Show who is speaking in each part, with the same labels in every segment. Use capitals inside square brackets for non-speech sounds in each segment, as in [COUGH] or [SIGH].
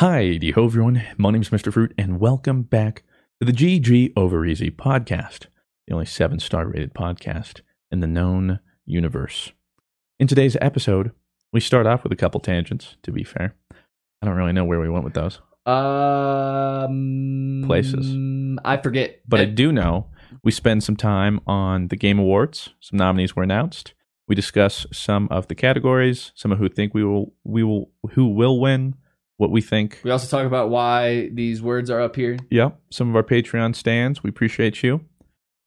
Speaker 1: Hi, ho everyone. My name's Mr. Fruit, and welcome back to the GG Over Easy podcast, the only seven star rated podcast in the known universe. In today's episode, we start off with a couple tangents, to be fair. I don't really know where we went with those,
Speaker 2: Um,
Speaker 1: Places.
Speaker 2: I forget.
Speaker 1: but I
Speaker 2: Uh,
Speaker 1: do know we spend some time on the Game Awards. Some nominees were announced. We discuss some of the categories, some of who think we will, we will, who will win, what we think.
Speaker 2: we also talk about why these words are up here.
Speaker 1: Yep. Some of our Patreon stands. We appreciate you.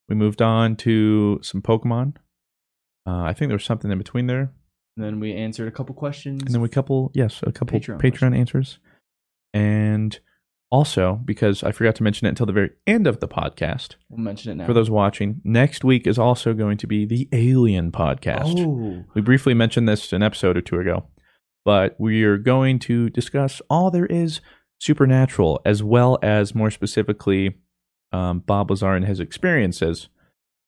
Speaker 1: We moved on to some Pokemon. Uh, I think there was something in between there.
Speaker 2: And then we answered a couple questions.
Speaker 1: And then we couple, yes, a couple
Speaker 2: Patreon
Speaker 1: Patreon,
Speaker 2: questions.
Speaker 1: answers. And also, because I forgot to mention it until the very end of the podcast,
Speaker 2: we'll mention it now.
Speaker 1: for those watching, next week is also going to be the Alien podcast.
Speaker 2: oh,
Speaker 1: We briefly mentioned this an episode or two ago, but we are going to discuss all there is supernatural, as well as more specifically um, Bob Lazar and his experiences.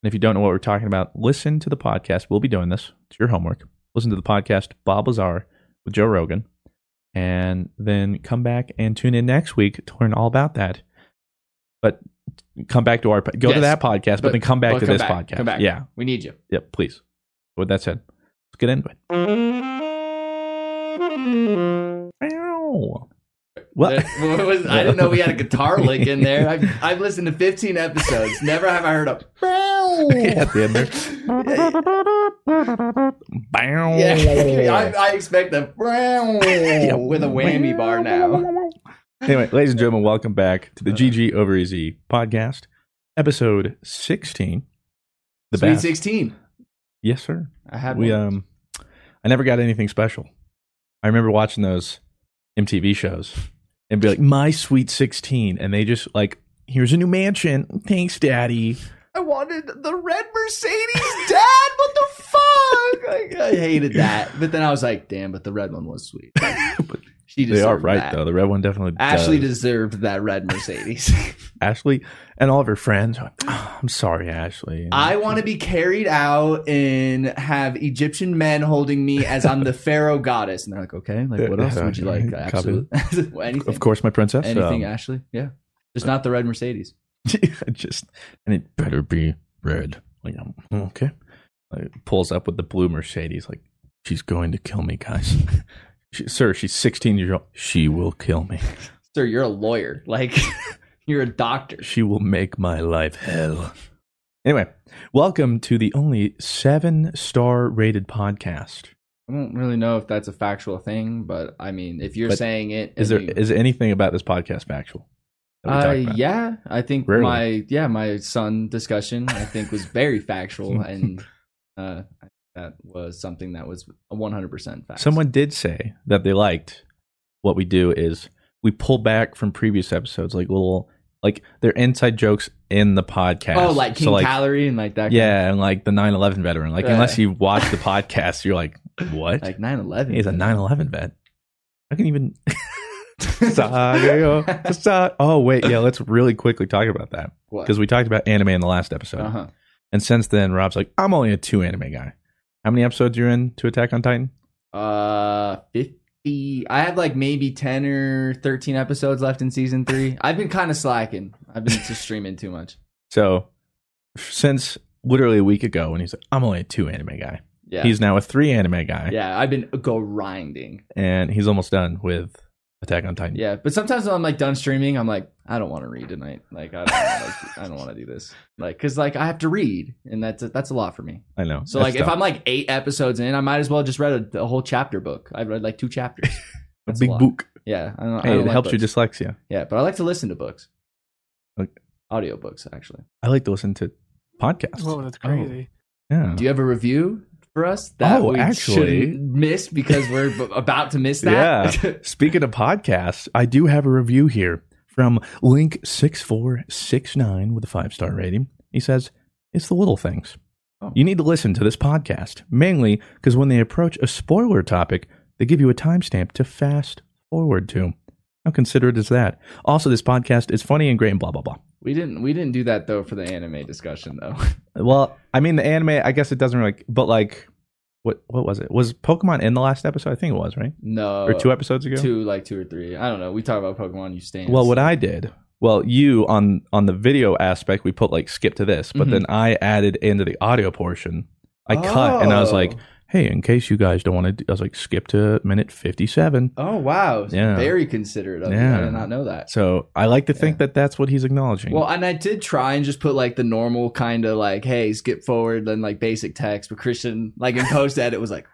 Speaker 1: And if you don't know what we're talking about, listen to the podcast. We'll be doing this. It's your homework. Listen to the podcast Bob Lazar with Joe Rogan, and then come back and tune in next week to learn all about that. But come back to our go
Speaker 2: Yes,
Speaker 1: to that podcast, but,
Speaker 2: but-
Speaker 1: then come back
Speaker 2: but
Speaker 1: to
Speaker 2: come
Speaker 1: this
Speaker 2: back,
Speaker 1: podcast.
Speaker 2: come back.
Speaker 1: Yeah,
Speaker 2: we need you.
Speaker 1: Yep, please. With that said, let's get into it. Meow. [LAUGHS] What?
Speaker 2: That- [LAUGHS] what was- I didn't know we had
Speaker 1: [LAUGHS]
Speaker 2: a guitar lick in there. I've, I've listened to 15 episodes. Never have I heard a.
Speaker 1: [LAUGHS] At the end there. Bow.
Speaker 2: [LAUGHS] Yeah, I, I expect a [LAUGHS] with a whammy bar now.
Speaker 1: [LAUGHS] Anyway, ladies and gentlemen, welcome back to the GG Over Easy podcast, episode 16. The
Speaker 2: Sweet
Speaker 1: best.
Speaker 2: 16.
Speaker 1: Yes, sir.
Speaker 2: I had
Speaker 1: We
Speaker 2: one.
Speaker 1: um I never got anything special. I remember watching those MTV shows and be like, My sweet sixteen and they just like, here's a new mansion. Thanks, Daddy.
Speaker 2: I wanted the red Mercedes, [LAUGHS] Dad. What the fuck? Like, I
Speaker 1: [LAUGHS]
Speaker 2: hated that. But then I was like, damn. But the red one was sweet. she
Speaker 1: They
Speaker 2: deserved
Speaker 1: are right
Speaker 2: that.
Speaker 1: though. The red one definitely
Speaker 2: Ashley
Speaker 1: does.
Speaker 2: deserved that red Mercedes. [LAUGHS]
Speaker 1: Ashley and all of her friends. are like, "Oh, I'm sorry, Ashley.
Speaker 2: I want to be carried out and have Egyptian men holding me
Speaker 1: [LAUGHS]
Speaker 2: as I'm the pharaoh goddess. And they're like, okay, like what else would you like?
Speaker 1: Copy.
Speaker 2: Absolutely, [LAUGHS] anything.
Speaker 1: of course my princess.
Speaker 2: anything,
Speaker 1: um,
Speaker 2: Ashley. Yeah, just not the red Mercedes.
Speaker 1: [LAUGHS] just and it better be red. Like um, okay, like, pulls up with the blue Mercedes. Like she's going to kill me, guys. [LAUGHS] she, sir, she's 16 years old. She will kill me.
Speaker 2: Sir, you're a lawyer. [LAUGHS] Like you're a doctor.
Speaker 1: She will make my life hell. Anyway, welcome to the only seven star rated podcast.
Speaker 2: I don't really know if that's a factual thing, but I mean, if you're
Speaker 1: But
Speaker 2: saying it,
Speaker 1: Is there
Speaker 2: and
Speaker 1: is
Speaker 2: you-
Speaker 1: anything about this podcast factual? that we talked
Speaker 2: uh,
Speaker 1: about?
Speaker 2: yeah, I think
Speaker 1: Rarely.
Speaker 2: my yeah my son discussion I think was
Speaker 1: [LAUGHS]
Speaker 2: very factual, and uh, I think that was something that was 100 percent fact.
Speaker 1: Someone did say that they liked what we do is we pull back from previous episodes, like little like they're inside jokes in the podcast.
Speaker 2: oh like King
Speaker 1: so like
Speaker 2: Calorie and like that kind
Speaker 1: yeah, and like the 9/11 veteran. Like
Speaker 2: Yeah.
Speaker 1: unless you watch the podcast, you're like, what?
Speaker 2: of- like 9/11.
Speaker 1: He's a [LAUGHS]
Speaker 2: [LAUGHS]
Speaker 1: 9/11 vet. I can even. uh,
Speaker 2: [LAUGHS]
Speaker 1: Saga- Sa- oh wait, yeah. Let's really quickly talk about that
Speaker 2: What?
Speaker 1: because we talked about anime in the last episode,
Speaker 2: Uh-huh.
Speaker 1: and since then Rob's like, I'm only a two anime guy. How many episodes you're in to Attack on Titan?
Speaker 2: Uh, 50. I have like maybe 10 or 13 episodes left in
Speaker 1: [LAUGHS]
Speaker 2: season three. I've been kind of slacking. I've been just streaming too much.
Speaker 1: So since literally a week ago when he's like, I'm only a two anime guy.
Speaker 2: Yeah.
Speaker 1: He's now a three anime guy.
Speaker 2: yeah, I've been grinding.
Speaker 1: And he's almost done with Attack on Titan.
Speaker 2: Yeah, but sometimes when I'm like done streaming, I'm like, I don't want to read tonight. Like, I don't, wanna,
Speaker 1: [LAUGHS]
Speaker 2: like, I don't want to do this. Like, cause like I have to read, and that's a, that's a lot for me.
Speaker 1: I know.
Speaker 2: So
Speaker 1: That's
Speaker 2: like, if
Speaker 1: tough.
Speaker 2: I'm like eight episodes in, I might as well just read a, a whole chapter book. I've read like two chapters.
Speaker 1: a [LAUGHS]
Speaker 2: That's
Speaker 1: big
Speaker 2: lot.
Speaker 1: book.
Speaker 2: Yeah, I don't, I
Speaker 1: Hey,
Speaker 2: don't
Speaker 1: it
Speaker 2: like
Speaker 1: helps
Speaker 2: books.
Speaker 1: your dyslexia.
Speaker 2: Yeah, but I like to listen to books.
Speaker 1: Okay.
Speaker 2: Audiobooks, actually.
Speaker 1: I like to listen to podcasts.
Speaker 3: Whoa, that's crazy.
Speaker 1: yeah.
Speaker 2: Do you have a review for us that
Speaker 1: Oh,
Speaker 2: we
Speaker 1: actually-
Speaker 2: shouldn't miss because we're
Speaker 1: [LAUGHS]
Speaker 2: b- about to miss that? Yeah.
Speaker 1: Speaking of podcasts, I do have a review here from Link6469 with a five star rating. He says, It's the little things.
Speaker 2: Oh.
Speaker 1: You need to listen to this podcast, mainly because when they approach a spoiler topic, they give you a timestamp to fast forward to. How considerate is that? Also, this podcast is funny and great and blah, blah, blah.
Speaker 2: [LAUGHS] we didn't we didn't do that though [LAUGHS] for the anime discussion though.
Speaker 1: Well, I mean, the anime, I guess it doesn't really, but like, what what was it? Was Pokemon in the last episode? I think it was, right?
Speaker 2: No.
Speaker 1: or two episodes ago?
Speaker 2: Two, like two or three. I don't know. We talk about Pokemon. You stand.
Speaker 1: Well, what I did, well, you on on the video aspect, we put like skip to this, but
Speaker 2: Mhm.
Speaker 1: then I added into the audio portion. I cut and I was like,
Speaker 2: Oh.
Speaker 1: "Hey, in case you guys don't want to," I was like, "Skip to minute fifty-seven.
Speaker 2: Oh wow!
Speaker 1: Yeah.
Speaker 2: Very considerate of you.
Speaker 1: Yeah.
Speaker 2: I did not know that.
Speaker 1: So I like to think
Speaker 2: Yeah.
Speaker 1: that that's what he's acknowledging.
Speaker 2: Well, and I did try and just put like the normal kind of like, hey, skip forward, then like basic text. But Christian, like in post edit, was like,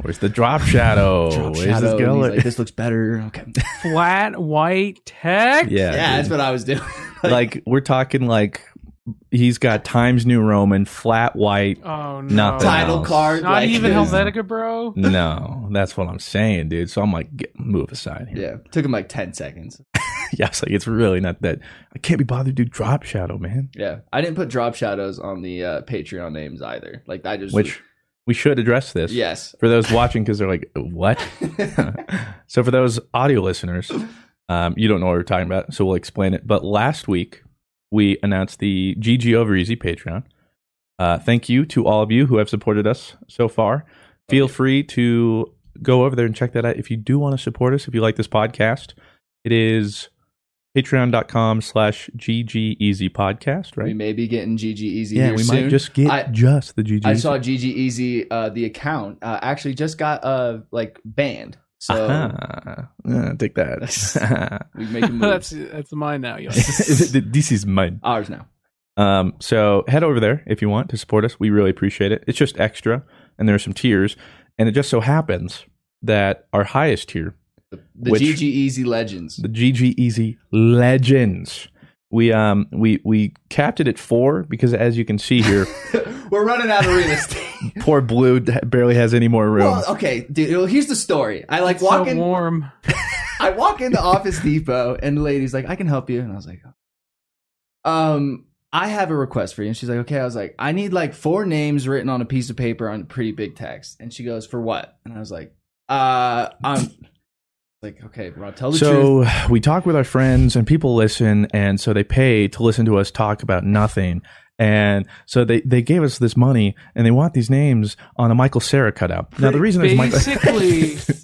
Speaker 1: where's the drop shadow?
Speaker 2: [LAUGHS] drop
Speaker 1: Oh, Where's
Speaker 2: shadow.
Speaker 1: this
Speaker 2: and he's
Speaker 1: going?
Speaker 2: like, this looks better. Okay.
Speaker 3: Flat white
Speaker 1: [LAUGHS]
Speaker 3: text.
Speaker 1: yeah,
Speaker 2: [LAUGHS] yeah, that's
Speaker 1: dude.
Speaker 2: what I
Speaker 1: [LAUGHS]
Speaker 2: was doing.
Speaker 1: like we're talking like he's got Times New Roman, flat
Speaker 2: [LAUGHS]
Speaker 1: white.
Speaker 3: Oh no.
Speaker 1: Nothing.
Speaker 2: title
Speaker 1: else.
Speaker 2: card.
Speaker 3: Not
Speaker 2: like,
Speaker 3: even
Speaker 2: it was-
Speaker 3: Helvetica,
Speaker 1: [LAUGHS]
Speaker 3: bro.
Speaker 1: No, that's what I'm saying, dude. So I'm like, get, move aside here.
Speaker 2: Yeah, took him like ten seconds.
Speaker 1: [LAUGHS] yeah, it's like it's really not that. I can't be bothered to do drop shadow, man.
Speaker 2: Yeah, I didn't put drop shadows on the uh, Patreon names either. Like I just
Speaker 1: Which we should address this [LAUGHS]
Speaker 2: yes,
Speaker 1: for those watching because they're like, what? [LAUGHS] so for those audio listeners, um, you don't know what we're talking about, so we'll explain it. But last week we announced the GG Over Easy Patreon. Uh, thank you to all of you who have supported us so far. Feel free to go over there and check that out if you do want to support us. If you like this podcast, it is patreon.com slash GG Easy Podcast,
Speaker 2: we
Speaker 1: right?
Speaker 2: may be getting GG Easy.
Speaker 1: Yeah,
Speaker 2: here
Speaker 1: we
Speaker 2: soon.
Speaker 1: might just get
Speaker 2: I-
Speaker 1: just the GG.
Speaker 2: I saw GG Easy, uh, the account, uh, actually just got uh like banned. So
Speaker 1: Aha. Yeah, take [LAUGHS]
Speaker 2: [LAUGHS]
Speaker 1: that.
Speaker 2: we make a move.
Speaker 3: that's that's mine now,
Speaker 1: [LAUGHS]
Speaker 3: yo.
Speaker 1: this is mine.
Speaker 2: Ours now.
Speaker 1: Um, so head over there if you want to support us. We really appreciate it. It's just extra, and there are some tiers. And it just so happens that our highest tier,
Speaker 2: The, the
Speaker 1: Which-
Speaker 2: GG Easy Legends.
Speaker 1: the GG Easy Legends, we um we we capped it at four because as you can see here, [LAUGHS]
Speaker 2: [LAUGHS] We're running out of real estate.
Speaker 1: poor Blue d- barely has any more room.
Speaker 2: well, okay, dude. well, here's the story. I like
Speaker 3: It's
Speaker 2: walk
Speaker 3: so
Speaker 2: in.
Speaker 1: [LAUGHS]
Speaker 3: warm.
Speaker 2: I walk into Office Depot, and the lady's like, "I can help you," and I was like, "Um." I have a request for you. And she's like, okay. I was like, I need like four names written on a piece of paper on pretty big text. And she goes, for what? And I was like, uh, I'm like, okay, bro, tell the truth.
Speaker 1: so [SIGHS] we talk with our friends and people listen and so they pay to listen to us talk about nothing and so they, they gave us this money and they want these names on a michael Cera cutout now the reason is michael
Speaker 3: basically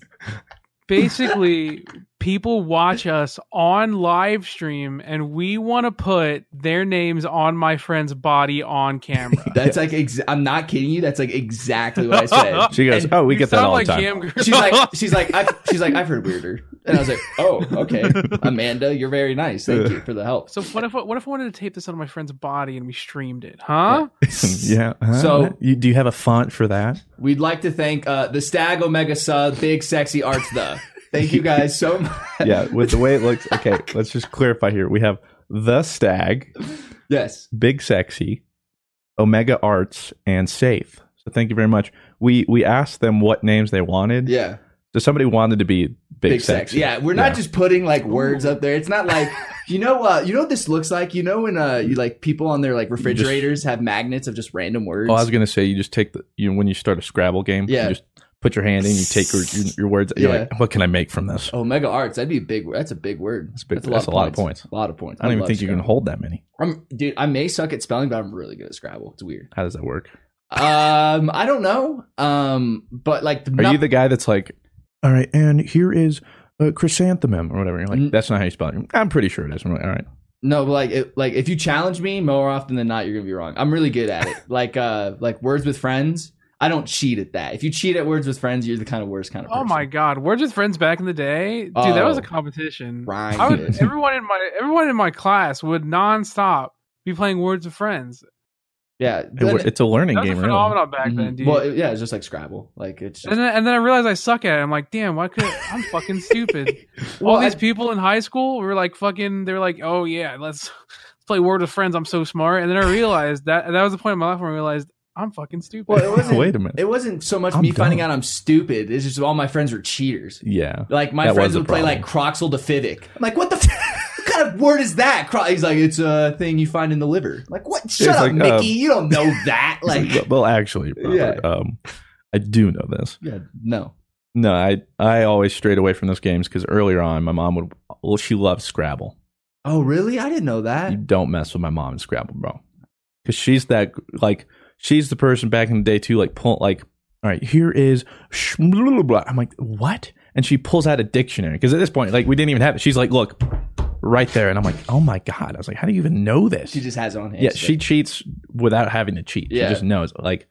Speaker 3: basically people watch us on live stream and we want to put their names on my friend's body on camera.
Speaker 2: That's like ex- I'm not kidding you. That's like exactly what I
Speaker 1: [LAUGHS] [LAUGHS]
Speaker 2: said.
Speaker 1: she goes
Speaker 2: And
Speaker 1: oh [LAUGHS] we
Speaker 3: You
Speaker 1: get that
Speaker 3: sound
Speaker 1: all
Speaker 3: like
Speaker 1: the time
Speaker 3: Cam Girl.
Speaker 2: She's like, she's like, I've, she's like, I've heard weirder, and I was like, oh, okay, Amanda, you're very nice. Thank you for the help.
Speaker 3: [LAUGHS] so what if what if I wanted to tape this on my friend's body and we streamed it, huh?
Speaker 1: [LAUGHS] [LAUGHS] yeah huh?
Speaker 2: So-
Speaker 1: you, do you have a font for that
Speaker 2: We'd like to thank uh, the Stag Omega Sub, Big Sexy Arts the. Thank you guys so much.
Speaker 1: yeah with the way it looks okay let's just clarify here we have the stag
Speaker 2: Yes,
Speaker 1: Big Sexy, Omega Arts, and Safe. So thank you very much. We we asked them what names they wanted.
Speaker 2: yeah,
Speaker 1: So somebody wanted to be Big,
Speaker 2: Big, Sexy.
Speaker 1: Sexy.
Speaker 2: Yeah, we're not
Speaker 1: Yeah.
Speaker 2: just putting like words up there. It's not like you know, uh, you know what this looks like. You know when uh, you like people on their like refrigerators have magnets of just random words.
Speaker 1: Oh, I was gonna say you just take the you know, when you start a Scrabble game.
Speaker 2: Yeah.
Speaker 1: You just put your hand in. You take your your, your words. You're like, what can I make from this?
Speaker 2: Omega Arts. That'd be a big. That's a big word.
Speaker 1: That's, big, that's a lot of points.
Speaker 2: A lot of points.
Speaker 1: I don't even
Speaker 2: love
Speaker 1: think you can
Speaker 2: Scrabble.
Speaker 1: hold that many.
Speaker 2: I'm, dude, I may suck at spelling, but I'm really good at Scrabble. It's weird.
Speaker 1: How does that work?
Speaker 2: Um, I don't know. Um, but like, the,
Speaker 1: Are you the guy that's like, all right, and here is a chrysanthemum or whatever? You're like,
Speaker 2: Mm.
Speaker 1: that's not how you spell it. I'm pretty sure it is. I'm like, all right.
Speaker 2: no, but like, it, like if you challenge me more often than not, you're gonna be wrong. I'm really
Speaker 1: [LAUGHS]
Speaker 2: good at it. like, uh, like words with friends. I don't cheat at that. If you cheat at words with friends, you're the kind of worst kind of.
Speaker 3: Oh
Speaker 2: person.
Speaker 3: my god, we're just friends back in the day. Dude, that was a
Speaker 2: Oh.
Speaker 3: competition.
Speaker 2: Ryan,
Speaker 3: I would,
Speaker 1: [LAUGHS]
Speaker 2: is-
Speaker 3: everyone in my everyone in my class would nonstop be playing Words with Friends.
Speaker 2: yeah.
Speaker 1: It wor-
Speaker 2: Then,
Speaker 1: it's a learning
Speaker 3: That was
Speaker 1: game,
Speaker 3: a
Speaker 1: Mm-hmm. really.
Speaker 3: phenomenon back then,
Speaker 2: Mhm.
Speaker 3: dude.
Speaker 2: well, it- yeah, it's just like Scrabble. Like it's. Just,
Speaker 3: and then and then I realized I suck at it. I'm like, damn, why could I'm
Speaker 1: [LAUGHS]
Speaker 3: fucking stupid.
Speaker 2: Well,
Speaker 3: All these
Speaker 2: I-
Speaker 3: people in high school were like fucking. They're like, oh yeah, let's, let's play Word with Friends. I'm so smart. And then I realized that that was the point of my life where I realized I'm fucking stupid.
Speaker 2: Well,
Speaker 3: [LAUGHS]
Speaker 2: it wasn't.
Speaker 1: Wait a minute.
Speaker 2: It wasn't so much
Speaker 1: I'm
Speaker 2: me finding
Speaker 1: dumb.
Speaker 2: out I'm stupid. It's just all my friends were cheaters.
Speaker 1: Yeah.
Speaker 2: Like my
Speaker 1: That
Speaker 2: friends
Speaker 1: was a
Speaker 2: would play
Speaker 1: problem.
Speaker 2: like Croxel to Fivic. I'm like, what the f- [LAUGHS] what kind of word is that? Cro- He's like, it's a thing you find in the liver. Like, what? Shut up,
Speaker 1: like,
Speaker 2: Mickey.
Speaker 1: um, uh,
Speaker 2: you don't know
Speaker 1: [LAUGHS]
Speaker 2: that. Like,
Speaker 1: Well- well actually Robert, um i do know this
Speaker 2: yeah, no.
Speaker 1: no i i always strayed away from those games because earlier on my mom would well she loved scrabble
Speaker 2: Oh, really? I didn't know
Speaker 1: you
Speaker 2: that.
Speaker 1: don't mess with my mom in scrabble bro because she's that like she's the person back in the day too like pull like all right, here is sh- blah, blah, blah. I'm like, what? And she pulls out a dictionary because at this point, like, we didn't even have it. She's like, look, right there. And I'm like, oh my God. I was like, how do you even know this?
Speaker 2: She just has it on hand.
Speaker 1: yeah, she cheats without having to cheat.
Speaker 2: Yeah.
Speaker 1: She just knows. Like,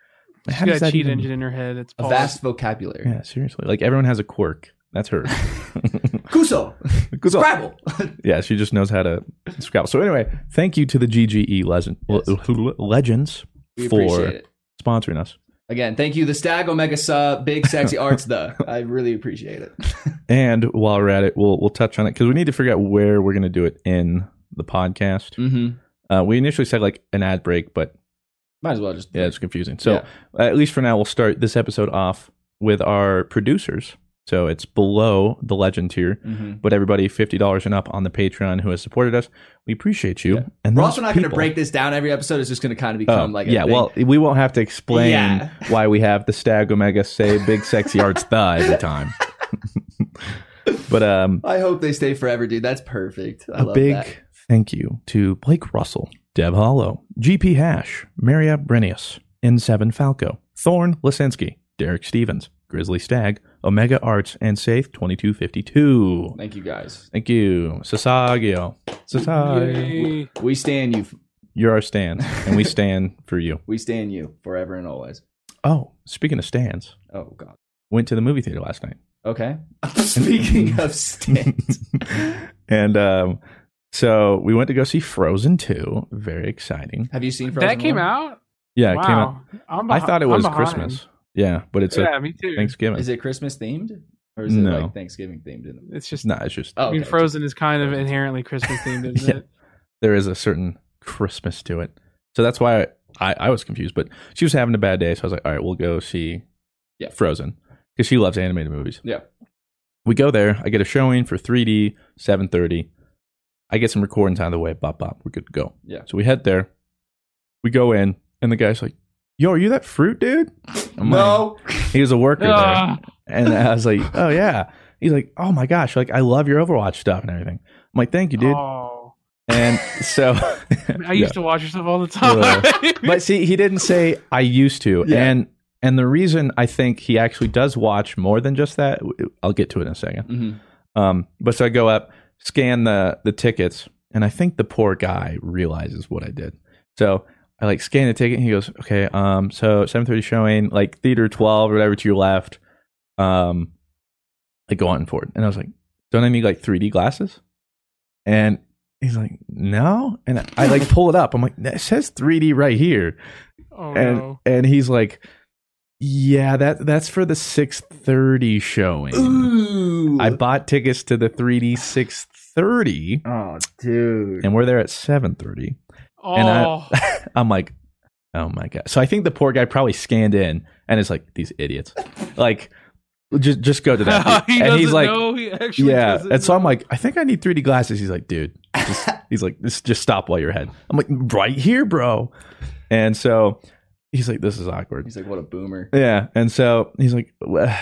Speaker 3: She's
Speaker 1: how
Speaker 3: got
Speaker 1: does
Speaker 3: a
Speaker 1: that
Speaker 3: cheat
Speaker 1: even-
Speaker 3: engine in her head. It's
Speaker 2: a
Speaker 3: Paul.
Speaker 2: vast vocabulary.
Speaker 1: Yeah, seriously. Like, everyone has a quirk. That's
Speaker 2: [LAUGHS]
Speaker 1: her. [LAUGHS]
Speaker 2: Kuso,
Speaker 1: Because-
Speaker 2: Scrabble.
Speaker 1: yeah, she just knows how to scrabble. So, anyway, thank you to the GGE legend,
Speaker 2: Yes.
Speaker 1: le- legends
Speaker 2: we
Speaker 1: for
Speaker 2: appreciate it.
Speaker 1: sponsoring us.
Speaker 2: Again, thank you, the Stag Omega Sub, Big
Speaker 1: [LAUGHS]
Speaker 2: Sexy Arts, the. I really appreciate it.
Speaker 1: And while we're at it, we'll we'll touch on it because we need to figure out where we're going to do it in the podcast.
Speaker 2: Mm-hmm.
Speaker 1: Uh, we initially said like an ad break, but
Speaker 2: Might as well just.
Speaker 1: yeah, it's confusing. So at least for now, we'll start this episode off with our producers. So it's below the legend tier,
Speaker 2: Mhm.
Speaker 1: but everybody fifty dollars and up on the Patreon who has supported us, we appreciate you. And
Speaker 2: We're
Speaker 1: those
Speaker 2: also not going to
Speaker 1: people-
Speaker 2: break this down every episode. It's just going to kind of
Speaker 1: Oh,
Speaker 2: become like a
Speaker 1: yeah,
Speaker 2: thing.
Speaker 1: well, we won't have to explain
Speaker 2: Yeah. [LAUGHS]
Speaker 1: why we have the Stag Omega say big sexy arts thigh every time. [LAUGHS] but um,
Speaker 2: I hope they stay forever, dude. That's perfect. I
Speaker 1: A
Speaker 2: love
Speaker 1: big
Speaker 2: that.
Speaker 1: thank you to Blake Russell, Deb Hollow, GP Hash, Maria Brenius, N7 Falco, Thorn Lisinski, Derek Stevens, Grizzly Stag, Omega Arts, and Safe 2252.
Speaker 2: Thank you guys.
Speaker 1: Thank you, Sasagio. Sasagio.
Speaker 3: Yay.
Speaker 2: We stand you.
Speaker 1: You're our stand, and
Speaker 2: [LAUGHS]
Speaker 1: we stand for you.
Speaker 2: We stand you forever and always.
Speaker 1: Oh, speaking of stands,
Speaker 2: Oh God.
Speaker 1: went to the movie theater last night.
Speaker 2: Okay. [LAUGHS] Speaking of stands,
Speaker 1: [LAUGHS] and um, so we went to go see Frozen 2. Very exciting.
Speaker 2: have you seen Frozen
Speaker 3: That came
Speaker 2: one?
Speaker 3: out.
Speaker 1: Yeah,
Speaker 3: wow.
Speaker 1: it came out.
Speaker 3: I'm
Speaker 1: I
Speaker 3: behi-
Speaker 1: thought it
Speaker 3: I'm
Speaker 1: was
Speaker 3: behind.
Speaker 1: Christmas. Yeah, but it's a
Speaker 3: yeah, me too.
Speaker 1: Thanksgiving.
Speaker 2: Is it Christmas themed or is
Speaker 1: No.
Speaker 2: it like Thanksgiving themed? In
Speaker 3: It's just.
Speaker 1: no, it's just
Speaker 2: oh,
Speaker 3: I mean,
Speaker 2: okay.
Speaker 3: Frozen is kind of inherently Christmas themed,
Speaker 1: [LAUGHS]
Speaker 3: isn't
Speaker 1: Yeah.
Speaker 3: it?
Speaker 1: there is a certain Christmas to it. So that's why I, I, I was confused. But she was having a bad day, so I was like, all right, we'll go see
Speaker 2: Yeah.
Speaker 1: Frozen because she loves animated movies.
Speaker 2: Yeah.
Speaker 1: We go there. I get a showing for 3D, 7:30. I get some recordings out of the way. Bop bop. We're good to go.
Speaker 2: Yeah.
Speaker 1: So we head there. We go in, and the guy's like, "Yo, are you that fruit dude?" I'm like-
Speaker 2: No.
Speaker 1: he was a worker there.
Speaker 3: Ah,
Speaker 1: And I was like, oh, yeah. He's like, oh my gosh, like, I love your Overwatch stuff and everything. I'm like, thank you, dude.
Speaker 3: oh.
Speaker 1: And so,
Speaker 3: I
Speaker 1: [LAUGHS]
Speaker 3: used
Speaker 1: Yeah.
Speaker 3: to watch yourself all
Speaker 1: [LAUGHS]
Speaker 3: the time.
Speaker 1: but see, he didn't say I used to.
Speaker 2: Yeah.
Speaker 1: And, and the reason I think he actually does watch more than just that, I'll get to it in a second.
Speaker 2: Mhm.
Speaker 1: Um, but so I go up, scan the the tickets, and I think the poor guy realizes what I did. So I like scan the ticket, and he goes, "Okay, um, so seven thirty showing, like theater twelve or whatever to your left, um, like go on for it." And I was like, "Don't I need like three D glasses?" And he's like, "No," and I like pull it up. I'm like, "It says three D right here,"
Speaker 3: [LAUGHS] oh
Speaker 1: and
Speaker 3: no.
Speaker 1: and he's like. Yeah, that that's for the six thirty showing.
Speaker 2: Ooh.
Speaker 1: I bought tickets to the 3D 630
Speaker 2: oh, dude.
Speaker 1: and we're there at 730.
Speaker 3: Oh,
Speaker 1: and [LAUGHS] I'm like, oh my god. So I think the poor guy probably scanned in and is like, these idiots. Like just just go to that.
Speaker 3: [LAUGHS] he
Speaker 1: and
Speaker 3: doesn't
Speaker 1: he's like
Speaker 3: know. He actually
Speaker 1: yeah,
Speaker 3: doesn't
Speaker 1: and so I'm
Speaker 3: know.
Speaker 1: like, I think I need 3D glasses. He's like, dude, just, he's like, just, just stop while you're ahead. I'm like, right here, bro. And so he's like, this is awkward.
Speaker 2: He's like, what a boomer.
Speaker 1: Yeah, and so he's like, "Well, "Can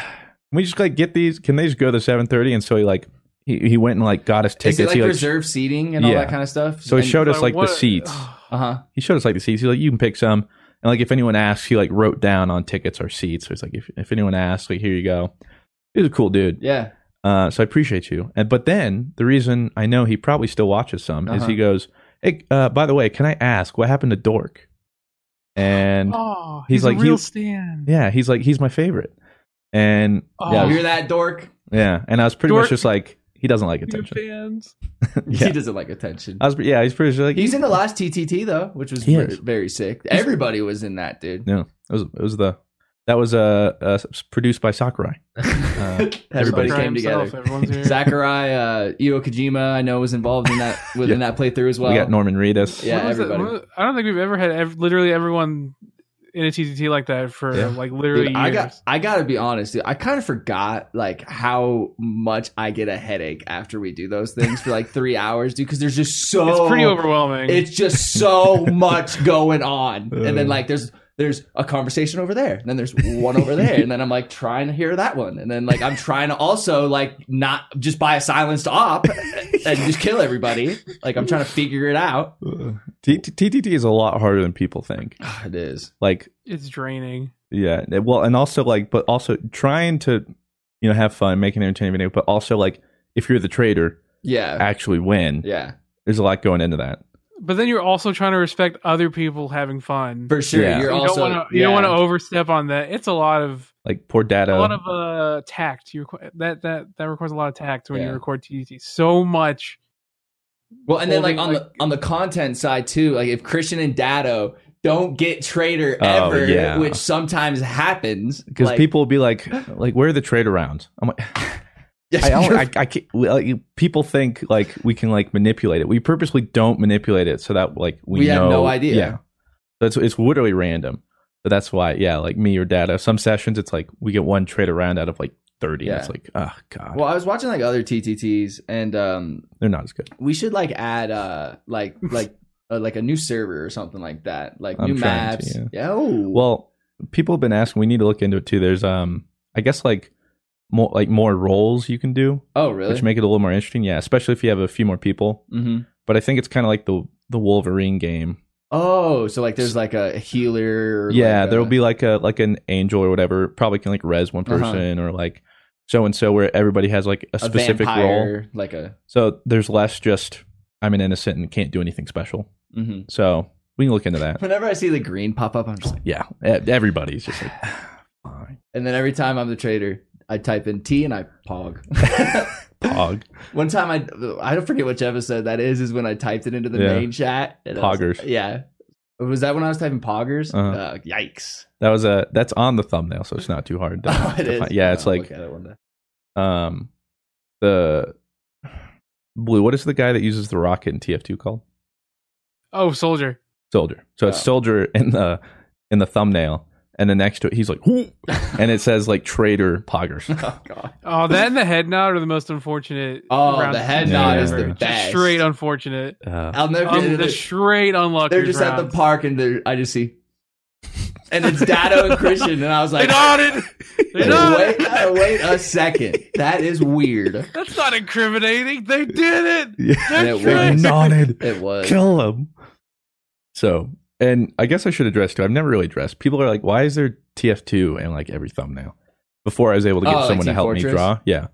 Speaker 1: we just like get these? Can they just go to 7.30? And so he like he, he went and like got us tickets.
Speaker 2: Is it like
Speaker 1: he, like,
Speaker 2: reserve seating and all
Speaker 1: Yeah.
Speaker 2: that kind of stuff?
Speaker 1: so he showed us like, the
Speaker 3: what-
Speaker 1: seats.
Speaker 2: Uh huh.
Speaker 1: He showed us like the seats. He's like, you can pick some. And like if anyone asks, he like wrote down on tickets our seats. So it's like if if anyone asks, like here you go. He's a cool dude.
Speaker 2: Yeah.
Speaker 1: Uh, so I appreciate you. And but then the reason I know he probably still watches some is
Speaker 2: Uh-huh.
Speaker 1: he goes, hey, uh, by the way, can I ask what happened to Dork? And
Speaker 3: [SIGHS] oh,
Speaker 1: he's
Speaker 3: he's,
Speaker 1: like,
Speaker 3: a real
Speaker 1: he-
Speaker 3: stand.
Speaker 1: yeah, he's like he's my favorite. And yeah,
Speaker 3: Oh.
Speaker 1: I was-
Speaker 2: You hear
Speaker 1: [LAUGHS]
Speaker 2: that, dork?
Speaker 1: Yeah, and I was pretty much
Speaker 3: Dork.
Speaker 1: just like, he doesn't like
Speaker 3: Your
Speaker 1: attention.
Speaker 3: fans.
Speaker 1: Yeah,
Speaker 2: He doesn't like attention.
Speaker 1: I was, yeah, he's pretty much like
Speaker 2: He's in the last TTT though, which was
Speaker 1: He
Speaker 2: ver-
Speaker 1: is.
Speaker 2: very sick. Everybody was in that, dude.
Speaker 1: No, it was it was the that was uh, uh produced by
Speaker 2: [LAUGHS]
Speaker 1: Sakurai. [LAUGHS] Uh,
Speaker 2: Everybody
Speaker 1: Sakurai
Speaker 2: came
Speaker 3: himself,
Speaker 2: together.
Speaker 3: everyone's
Speaker 1: [LAUGHS]
Speaker 3: here.
Speaker 2: Zachariah, uh, Io Kojima, I know was involved in that within that playthrough as well.
Speaker 1: we got Norman Reedus.
Speaker 2: Yeah,
Speaker 3: When was it-
Speaker 2: everybody.
Speaker 3: when was- I don't think we've ever had ev- literally everyone in a TTT like that for
Speaker 1: Yeah.
Speaker 3: like
Speaker 2: Dude,
Speaker 3: literally years.
Speaker 2: I got I gotta be honest, dude. I kind of forgot like how much I get a headache after we do those things for like three hours, dude. Because there's just so
Speaker 3: it's pretty overwhelming.
Speaker 2: It's just so much going on, and
Speaker 1: Uh.
Speaker 2: then like there's there's a conversation over there, and then there's one over there, and then I'm like trying to hear that one, and then like I'm trying to also like not just buy a silenced op and just kill everybody. Like I'm trying to figure it out.
Speaker 1: Uh, T- T- TTT is a lot harder than people think.
Speaker 2: Ah, It is.
Speaker 1: Like
Speaker 3: it's draining.
Speaker 1: Yeah. and- Well, and also like, but also trying to, you know, have fun, make an entertaining video, but also like, if you're the trader,
Speaker 2: Yeah.
Speaker 1: actually win.
Speaker 2: Yeah.
Speaker 1: There's a lot going into that.
Speaker 3: But then you're also trying to respect other people having fun.
Speaker 2: For sure.
Speaker 1: Yeah.
Speaker 2: You're
Speaker 3: you
Speaker 2: also
Speaker 3: don't want to you don't
Speaker 2: yeah.
Speaker 3: want to overstep on that. It's a lot of
Speaker 1: Like poor data.
Speaker 3: a lot of uh tact. You requ- that that that requires a lot of tact when
Speaker 2: Yeah.
Speaker 3: you record TDT. So much.
Speaker 2: Well, and then like
Speaker 3: holding,
Speaker 2: on
Speaker 3: like-
Speaker 2: the on the content side too, like if Christian and Dado don't get trader
Speaker 1: Oh,
Speaker 2: ever,
Speaker 1: yeah.
Speaker 2: which sometimes happens
Speaker 1: because
Speaker 2: like- [LAUGHS]
Speaker 1: people will be like, like, where are the trader rounds? I'm like,
Speaker 2: [LAUGHS]
Speaker 1: I, don't, I, I can't, well, like, people think like we can like manipulate it. We purposely don't manipulate it so that like we,
Speaker 2: We
Speaker 1: know,
Speaker 2: have no idea.
Speaker 1: Yeah, that's it's literally random. So that's why, yeah, like me or data. Some sessions it's like we get one trade around out of like thirty.
Speaker 2: Yeah.
Speaker 1: And it's like, oh god,
Speaker 2: well, I was watching like other TTTs, and um,
Speaker 1: they're not as good.
Speaker 2: we should like add uh
Speaker 1: [LAUGHS]
Speaker 2: like like uh, like a new server or something like that, like
Speaker 1: I'm
Speaker 2: new
Speaker 1: trying to,
Speaker 2: maps. oh.
Speaker 1: yeah.
Speaker 2: Yo.
Speaker 1: Well, people have been asking. We need to look into it too. There's um, I guess like more like more roles you can do,
Speaker 2: oh really?
Speaker 1: which make it a little more interesting. Yeah, especially if you have a few more people.
Speaker 2: mm-hmm.
Speaker 1: But I think it's kind of like the the Wolverine game
Speaker 2: Oh, so like there's like a healer. or,
Speaker 1: yeah
Speaker 2: like,
Speaker 1: there'll
Speaker 2: a-
Speaker 1: be like a like an angel or whatever probably can like res one
Speaker 2: Uh-huh.
Speaker 1: person or like so and so where everybody has like a,
Speaker 2: a
Speaker 1: specific role
Speaker 2: vampire, like a.
Speaker 1: so there's less just i'm an innocent and can't do anything special
Speaker 2: mhm.
Speaker 1: so we can look into
Speaker 2: [LAUGHS]
Speaker 1: that
Speaker 2: Whenever I see the green pop up, I'm just like,
Speaker 1: yeah e- everybody's just like fine.
Speaker 2: and then every time I'm the trader, I type in T and I pog.
Speaker 1: [LAUGHS] pog
Speaker 2: One time I I don't forget which episode that is is when I typed it into the
Speaker 1: Yeah.
Speaker 2: main chat. and I was-
Speaker 1: Poggers.
Speaker 2: yeah. Was that when I was typing poggers?
Speaker 1: Uh-huh.
Speaker 2: Uh, yikes.
Speaker 1: that was a that's on the thumbnail so it's not too hard to,
Speaker 2: [LAUGHS] Oh, it
Speaker 1: to
Speaker 2: is.
Speaker 1: find. yeah it's
Speaker 2: I'll
Speaker 1: like
Speaker 2: look at it one day.
Speaker 1: um the blue what is the guy that uses the rocket in tf2 called
Speaker 3: Oh, soldier.
Speaker 1: soldier. So it's
Speaker 2: Oh.
Speaker 1: soldier in the in the thumbnail, and then next to it he's like,
Speaker 2: [LAUGHS]
Speaker 1: "Whoo," and it says like traitor poggers.
Speaker 2: [LAUGHS] Oh god.
Speaker 3: Oh, that and the head nod are the most unfortunate.
Speaker 2: Oh,
Speaker 3: rounds
Speaker 2: the
Speaker 3: of
Speaker 2: head
Speaker 3: TDT
Speaker 1: nod is
Speaker 3: ever.
Speaker 1: the
Speaker 3: Just
Speaker 2: best.
Speaker 3: Straight unfortunate.
Speaker 1: Uh,
Speaker 2: [LAUGHS] I'll never
Speaker 3: Um,
Speaker 2: they're-
Speaker 3: the straight unlucky.
Speaker 2: They're just at the park and they're I just see and it's Dado and Christian and I was
Speaker 3: They
Speaker 2: like [LAUGHS]
Speaker 3: nodded. They nodded.
Speaker 2: wait, uh, wait a second. That is weird.
Speaker 3: That's not incriminating. They did it.
Speaker 1: yeah.
Speaker 2: And
Speaker 1: They
Speaker 2: it
Speaker 3: They're
Speaker 2: was.
Speaker 1: [LAUGHS]
Speaker 3: traitors.
Speaker 1: nodded.
Speaker 2: It was.
Speaker 1: Kill him. So, and I guess I should address too. I've never really addressed. People are like, "Why is there TF2 in like every thumbnail?" Before I was able to get
Speaker 2: Oh, like
Speaker 1: someone to
Speaker 2: Team
Speaker 1: help me
Speaker 2: Fortress?
Speaker 1: draw, yeah,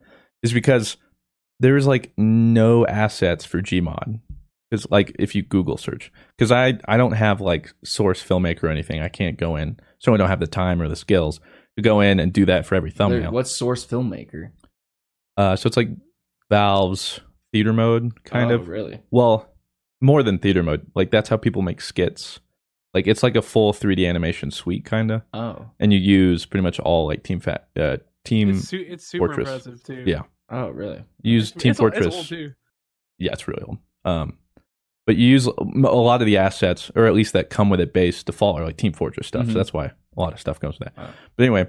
Speaker 1: is because there is like no assets for Gmod. Because like if you Google search, because I I don't have like source filmmaker or anything. I can't go in, so I don't have the time or the skills to go in and do that for every
Speaker 2: They're-
Speaker 1: thumbnail.
Speaker 2: What's source filmmaker?
Speaker 1: Uh, so it's like Valve's theater mode kind
Speaker 2: Oh,
Speaker 1: of
Speaker 2: really.
Speaker 1: well more than theater mode like that's how people make skits like it's like a full 3d animation suite kind of
Speaker 2: Oh.
Speaker 1: and you use pretty much all like team fat uh team
Speaker 3: It's, su- it's super
Speaker 1: Fortress.
Speaker 3: impressive too.
Speaker 1: Yeah.
Speaker 2: Oh, really?
Speaker 1: use
Speaker 3: It's-
Speaker 1: team
Speaker 3: it's old- it's
Speaker 1: fortress
Speaker 3: old, too.
Speaker 1: yeah it's really old um but you use a lot of the assets or at least that come with it base default or like team fortress stuff
Speaker 2: Mhm.
Speaker 3: Mm-hmm.
Speaker 1: so that's why a lot of stuff comes with that
Speaker 2: Oh.
Speaker 1: but anyway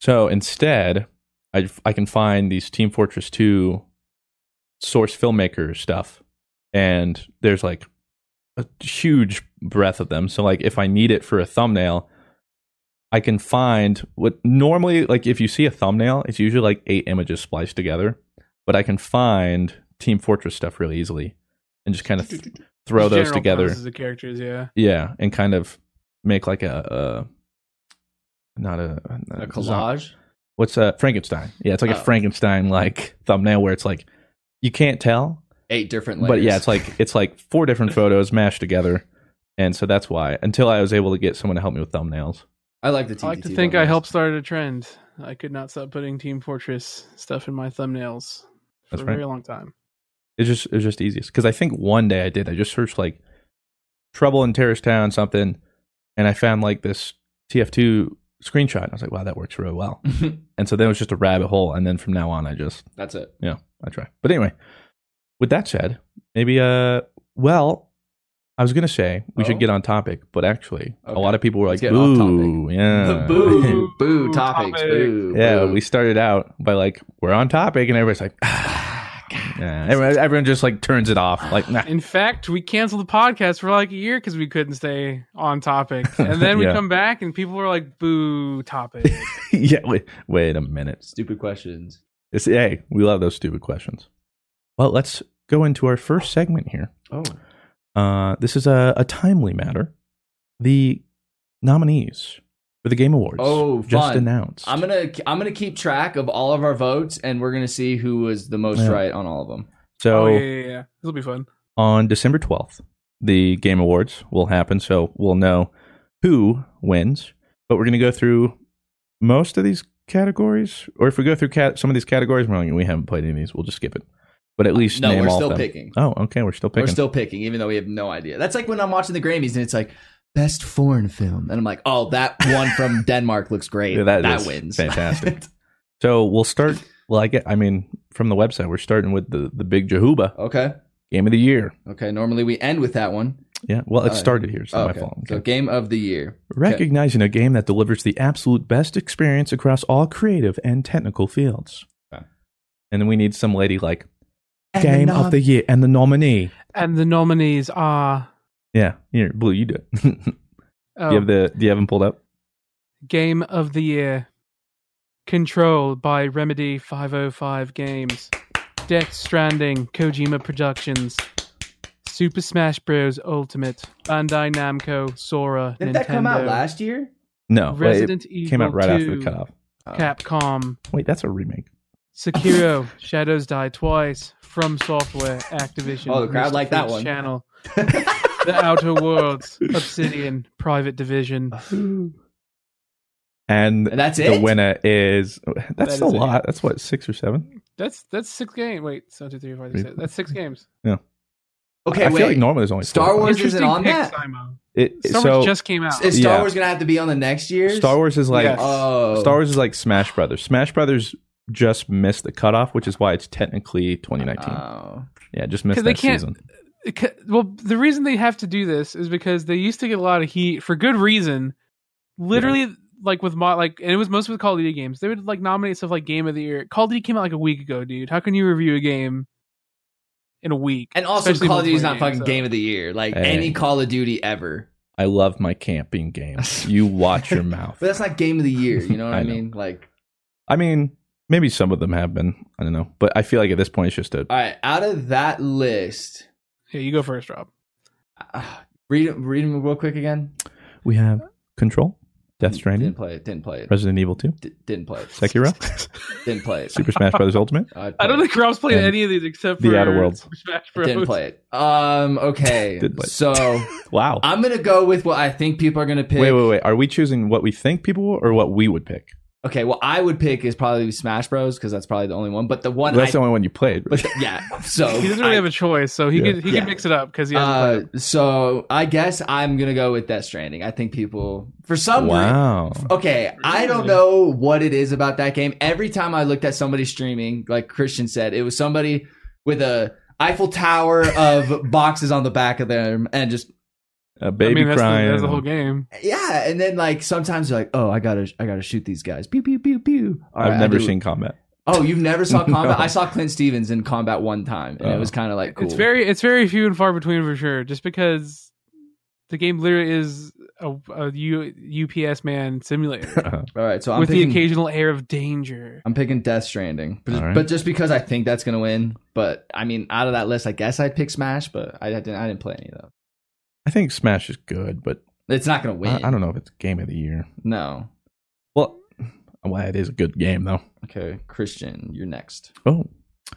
Speaker 1: so instead I, I can find these team fortress 2 source filmmaker stuff and there's like a huge breadth of them so like if i need it for a thumbnail i can find what normally like if you see a thumbnail it's usually like eight images spliced together but i can find team fortress stuff really easily and just kind of th- throw
Speaker 3: Just
Speaker 1: those
Speaker 3: general
Speaker 1: together
Speaker 3: premises of characters, yeah.
Speaker 1: yeah and kind of make like a, a not a, not
Speaker 2: A collage?
Speaker 1: what's uh frankenstein yeah it's like a
Speaker 2: Oh.
Speaker 1: frankenstein like thumbnail where it's like you can't tell
Speaker 2: Eight different layers.
Speaker 1: but yeah it's like it's like four different photos mashed together and so that's why until i was able to get someone to help me with thumbnails
Speaker 2: I like the TTT.
Speaker 3: I like to think I
Speaker 2: thumbnails.
Speaker 3: helped start a trend. I could not stop putting Team Fortress stuff in my thumbnails for
Speaker 1: That's
Speaker 3: a
Speaker 1: right.
Speaker 3: very long time.
Speaker 1: it's just it was just easiest because i think one day i did i just searched like trouble in terrace town something and i found like this tf2 screenshot and i was like wow that works really
Speaker 2: [LAUGHS]
Speaker 1: well and so then it was just a rabbit hole and then from now on i just
Speaker 2: That's it.
Speaker 1: I try. But anyway, with that said, maybe uh well, I was gonna say we
Speaker 2: Oh.
Speaker 1: should get on topic, but actually a
Speaker 2: Okay.
Speaker 1: lot of people were
Speaker 2: Let's
Speaker 1: like,
Speaker 2: get off topic.
Speaker 1: "Boo,
Speaker 2: [LAUGHS]
Speaker 1: yeah,
Speaker 2: boo, Uh, boo
Speaker 3: Boo
Speaker 2: topics.
Speaker 3: topic.
Speaker 2: Boo.
Speaker 1: yeah."
Speaker 2: boo. [SIGHS]
Speaker 1: We [SIGHS] started out by like, "We're on topic," and everybody's like, ah, [LAUGHS] yeah. everyone, everyone just like turns it off, like, nah.
Speaker 3: In fact, we canceled the podcast for like a year because we couldn't stay
Speaker 1: [LAUGHS]
Speaker 3: on topic. And then we
Speaker 1: Yeah.
Speaker 3: come back and people were like, boo, topic.
Speaker 1: [LAUGHS] "Yeah, wait, wait a minute."
Speaker 2: stupid questions.
Speaker 1: It's hey, we love those stupid questions. Well, let's go into our first segment here.
Speaker 2: Oh,
Speaker 1: Uh, this is a, a timely matter. The nominees for the Game Awards.
Speaker 2: Oh,
Speaker 1: just
Speaker 2: fun.
Speaker 1: announced.
Speaker 2: I'm gonna I'm gonna keep track of all of our votes, and we're gonna see who was the most
Speaker 1: Yeah.
Speaker 2: right on all of them.
Speaker 1: [LAUGHS] so
Speaker 3: oh yeah, yeah, yeah. This'll be fun.
Speaker 1: on December 12th, the Game Awards will happen, so we'll know who wins. But we're going to go through most of these categories, or if we go through cat- some of these categories, we're like, we haven't played any of these, we'll just skip it. But at least
Speaker 2: no,
Speaker 1: name
Speaker 2: we're
Speaker 1: all
Speaker 2: still
Speaker 1: of them.
Speaker 2: picking.
Speaker 1: Oh, okay, we're still picking.
Speaker 2: We're still picking, even though we have no idea. That's like when I'm watching the Grammys and it's like best foreign film, and I'm like, oh, that one
Speaker 1: [LAUGHS]
Speaker 2: from Denmark looks great.
Speaker 1: Yeah, that
Speaker 2: that
Speaker 1: is [LAUGHS]
Speaker 2: wins.
Speaker 1: fantastic. so we'll start. Well, I get. I mean, from the website, we're starting with the the big Jehuba
Speaker 2: [LAUGHS] okay.
Speaker 1: game of the year.
Speaker 2: Okay. Normally we end with that one.
Speaker 1: Yeah. Well, it
Speaker 2: Uh,
Speaker 1: started here. It's not
Speaker 2: Oh,
Speaker 1: my
Speaker 2: okay.
Speaker 1: fault.
Speaker 2: So
Speaker 1: Okay.
Speaker 2: game of the year.
Speaker 1: Recognizing a game that delivers the absolute best experience across all creative and technical fields.
Speaker 2: Okay.
Speaker 1: And then we need some lady like game of the year and the nominee.
Speaker 3: And the nominees are
Speaker 1: Yeah, here, blue, you do it. [LAUGHS] do
Speaker 3: oh,
Speaker 1: you have the? Do you have them pulled up?
Speaker 3: Game of the Year, Control by Remedy 505 Games, Death Stranding, Kojima Productions, Super Smash Bros. Ultimate, Bandai Namco, Sora,
Speaker 2: Did
Speaker 3: Nintendo,
Speaker 2: that come out last year?
Speaker 1: No, wait,
Speaker 3: Resident
Speaker 1: it
Speaker 3: Evil
Speaker 1: came out right
Speaker 3: 2,
Speaker 1: after the cutoff.
Speaker 3: Capcom,
Speaker 1: Wait, that's a remake.
Speaker 3: Sekiro, Shadows Die Twice, From Software, Activision.
Speaker 2: Oh, the crowd
Speaker 3: Mr.
Speaker 2: liked that
Speaker 3: Freak's
Speaker 2: one. [LAUGHS]
Speaker 3: Channel, The Outer Worlds, Obsidian, Private Division.
Speaker 2: Uh.
Speaker 1: And
Speaker 2: And that's
Speaker 1: the
Speaker 2: it?
Speaker 1: winner is that's
Speaker 3: is
Speaker 1: a
Speaker 3: it.
Speaker 1: lot. That's what six or seven.
Speaker 3: That's that's six games. Wait, seven, two, three, four, five,
Speaker 1: Three,
Speaker 3: six. That's six games.
Speaker 2: Okay,
Speaker 1: I
Speaker 2: wait.
Speaker 1: feel like normally there's only
Speaker 2: Star
Speaker 1: four.
Speaker 2: Wars- Is it
Speaker 3: Interesting
Speaker 2: on
Speaker 3: pick,
Speaker 2: that?
Speaker 3: Simo.
Speaker 1: It,
Speaker 3: Star
Speaker 1: so
Speaker 3: Wars just came out.
Speaker 2: Is Star
Speaker 1: Yeah.
Speaker 2: Wars gonna have to be on the next year's?
Speaker 1: Star Wars is like
Speaker 3: Yes.
Speaker 2: Oh,
Speaker 1: Star Wars is like Smash Brothers. Smash Brothers just missed the cutoff, which is why it's technically 2019.
Speaker 2: Oh.
Speaker 1: yeah, just missed
Speaker 3: Uh,
Speaker 1: that
Speaker 3: 'Cause they can't-
Speaker 1: season.
Speaker 3: It ca- well, the reason they have to do this is because they used to get a lot of heat for good reason. Literally, like with mo- like, and it was mostly with Call of Duty games. They would like nominate stuff like Game of the Year. Call of Duty came out like a week ago, dude. How can you review a game in a week?
Speaker 2: And also,
Speaker 3: Especially
Speaker 2: Call of Duty is
Speaker 3: multiplayer
Speaker 2: not fucking
Speaker 3: games, so-
Speaker 2: game of the year. Like
Speaker 1: Hey.
Speaker 2: any Call of Duty ever.
Speaker 1: I love my camping
Speaker 3: [LAUGHS]
Speaker 1: games. You watch your mouth.
Speaker 2: But that's not game of the year. You know what I,
Speaker 1: [LAUGHS] I know.
Speaker 2: mean? Like,
Speaker 1: I mean, maybe some of them have been. I don't know, but I feel like at this point it's just a.
Speaker 2: all right, out of that list,
Speaker 3: Yeah, you go first, Rob.
Speaker 2: uh, read read them real quick again.
Speaker 1: We have Control, Death Stranding,
Speaker 2: Didn't play it. Didn't play it.
Speaker 1: Resident Evil 2,
Speaker 2: D- didn't play it.
Speaker 1: Sekiro,
Speaker 2: Didn't play it.
Speaker 1: Super Smash
Speaker 3: [LAUGHS]
Speaker 1: Bros. Ultimate,
Speaker 2: [LAUGHS] I'd
Speaker 3: I
Speaker 2: play
Speaker 3: don't
Speaker 2: it.
Speaker 3: think Rob's played
Speaker 1: And
Speaker 3: any of these except for
Speaker 1: The Outer Worlds.
Speaker 3: Super Smash
Speaker 2: I
Speaker 3: Bros.
Speaker 2: didn't play it. Um. Okay.
Speaker 1: [LAUGHS] Didn't play it.
Speaker 2: So
Speaker 1: Wow.
Speaker 2: I'm gonna go with what I think people are gonna pick.
Speaker 1: Wait, wait, wait. Are we choosing what we think people will or what we would pick?
Speaker 2: Okay. Well, I would pick is probably Smash Bros. because that's probably the only one. But the one
Speaker 1: That's
Speaker 2: I
Speaker 1: the only one you played.
Speaker 2: But th- yeah, so
Speaker 3: [LAUGHS] He doesn't really
Speaker 2: I-
Speaker 3: have a choice, so he
Speaker 1: Yeah.
Speaker 3: could he
Speaker 2: Yeah.
Speaker 3: could mix it up because he hasn't
Speaker 2: uh,
Speaker 3: played it.
Speaker 2: so I guess I'm gonna go with Death Stranding. I think people for some reason.
Speaker 1: wow.
Speaker 2: Okay, I don't know what it is about that game. Every time I looked at somebody streaming, like Christian said, it was somebody with a Eiffel Tower
Speaker 3: [LAUGHS]
Speaker 2: of boxes on the back of them, and just
Speaker 1: A
Speaker 3: I
Speaker 1: baby
Speaker 3: mean, that's the,
Speaker 1: crying.
Speaker 3: that's the whole game.
Speaker 2: yeah. And then like sometimes you're like, oh, I gotta, I gotta shoot these guys. Pew pew pew pew. All
Speaker 1: I've
Speaker 2: right, I
Speaker 1: never
Speaker 2: do-
Speaker 1: seen combat.
Speaker 2: Oh, you've
Speaker 1: [LAUGHS]
Speaker 2: never saw
Speaker 1: No.
Speaker 2: combat. I saw Clint Stevens in combat one time, and it
Speaker 1: Oh.
Speaker 2: was kind of like cool.
Speaker 3: It's very it's very few and far between for sure. Just because the game literally is a, a U, UPS man simulator
Speaker 2: all right. So [LAUGHS] I'm
Speaker 3: with the
Speaker 2: picking-
Speaker 3: occasional air of danger.
Speaker 2: I'm picking Death Stranding, but,
Speaker 1: All right.
Speaker 2: but just because I think that's gonna win. But I mean, out of that list, I guess I'd pick Smash, but I didn't. I didn't play any of those.
Speaker 1: I think Smash is good, but
Speaker 2: It's not gonna win.
Speaker 1: I, I don't know if it's game of the year.
Speaker 2: No.
Speaker 1: Well, well, it is a good game though.
Speaker 2: Okay, Christian, you're next.
Speaker 1: Oh. [SIGHS]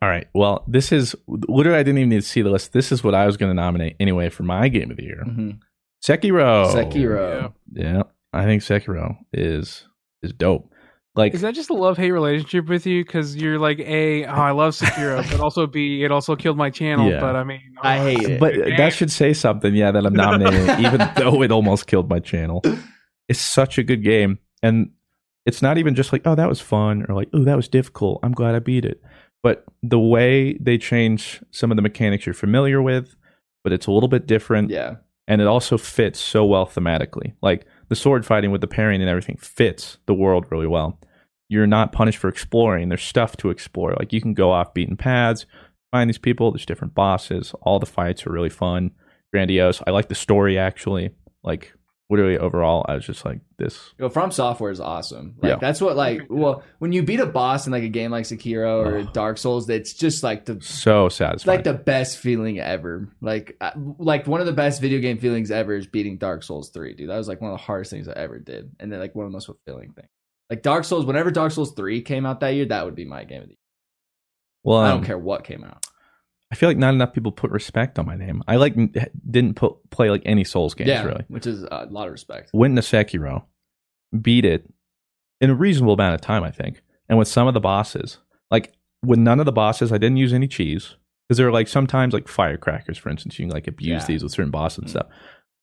Speaker 1: All right. Well, this is literally I didn't even need to see the list. This is what I was going to nominate anyway for my game of the year.
Speaker 2: Mhm.
Speaker 1: Sekiro.
Speaker 2: Sekiro.
Speaker 1: Yeah, I think Sekiro is is dope. Like
Speaker 3: Is that just a love hate relationship with you? Because you're like a oh I love
Speaker 2: [LAUGHS]
Speaker 3: Sekiro, but also B it also killed my channel.
Speaker 1: Yeah.
Speaker 3: But I mean
Speaker 2: I
Speaker 3: oh,
Speaker 2: hate it.
Speaker 1: but that should say something, yeah, that I'm nominating it, even though it almost killed my channel. It's such a good game. And it's not even just like, oh, that was fun or like, oh, that was difficult. I'm glad I beat it. But the way they change some of the mechanics you're familiar with, but it's a little bit different.
Speaker 2: yeah,
Speaker 1: And it also fits so well thematically. Like the sword fighting with the parrying and everything fits the world really well. You're not punished for exploring. There's stuff to explore. Like you can go off beaten paths, find these people. There's different bosses. All the fights are really fun, grandiose. I like the story actually. Like literally overall, I was just like, this.
Speaker 2: Yo, From Software is awesome. Like
Speaker 1: Yeah.
Speaker 2: that's what like well when you beat a boss in like a game like Sekiro or
Speaker 1: Oh.
Speaker 2: Dark Souls, that's just like the
Speaker 1: So satisfying.
Speaker 2: like the best feeling ever. Like I- like one of the best video game feelings ever is beating Dark Souls three, dude. That was like one of the hardest things I ever did, and then like one of the most fulfilling things. Like Dark Souls, whenever Dark Souls three came out that year, that would be my game of the year.
Speaker 1: well,
Speaker 2: I don't
Speaker 1: um,
Speaker 2: care what came out.
Speaker 1: I feel like not enough people put respect on my name. I like n- didn't put, play like any Souls games
Speaker 2: yeah,
Speaker 1: really.
Speaker 2: which is a lot of respect.
Speaker 1: Went into Sekiro, beat it in a reasonable amount of time, I think. And with some of the bosses, like with none of the bosses, I didn't use any cheese because there are like sometimes like firecrackers, for instance, you can like abuse
Speaker 2: Yeah.
Speaker 1: these with certain bosses and
Speaker 2: Mm.
Speaker 1: stuff.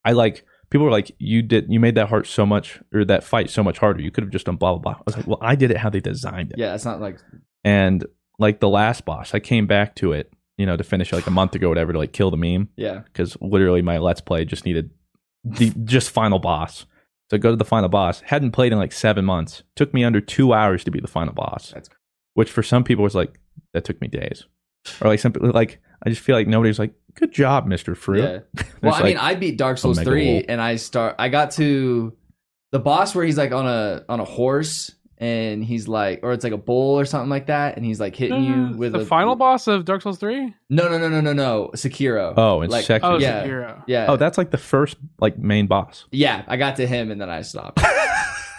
Speaker 1: I like people were like, you did you made that heart so much or that fight so much harder. You could have just done blah blah blah. I was like, well, I did it how they designed it.
Speaker 2: Yeah, it's not like
Speaker 1: And like the last boss, I came back to it, you know, to finish like a month ago, or whatever, to like kill the meme
Speaker 2: yeah,
Speaker 1: because literally my let's play just needed the just final boss. So go to the final boss. Hadn't played in like seven months. Took me under two hours to be the final boss,
Speaker 2: that's
Speaker 1: which for some people was like that took me days, or like some people- like I just feel like nobody's like good job, Mister Fruit. [LAUGHS]
Speaker 2: yeah. Well, I mean, I beat Dark Souls
Speaker 1: mega
Speaker 2: three,
Speaker 1: wolf.
Speaker 2: and I start. I got to the boss where he's like on a on a horse, and he's like, or it's like a bull or something like that, and he's like hitting you with
Speaker 3: Mm, Uh, the
Speaker 2: a,
Speaker 3: final boss of Dark Souls Three.
Speaker 2: No, no, no, no, no, no, Sekiro.
Speaker 1: oh, and
Speaker 2: like-
Speaker 1: second,
Speaker 3: Oh,
Speaker 2: Yeah.
Speaker 3: Sekiro.
Speaker 2: yeah,
Speaker 1: oh, that's like the first like main
Speaker 2: [LAUGHS]
Speaker 1: boss.
Speaker 2: yeah. I got to him, and then
Speaker 1: [LAUGHS]
Speaker 2: I stopped.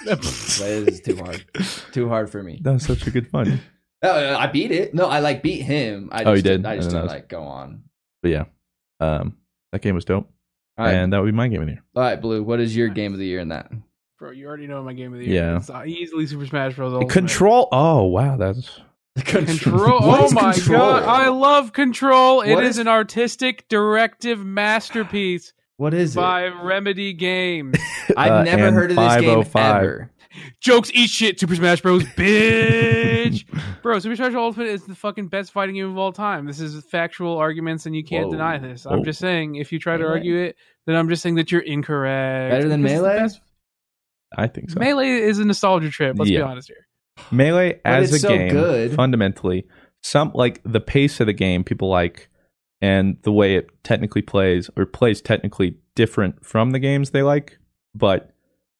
Speaker 2: this is too hard, too hard for me.
Speaker 1: That was such a good fun.
Speaker 2: Oh, yeah, I beat it. No, I like beat him. I just
Speaker 1: Oh, you
Speaker 2: didn't-
Speaker 1: did?
Speaker 2: I
Speaker 1: I
Speaker 2: just
Speaker 1: didn't
Speaker 2: didn't
Speaker 1: know.
Speaker 2: like go on.
Speaker 1: But yeah, um, that game was dope,
Speaker 2: All right,
Speaker 1: and that would be my game of the year.
Speaker 2: all right, Blue. What is your game of the year in that? [LAUGHS]
Speaker 3: Bro, you already know my game of the year.
Speaker 1: Yeah.
Speaker 3: It's easily Super Smash Bros. Ultimate.
Speaker 1: Control. Oh wow, that's
Speaker 3: Control.
Speaker 2: [LAUGHS] What
Speaker 3: oh
Speaker 2: is
Speaker 3: my
Speaker 2: Control?
Speaker 3: god, I love Control. It
Speaker 2: What
Speaker 3: is
Speaker 2: is-
Speaker 3: an artistic directive masterpiece
Speaker 2: What is it?
Speaker 3: by Remedy Games.
Speaker 2: I've
Speaker 1: Uh,
Speaker 2: never
Speaker 1: and
Speaker 2: heard of this game
Speaker 1: 505.
Speaker 2: ever.
Speaker 3: Jokes, eat shit. Super Smash Bros. Bitch, [LAUGHS] bro. Super Smash Bros. Ultimate is the fucking best fighting game of all time. This is factual arguments, and you can't
Speaker 2: Whoa.
Speaker 3: deny this.
Speaker 1: Whoa.
Speaker 3: I'm just saying, if you try to
Speaker 2: Melee.
Speaker 3: argue it, then I'm just saying that you're incorrect.
Speaker 2: Better than
Speaker 3: This is the
Speaker 2: Melee?
Speaker 3: best-
Speaker 1: I think so.
Speaker 3: Melee is a nostalgia trip. Let's be
Speaker 1: Yeah.
Speaker 3: honest here.
Speaker 1: Melee
Speaker 2: But
Speaker 1: as
Speaker 2: it's
Speaker 1: a
Speaker 2: so
Speaker 1: game,
Speaker 2: good.
Speaker 1: fundamentally, some like the pace of the game people like, and the way it technically plays or plays technically different from the games they like. But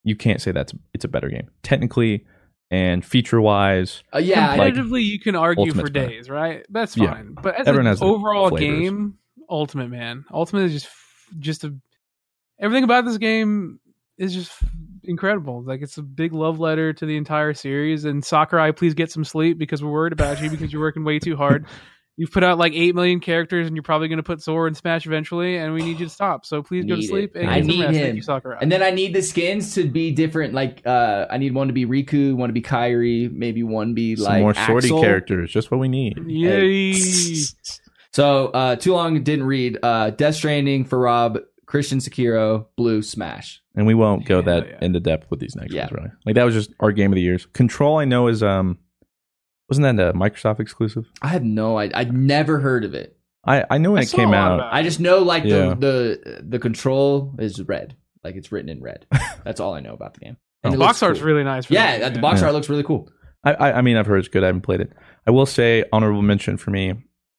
Speaker 1: you can't say that's it's a better game technically and feature wise.
Speaker 2: Uh, yeah, I-
Speaker 1: Like,
Speaker 3: competitively you can argue
Speaker 1: Ultimate's
Speaker 3: for
Speaker 1: better.
Speaker 3: days, right? That's
Speaker 1: Yeah.
Speaker 3: fine. But as
Speaker 1: Everyone
Speaker 3: an
Speaker 1: has their
Speaker 3: overall
Speaker 1: flavors.
Speaker 3: game, Ultimate man, Ultimate is just f- just a everything about this game is just f- incredible. Like it's a big love letter to the entire series. And Sakurai, please get some sleep because we're worried about you because you're working way
Speaker 2: [LAUGHS]
Speaker 3: too hard. You've put out like eight million characters, and you're probably going to put Sora and Smash eventually, and we need you to stop. So please go
Speaker 2: Need
Speaker 3: to
Speaker 2: it.
Speaker 3: sleep and
Speaker 1: I
Speaker 3: get some
Speaker 2: need
Speaker 3: rest. Thank
Speaker 2: him.
Speaker 3: you, Sakurai.
Speaker 2: And then I need the skins to be different. Like, uh, I need one to be Riku, one to be Kyrie, maybe one be
Speaker 1: Some
Speaker 2: like
Speaker 1: more sortie
Speaker 2: Axel.
Speaker 1: characters, just what we need.
Speaker 3: Yay!
Speaker 2: So, uh, too long didn't read. Uh, Death Stranding for Rob, Christian Sekiro, Blue Smash.
Speaker 1: And we won't go
Speaker 3: Hell
Speaker 1: that
Speaker 3: yeah.
Speaker 1: into depth with these next
Speaker 2: Yeah.
Speaker 1: ones, really. Like that was just our game of the years. Control, I know, is um, wasn't that a Microsoft exclusive?
Speaker 2: I have no idea. I'd never heard of it.
Speaker 1: I I knew when
Speaker 3: I
Speaker 1: it
Speaker 3: saw
Speaker 1: came
Speaker 3: a lot
Speaker 1: out.
Speaker 3: about it.
Speaker 2: I just know like
Speaker 1: Yeah.
Speaker 2: the the the control is red, like it's written in
Speaker 1: [LAUGHS]
Speaker 2: red. That's all I know about the game.
Speaker 1: Oh.
Speaker 2: it
Speaker 3: the
Speaker 2: looks
Speaker 3: box art's
Speaker 2: cool.
Speaker 3: really nice. For
Speaker 2: yeah,
Speaker 3: that,
Speaker 2: the
Speaker 3: man.
Speaker 2: box
Speaker 1: Yeah.
Speaker 2: art looks really cool.
Speaker 1: I, I, I mean, I've heard it's good. I haven't played it. I will say honorable mention for me.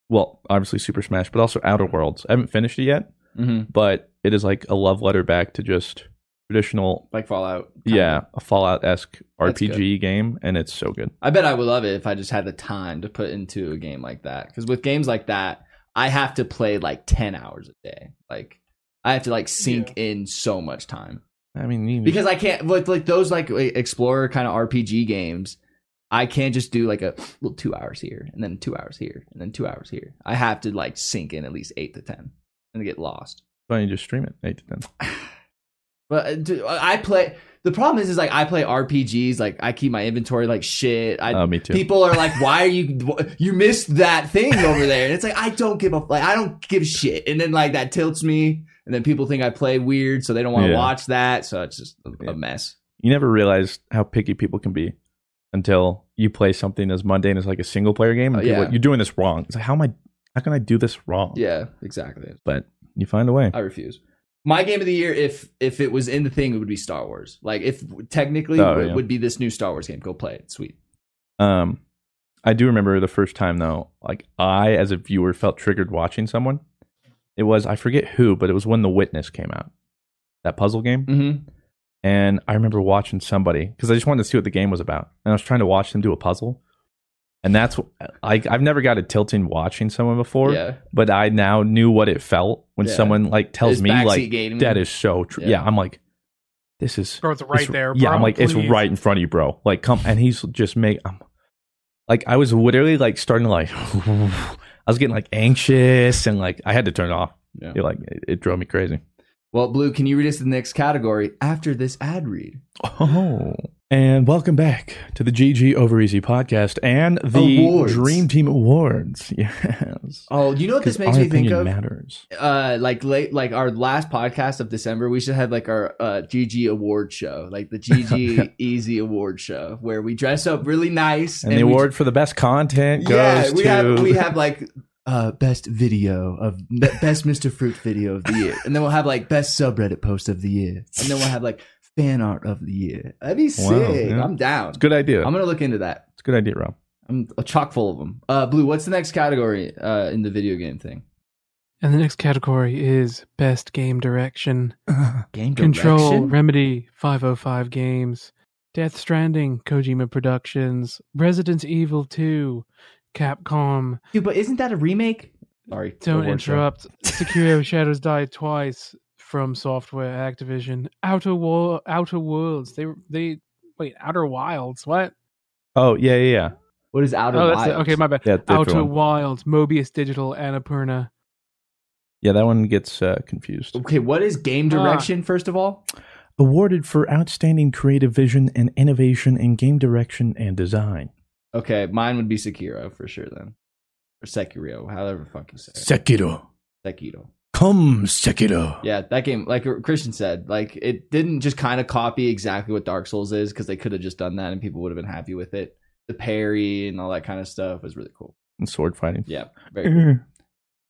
Speaker 1: Well, obviously Super Smash, but also Outer Worlds. I haven't finished it yet,
Speaker 2: hmm
Speaker 1: but it is like a love letter back to just traditional,
Speaker 2: Like Fallout.
Speaker 1: yeah, a Fallout esque
Speaker 2: That's
Speaker 1: RPG game, and it's so good.
Speaker 2: I bet I would love it if I just had the time to put into a game like that. Because with games like that, I have to play like ten hours a day. Like I have to like sink in so much time
Speaker 1: I mean, you,
Speaker 2: because I can't with like those like e, explorer kind of RPG games. I can't just do like a well, two hours here and then two hours here and then two hours here. I have to like sink in at least eight to ten and get lost.
Speaker 1: why don't you just stream it eight to ten?
Speaker 2: But uh, dude, I play. The problem is, is like I play RPGs. Like I keep my inventory like shit. I
Speaker 1: oh, me too.
Speaker 2: People are like, "Why are you? You missed that thing over there." And it's like, I don't give a like, I don't give a shit. And then like that tilts me, and then people think I play weird, so they don't want to
Speaker 1: Yeah.
Speaker 2: watch that. So it's just a,
Speaker 1: Yeah.
Speaker 2: a mess.
Speaker 1: you never realize how picky people can be until you play something as mundane as like a single player game, and
Speaker 2: Oh,
Speaker 1: people
Speaker 2: yeah.
Speaker 1: are like, you're doing this wrong. It's like, how am I? How can I do this wrong?
Speaker 2: Yeah, exactly.
Speaker 1: but you find a way.
Speaker 2: I refuse. My game of the year, if if it was in the thing, it would be Star Wars. Like if technically
Speaker 1: Oh,
Speaker 2: it
Speaker 1: yeah.
Speaker 2: would be this new Star Wars game. Go play it. Sweet.
Speaker 1: Um, I do remember the first time though, like I as a viewer felt triggered watching someone. It was I forget who, but it was when The Witness came out, that puzzle game,
Speaker 2: Mm-hmm.
Speaker 1: And I remember watching somebody because I just wanted to see what the game was about, and I was trying to watch them do a puzzle. And that's I, I've never got a tilting watching someone before,
Speaker 2: yeah.
Speaker 1: but I now knew what it felt when
Speaker 2: Yeah.
Speaker 1: someone like tells
Speaker 2: It's
Speaker 1: me
Speaker 2: backseat
Speaker 1: like
Speaker 2: gaming.
Speaker 1: that is so true.
Speaker 2: Yeah.
Speaker 1: Yeah. I'm like, this is
Speaker 3: Bro, it's right
Speaker 1: it's-
Speaker 3: there.
Speaker 1: Yeah,
Speaker 3: bro,
Speaker 1: I'm like,
Speaker 3: please.
Speaker 1: it's right in front of you, bro. Like, come and he's just make. I'm, like, I was literally like starting to like, [LAUGHS] I was getting like anxious and like I had to turn it off.
Speaker 2: Yeah.
Speaker 1: It, like it, it drove me crazy.
Speaker 2: Well, Blue, can you read us the next category after this ad read?
Speaker 1: Oh, and welcome back to the GG Over Easy podcast and the
Speaker 2: Awards.
Speaker 1: Dream Team Awards. [LAUGHS] Yes,
Speaker 2: Oh, you know what this
Speaker 1: Because
Speaker 2: makes
Speaker 1: our
Speaker 2: me think
Speaker 1: opinion
Speaker 2: of?
Speaker 1: matters.
Speaker 2: Uh, like late, like our last podcast of December, we should have like our uh, GG award show, like
Speaker 1: [LAUGHS]
Speaker 2: the GG Easy Award show, where we dress up really nice
Speaker 1: And, the
Speaker 2: we-
Speaker 1: award for the best content goes
Speaker 2: yeah, we
Speaker 1: to
Speaker 2: have we have like uh, best video of best Mr. Fruit video of the year, and then we'll have like best subreddit post of the year, and then we'll have like fan art of the year. That'd be sick.
Speaker 1: Wow, yeah.
Speaker 2: I'm down.
Speaker 1: good idea.
Speaker 2: I'm gonna look into that.
Speaker 1: it's a good idea, Rob.
Speaker 2: I'm a chock full of them. Uh, Blue, what's the next category uh, in the video game thing?
Speaker 3: And the next category is best game direction.
Speaker 2: Game
Speaker 3: Control, Remedy, 505 Games, Death Stranding, Kojima Productions, Resident Evil 2, Capcom,
Speaker 2: Dude, but isn't that a remake? Sorry.
Speaker 3: Don't
Speaker 2: the word show.
Speaker 3: Interrupt,
Speaker 1: [LAUGHS]
Speaker 3: Sekiro Shadows Die Twice from Software Activision, Outer War, Outer Worlds. They they wait, Outer Wilds. What?
Speaker 1: Oh yeah, yeah, yeah.
Speaker 2: What is Outer
Speaker 3: oh, that's it.
Speaker 2: Wilds?
Speaker 3: okay, my bad.
Speaker 1: yeah different
Speaker 3: Outer
Speaker 1: one.
Speaker 3: Wilds, Mobius Digital, Annapurna.
Speaker 1: Yeah, that one gets uh, confused.
Speaker 2: Okay, what is
Speaker 3: Ah.
Speaker 2: game direction, first of all?
Speaker 1: awarded for outstanding creative vision and innovation in game direction and design.
Speaker 2: Okay, mine would be Sekiro for sure then. Or Sekiro, however the fuck you say it.
Speaker 1: Sekiro,
Speaker 2: Sekiro.
Speaker 1: come Sekiro.
Speaker 2: Yeah, that game, like Christian said, like it didn't just kind of copy exactly what Dark Souls is because they could have just done that and people would have been happy with it. The parry and all that kind of stuff was really cool.
Speaker 1: and sword fighting.
Speaker 2: [LAUGHS] Yeah, very
Speaker 1: [LAUGHS]
Speaker 2: cool.
Speaker 1: Er,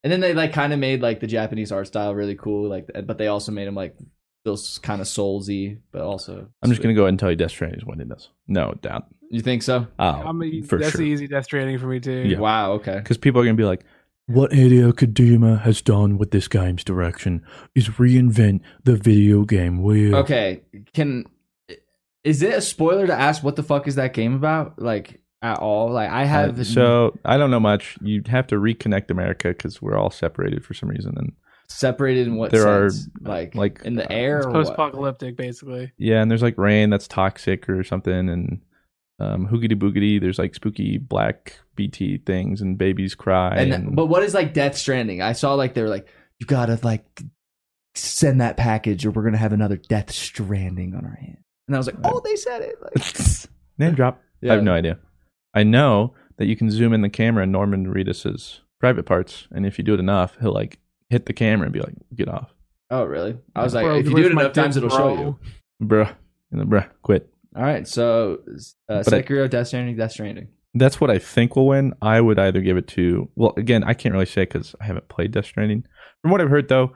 Speaker 2: And then they like kind of made like the Japanese art style really cool, like, but they also made him like still kind of soulsy, but also.
Speaker 1: I'm just gonna go ahead and tell you Death Stranding is winning this. No doubt.
Speaker 2: You think so?
Speaker 1: Oh,
Speaker 3: I'm a,
Speaker 1: for
Speaker 3: that's
Speaker 1: sure.
Speaker 3: easy Death Stranding for me too.
Speaker 1: Yeah.
Speaker 2: Wow. Okay.
Speaker 1: Because people are gonna be like, what Hideo Kojima has done with this game's direction is reinvent the video game wheel.
Speaker 2: Okay. Can is it a spoiler to ask what the fuck is that game about? Like at all? Like I
Speaker 1: Uh,
Speaker 2: have
Speaker 1: so I don't know much. You'd have to reconnect America because we're all separated for some reason, and
Speaker 2: separated in what
Speaker 1: there are,
Speaker 2: sense? like
Speaker 1: like,
Speaker 2: in the
Speaker 1: uh,
Speaker 2: air.
Speaker 3: It's
Speaker 2: or what?
Speaker 3: post apocalyptic, basically.
Speaker 1: yeah, and there's like rain that's toxic or something, and um, hoogity boogity. There's like spooky black BT things, and babies cry.
Speaker 2: And
Speaker 1: And, uh,
Speaker 2: but what is like Death Stranding? I saw like they were like you gotta like send that package or we're gonna have another Death Stranding on our hand. And I was like, oh, they said it. Like,
Speaker 1: name drop. [LAUGHS]
Speaker 2: Yeah.
Speaker 1: I have no idea. I know that you can zoom in the camera in Norman Reedus's private parts, and if you do it enough, he'll like hit the camera and be like, "Get off,
Speaker 2: Oh, really? I was
Speaker 1: Yeah.
Speaker 2: like,
Speaker 3: Bro,
Speaker 2: if you
Speaker 3: with
Speaker 2: do it
Speaker 3: my
Speaker 2: enough times,
Speaker 3: dick,
Speaker 2: it'll show
Speaker 3: bro.
Speaker 2: you.
Speaker 1: bruh," and then bruh, quit.
Speaker 2: All right, so uh,
Speaker 1: But I-
Speaker 2: Sekiro, Death Stranding, Death Stranding.
Speaker 1: That's what I think will win. I would either give it to. Well, again, I can't really say because I haven't played Death Stranding. From what I've heard, though,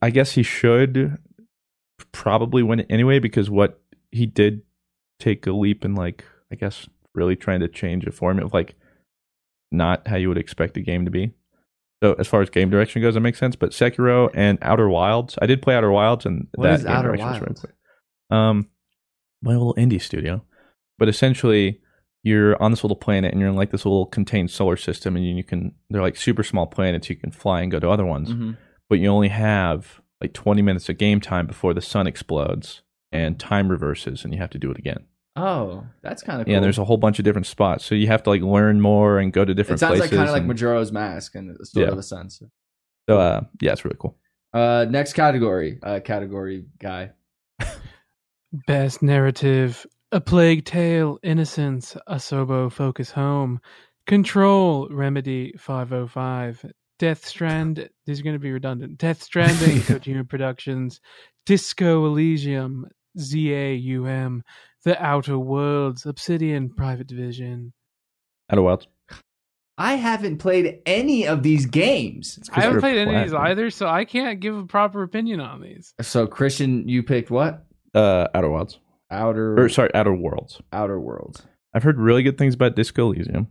Speaker 1: I guess he should probably win it anyway because what he did take a leap in, like, I guess, really trying to change a form of like not how you would expect a game to be. So as far as game direction goes, that makes sense. But Sekiro and Outer Wilds, I did play Outer Wilds, and
Speaker 2: What
Speaker 1: that
Speaker 2: is
Speaker 1: game
Speaker 2: Outer
Speaker 1: direction was really
Speaker 2: Wilds?
Speaker 1: quick. Um, my little indie studio, but essentially you're on this little planet and you're in like this little contained solar system, and you can they're like super small planets. You can fly and go to other ones,
Speaker 2: Mm-hmm.
Speaker 1: but you only have like 20 minutes of game time before the sun explodes and time reverses, and you have to do it again.
Speaker 2: Oh, that's kind of cool.
Speaker 1: Yeah, there's a whole bunch of different spots, so you have to like learn more and go to
Speaker 2: it
Speaker 1: different
Speaker 2: sounds like
Speaker 1: places.
Speaker 2: kind of like
Speaker 1: and-
Speaker 2: Majora's Mask in a sort
Speaker 1: Yeah.
Speaker 2: of a sense.
Speaker 1: so, uh, yeah, it's really cool.
Speaker 2: Uh, next category, uh, category guy.
Speaker 3: Best narrative: A Plague Tale, Innocence, Asobo, Focus Home, Control, Remedy, 505, Death Strand. These are going to be redundant.
Speaker 2: [LAUGHS]
Speaker 3: Death Stranding, Kojima Productions, Disco Elysium, ZAUM, The Outer Worlds, Obsidian, Private Division.
Speaker 1: Outer Wilds.
Speaker 2: I haven't played any of these games.
Speaker 1: It's 'cause
Speaker 3: I haven't
Speaker 1: you're
Speaker 3: played any of these
Speaker 1: platinum.
Speaker 3: either, so I can't give a proper opinion on these.
Speaker 2: So Christian, you picked what?
Speaker 1: Uh, Outer Wilds.
Speaker 2: Outer
Speaker 1: Or sorry, Outer Worlds.
Speaker 2: Outer Worlds.
Speaker 1: I've heard really good things
Speaker 2: Uh-huh.
Speaker 1: about Disco Elysium.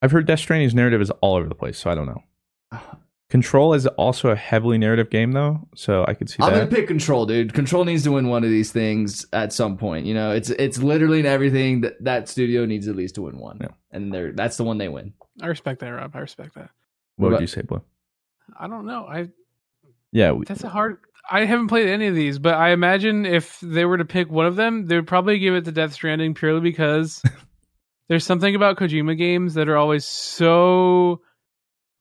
Speaker 1: I've heard Death Stranding's narrative is all over the place, so I don't know. Control is also a heavily narrative game, though, so I could see
Speaker 2: I'm
Speaker 1: that.
Speaker 2: gonna pick Control, dude. Control needs to win one of these things at some point. You know, it's it's literally in everything that that studio needs at least to win one,
Speaker 1: Yeah.
Speaker 2: and they're that's the one they win.
Speaker 3: I respect that, Rob. I respect that.
Speaker 1: what would
Speaker 2: about-
Speaker 1: you say, Blue?
Speaker 3: I don't know. I
Speaker 1: Yeah, we,
Speaker 3: that's a hard. I haven't played any of these, but I imagine if they were to pick one of them, they would probably give it to Death Stranding
Speaker 2: [LAUGHS]
Speaker 3: purely because there's something about Kojima games that are always so.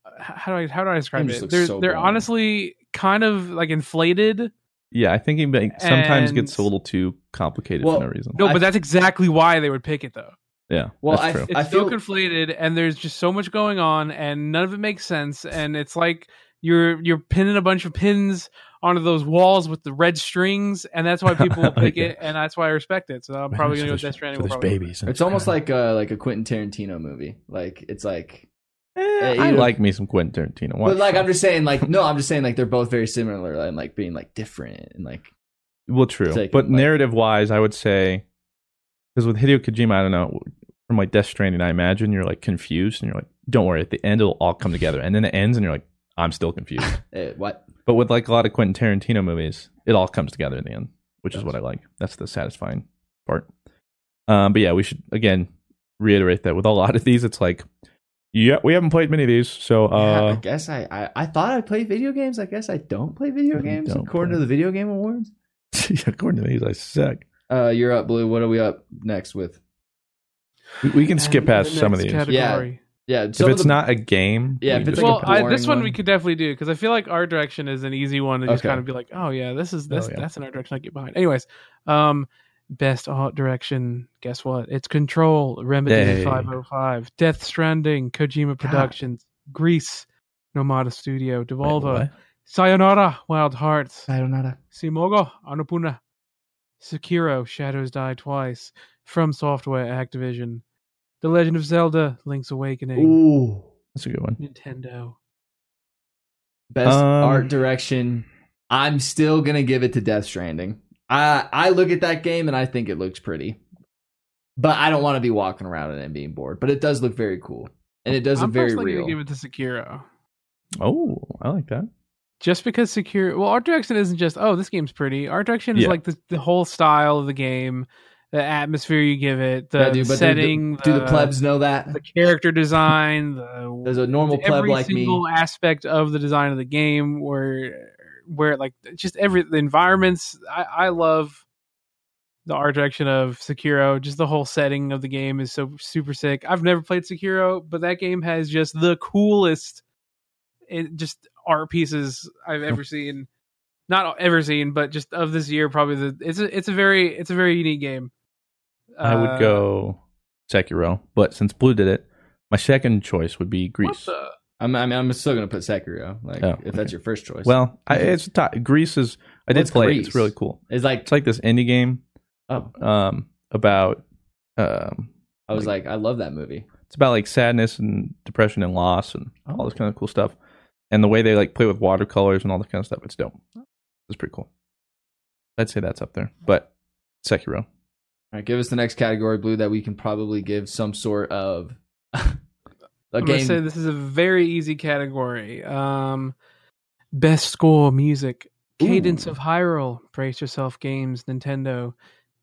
Speaker 3: h- How do I how do I describe
Speaker 2: just
Speaker 3: it?
Speaker 2: looks
Speaker 3: They're
Speaker 2: so
Speaker 3: they're
Speaker 2: wrong.
Speaker 3: honestly kind of like inflated.
Speaker 1: yeah. I think it may- sometimes
Speaker 3: And-
Speaker 1: gets a little too complicated
Speaker 2: Well,
Speaker 1: for no reason.
Speaker 3: No,
Speaker 2: I-
Speaker 3: but that's exactly why they would pick it though.
Speaker 1: Yeah,
Speaker 2: Well,
Speaker 1: that's
Speaker 2: I-
Speaker 1: true.
Speaker 3: It's
Speaker 2: feel-
Speaker 3: so conflated, and there's just so much going on, and none of it makes sense. And it's like you're you're pinning a bunch of pins onto those walls with the red strings, and that's why
Speaker 1: [LAUGHS]
Speaker 3: people will pick
Speaker 1: Yeah.
Speaker 3: it, and that's why I respect it. So I'm probably gonna go with Death Stranding. will probably-
Speaker 1: babies.
Speaker 2: It's
Speaker 1: [LAUGHS]
Speaker 2: almost like a like a Quentin Tarantino movie. Like it's like,
Speaker 1: Eh,
Speaker 2: Yeah,
Speaker 1: I
Speaker 2: you-
Speaker 1: like me some Quentin Tarantino. Watch.
Speaker 2: but like I'm just saying, like no, I'm just saying like they're both very similar and like being like different and like
Speaker 1: well, true,
Speaker 2: Taken,
Speaker 1: but
Speaker 2: like-
Speaker 1: narrative wise, I would say because with Hideo Kojima, I don't know from like Death Stranding, I imagine you're like confused and you're like, don't worry, at the end it'll all come together, and then it ends and you're like, I'm still confused.
Speaker 2: [LAUGHS] eh, what?
Speaker 1: But with like a lot of Quentin Tarantino movies, it all comes together in the end, which is what I like. That's the satisfying part. Um, but yeah, we should again reiterate that with a lot of these, it's like, yeah, we haven't played many of these, so
Speaker 2: Yeah,
Speaker 1: [LAUGHS]
Speaker 2: I
Speaker 1: uh,
Speaker 2: guess I, I I thought I played video games. I guess I don't play video
Speaker 1: You
Speaker 2: games
Speaker 1: don't
Speaker 2: according
Speaker 1: play.
Speaker 2: to the video game awards.
Speaker 1: according to these, I suck.
Speaker 2: Uh, you're up, blue. What are we up next with?
Speaker 1: We, we can skip
Speaker 3: And the
Speaker 1: past some of
Speaker 3: next
Speaker 1: these.
Speaker 2: Yeah.
Speaker 3: category.
Speaker 2: Yeah,
Speaker 1: if
Speaker 2: some of
Speaker 1: it's
Speaker 2: the-
Speaker 1: not a game,
Speaker 2: Yeah,
Speaker 1: we
Speaker 2: if it's
Speaker 1: just
Speaker 2: like a
Speaker 1: go
Speaker 3: Well,
Speaker 1: past
Speaker 3: I,
Speaker 2: boring
Speaker 3: this one,
Speaker 2: one.
Speaker 3: we could definitely do because I feel like our direction is an easy one to just
Speaker 2: Okay.
Speaker 3: kind of be like, oh yeah, this is this
Speaker 1: Oh, yeah.
Speaker 3: that's an art direction I get behind. Anyways, um, best art direction. Guess what? It's Control, Remedy
Speaker 1: Yay.
Speaker 3: Five Hundred Five, Death Stranding, Kojima Productions, Greece, Nomada Studio,
Speaker 1: it. Wait,
Speaker 3: Devolver,
Speaker 1: what?
Speaker 3: Sayonara, Wild Hearts,
Speaker 2: Sayonara.
Speaker 3: Simogo, Anupuna, Sekiro, Shadows Die Twice, From Software, Activision, The Legend of Zelda, Link's Awakening,
Speaker 2: Ooh.
Speaker 1: That's a good one.
Speaker 3: Nintendo.
Speaker 2: Best
Speaker 1: Um,
Speaker 2: art direction. I'm still gonna give it to Death Stranding. I I look at that game and I think it looks pretty, but I don't want to be walking around in it and being bored. But it does look very cool, and it does
Speaker 3: I'm
Speaker 2: look very
Speaker 3: personally
Speaker 2: real.
Speaker 3: gonna give it to Sekiro.
Speaker 1: Oh, I like that.
Speaker 3: Just because Sekiro, well, art direction isn't just oh this game's pretty. Art direction is
Speaker 1: Yeah.
Speaker 3: like the, the whole style of the game, the atmosphere you give it, the
Speaker 2: Yeah, dude, but do the-
Speaker 3: setting,
Speaker 2: Do the plebs know that?
Speaker 3: the character design, the
Speaker 2: There's a normal pleb
Speaker 3: every
Speaker 2: like me.
Speaker 3: single aspect of the design of the game, where where like just every the environments. I, I love the art direction of Sekiro. Just the whole setting of the game is so super sick. I've never played Sekiro, but that game has just the coolest, it, just art pieces I've ever seen. Not ever seen, but just of this year, probably the it's a it's a very it's a very unique game.
Speaker 1: I
Speaker 3: Uh,
Speaker 1: would go Sekiro, but since Blue did it, my second choice would be
Speaker 3: what
Speaker 1: Greece.
Speaker 3: the-
Speaker 2: I'm, I mean, I'm still gonna put Sekiro. Like,
Speaker 1: Oh,
Speaker 2: if that's your first choice,
Speaker 1: Well, I, it's t- Greece is. I did
Speaker 2: What's
Speaker 1: play. it.
Speaker 2: Greece?
Speaker 1: It's really cool.
Speaker 2: it's like,
Speaker 1: It's like this indie game
Speaker 2: oh,
Speaker 1: um, about. Um,
Speaker 2: I was like, I love that movie.
Speaker 1: it's about like sadness and depression and loss and all this kind of cool stuff, and the way they like play with watercolors and all that kind of stuff. It's dope. It's pretty cool. I'd say that's up there, but
Speaker 3: [LAUGHS]
Speaker 1: Sekiro.
Speaker 2: All right, give us the next category, blue, that we can probably give some sort of [LAUGHS] a
Speaker 3: I'm
Speaker 2: game.
Speaker 3: gonna say this is a very easy category. Um, best score music, Cadence
Speaker 2: Ooh.
Speaker 3: of Hyrule, Brace Yourself Games, Nintendo,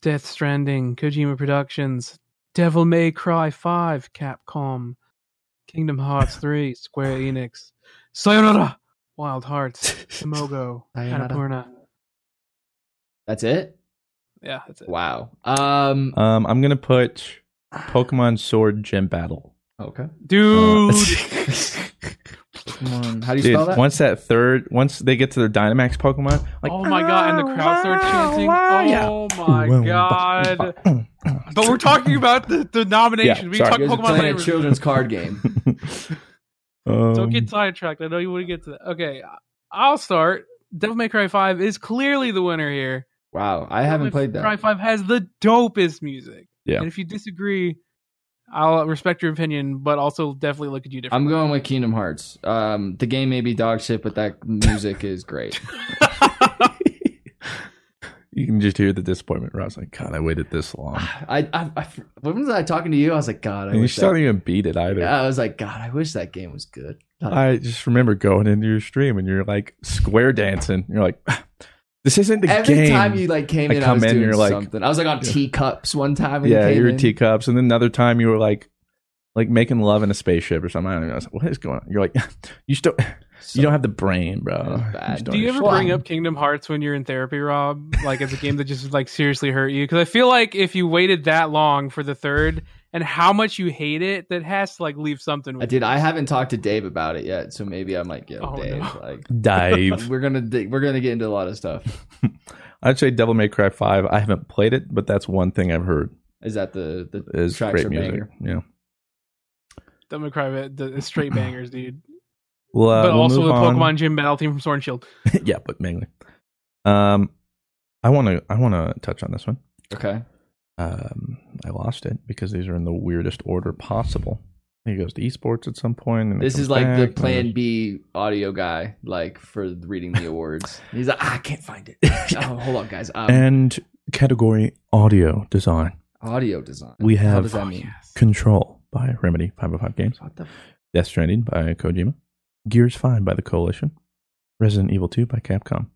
Speaker 3: Death Stranding, Kojima Productions, Devil May Cry Five, Capcom, Kingdom
Speaker 2: [LAUGHS]
Speaker 3: Hearts Three, Square Enix, Sayonara, Wild Hearts, Simogo,
Speaker 2: [LAUGHS] Sayonara.
Speaker 3: Annapurna.
Speaker 2: That's it.
Speaker 3: Yeah, that's it.
Speaker 2: Wow. Um.
Speaker 1: Um, I'm gonna put Pokemon Sword Gym Battle.
Speaker 2: Okay. [LAUGHS]
Speaker 3: Dude,
Speaker 2: Pokemon. Um, How do you
Speaker 1: Dude,
Speaker 2: spell that?
Speaker 1: once that third, once they get to their Dynamax Pokemon, like ah!
Speaker 3: oh my god, and the crowd starts chanting. Oh
Speaker 2: [LAUGHS]
Speaker 3: my god.
Speaker 1: [LAUGHS]
Speaker 3: But we're talking about the, the nomination.
Speaker 1: Yeah,
Speaker 3: we
Speaker 1: sorry.
Speaker 3: talk
Speaker 2: You guys are
Speaker 3: Pokemon
Speaker 2: playing
Speaker 3: later.
Speaker 2: a children's
Speaker 1: [LAUGHS]
Speaker 2: card game.
Speaker 1: Um,
Speaker 3: Don't get sidetracked. I know you want to get to that. Okay, I'll start. Devil May Cry 5 is clearly the winner here.
Speaker 2: Wow, I
Speaker 3: Devil
Speaker 2: haven't
Speaker 3: May
Speaker 2: played
Speaker 3: Cry
Speaker 2: that.
Speaker 3: 5 has the dopest music.
Speaker 1: Yeah.
Speaker 3: And if you disagree, I'll respect your opinion, but also definitely look at you
Speaker 2: I'm
Speaker 3: differently.
Speaker 2: going with Kingdom Hearts. Um, the
Speaker 1: [LAUGHS]
Speaker 2: game may be dog shit, but that music is great.
Speaker 1: you can just hear the disappointment. Rob's like, God, I waited this long.
Speaker 2: [SIGHS] I, I, I when was I talking to you? I was like, God, I
Speaker 1: And you
Speaker 2: wish
Speaker 1: still
Speaker 2: that,
Speaker 1: didn't even beat it either.
Speaker 2: I was like, God, I wish that game was good.
Speaker 1: I just remember going into your stream and you're like square dancing. You're like, [SIGHS] this isn't the
Speaker 2: Every
Speaker 1: game.
Speaker 2: time you like came
Speaker 1: I
Speaker 2: in, I
Speaker 1: come
Speaker 2: was
Speaker 1: in,
Speaker 2: doing
Speaker 1: you're like-
Speaker 2: something. I was like on
Speaker 1: Yeah.
Speaker 2: teacups one time. When
Speaker 1: yeah,
Speaker 2: you
Speaker 1: you
Speaker 2: came
Speaker 1: were
Speaker 2: in.
Speaker 1: teacups, and then another time you were like, like making love in a spaceship or something. I don't even know. I was like, what is going on? You're like, [LAUGHS] you still,
Speaker 2: So-
Speaker 1: you don't have the brain,
Speaker 2: It
Speaker 1: bro.
Speaker 2: was bad.
Speaker 1: just don't
Speaker 3: [LAUGHS] Do you ever
Speaker 2: Well,
Speaker 1: understand.
Speaker 3: bring up Kingdom Hearts when you're in therapy, Rob? Like as a game that just like seriously hurt you? Because I feel like if you waited that long for the third and how much you hate it, that has to like leave something.
Speaker 2: I
Speaker 3: With
Speaker 2: did. I haven't talked to Dave about it yet, so maybe I might get
Speaker 3: Oh,
Speaker 2: Dave.
Speaker 3: no.
Speaker 2: Like,
Speaker 1: Dive.
Speaker 2: we're gonna dig- we're gonna get into a lot of stuff.
Speaker 1: [LAUGHS] I'd say Devil May Cry Five. I haven't played it, but that's one thing I've heard
Speaker 2: Is that the the
Speaker 1: is
Speaker 2: Tracks
Speaker 1: great
Speaker 2: are
Speaker 1: music.
Speaker 2: banger.
Speaker 1: Yeah.
Speaker 3: Don't make cry about the
Speaker 1: [CLEARS THROAT]
Speaker 3: the straight bangers, dude.
Speaker 1: Well, uh,
Speaker 3: but
Speaker 1: we'll
Speaker 3: also
Speaker 1: move
Speaker 3: the
Speaker 1: on.
Speaker 3: Pokemon Gym Battle Team from Sword and Shield.
Speaker 1: [LAUGHS] yeah, but mainly. Um, I want to. I want to touch on this one.
Speaker 2: okay?
Speaker 1: Um, I lost it because these are in the weirdest order possible. He goes to esports at some point, and it
Speaker 2: This
Speaker 1: comes
Speaker 2: is like the
Speaker 1: back, and
Speaker 2: Plan
Speaker 1: then-
Speaker 2: B audio guy, like for reading the awards. He's like, "Ah, I can't find it.
Speaker 1: [LAUGHS]
Speaker 2: oh, hold on, guys. [LAUGHS] Um,
Speaker 1: and category audio design.
Speaker 2: audio design.
Speaker 1: We
Speaker 2: How
Speaker 1: have-
Speaker 2: does that
Speaker 3: Oh,
Speaker 2: mean?
Speaker 3: yes.
Speaker 1: Control by Remedy, 505 Games.
Speaker 2: What the f-
Speaker 1: Death Stranding by Kojima. Gears 5 by The Coalition. Resident Evil 2 by Capcom.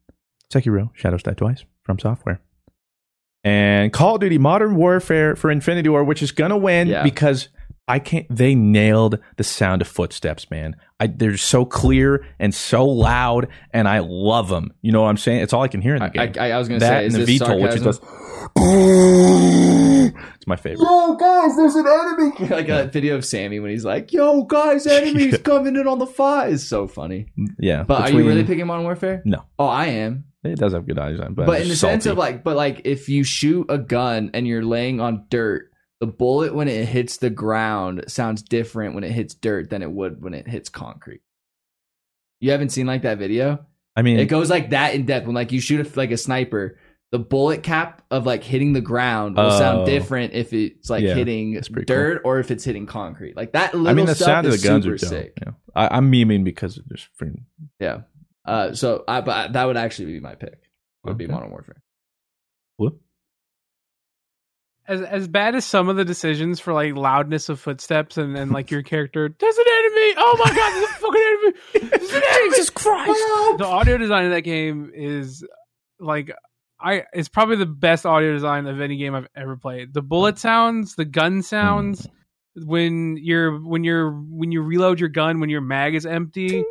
Speaker 1: Sekiro, Shadows Die Twice from Software. And Call of Duty Modern Warfare for Infinity War, which is gonna win
Speaker 2: Yeah.
Speaker 1: because I can't. They nailed the sound of footsteps, man. I, they're so clear and so loud, and I love them. You know what I'm saying? It's all I can hear in the
Speaker 2: I,
Speaker 1: game.
Speaker 2: I, I was gonna
Speaker 1: that and
Speaker 2: say is
Speaker 1: the
Speaker 2: this
Speaker 1: VTOL, which is
Speaker 2: sarcasm?
Speaker 1: those. [LAUGHS] it's my favorite.
Speaker 2: Yo guys, there's an enemy. [LAUGHS] Like a video of Sammy when he's like, "Yo guys,
Speaker 1: [LAUGHS]
Speaker 2: enemies
Speaker 1: Yeah.
Speaker 2: coming in on the fire." It's so funny.
Speaker 1: Yeah,
Speaker 2: But are
Speaker 1: between-
Speaker 2: you really picking Modern Warfare?
Speaker 1: No.
Speaker 2: Oh, I am.
Speaker 1: It does have good eye design, but,
Speaker 2: But, in the sense of like, but like if you shoot a gun and you're laying on dirt, the bullet when it hits the ground sounds different when it hits dirt than it would when it hits concrete. You haven't seen like that video?
Speaker 1: I mean,
Speaker 2: It goes like that in depth when like you shoot a, like a sniper. The bullet cap of like hitting the ground will
Speaker 1: Oh.
Speaker 2: sound different if it's like
Speaker 1: Yeah,
Speaker 2: hitting
Speaker 1: that's pretty
Speaker 2: dirt or if it's hitting concrete. Like that little
Speaker 1: I mean, the
Speaker 2: stuff
Speaker 1: sound of the
Speaker 2: is
Speaker 1: guns
Speaker 2: super
Speaker 1: are dope.
Speaker 2: sick.
Speaker 1: Yeah. I, I'm memeing because of just freaking.
Speaker 2: Uh, so I, but I- that would actually be my pick. Would be
Speaker 1: Okay.
Speaker 2: Modern Warfare.
Speaker 1: Whoop.
Speaker 3: As as bad as some of the decisions for like loudness of footsteps and, and like your character, there's an enemy. Oh my god, there's a fucking enemy.
Speaker 1: [LAUGHS]
Speaker 3: There's an enemy.
Speaker 1: Christ!
Speaker 3: the audio design of that game is like I it's probably the best audio design of any game I've ever played. The bullet sounds, the
Speaker 1: Hmm.
Speaker 3: gun sounds, when you're when you're when you reload your gun when your mag is empty,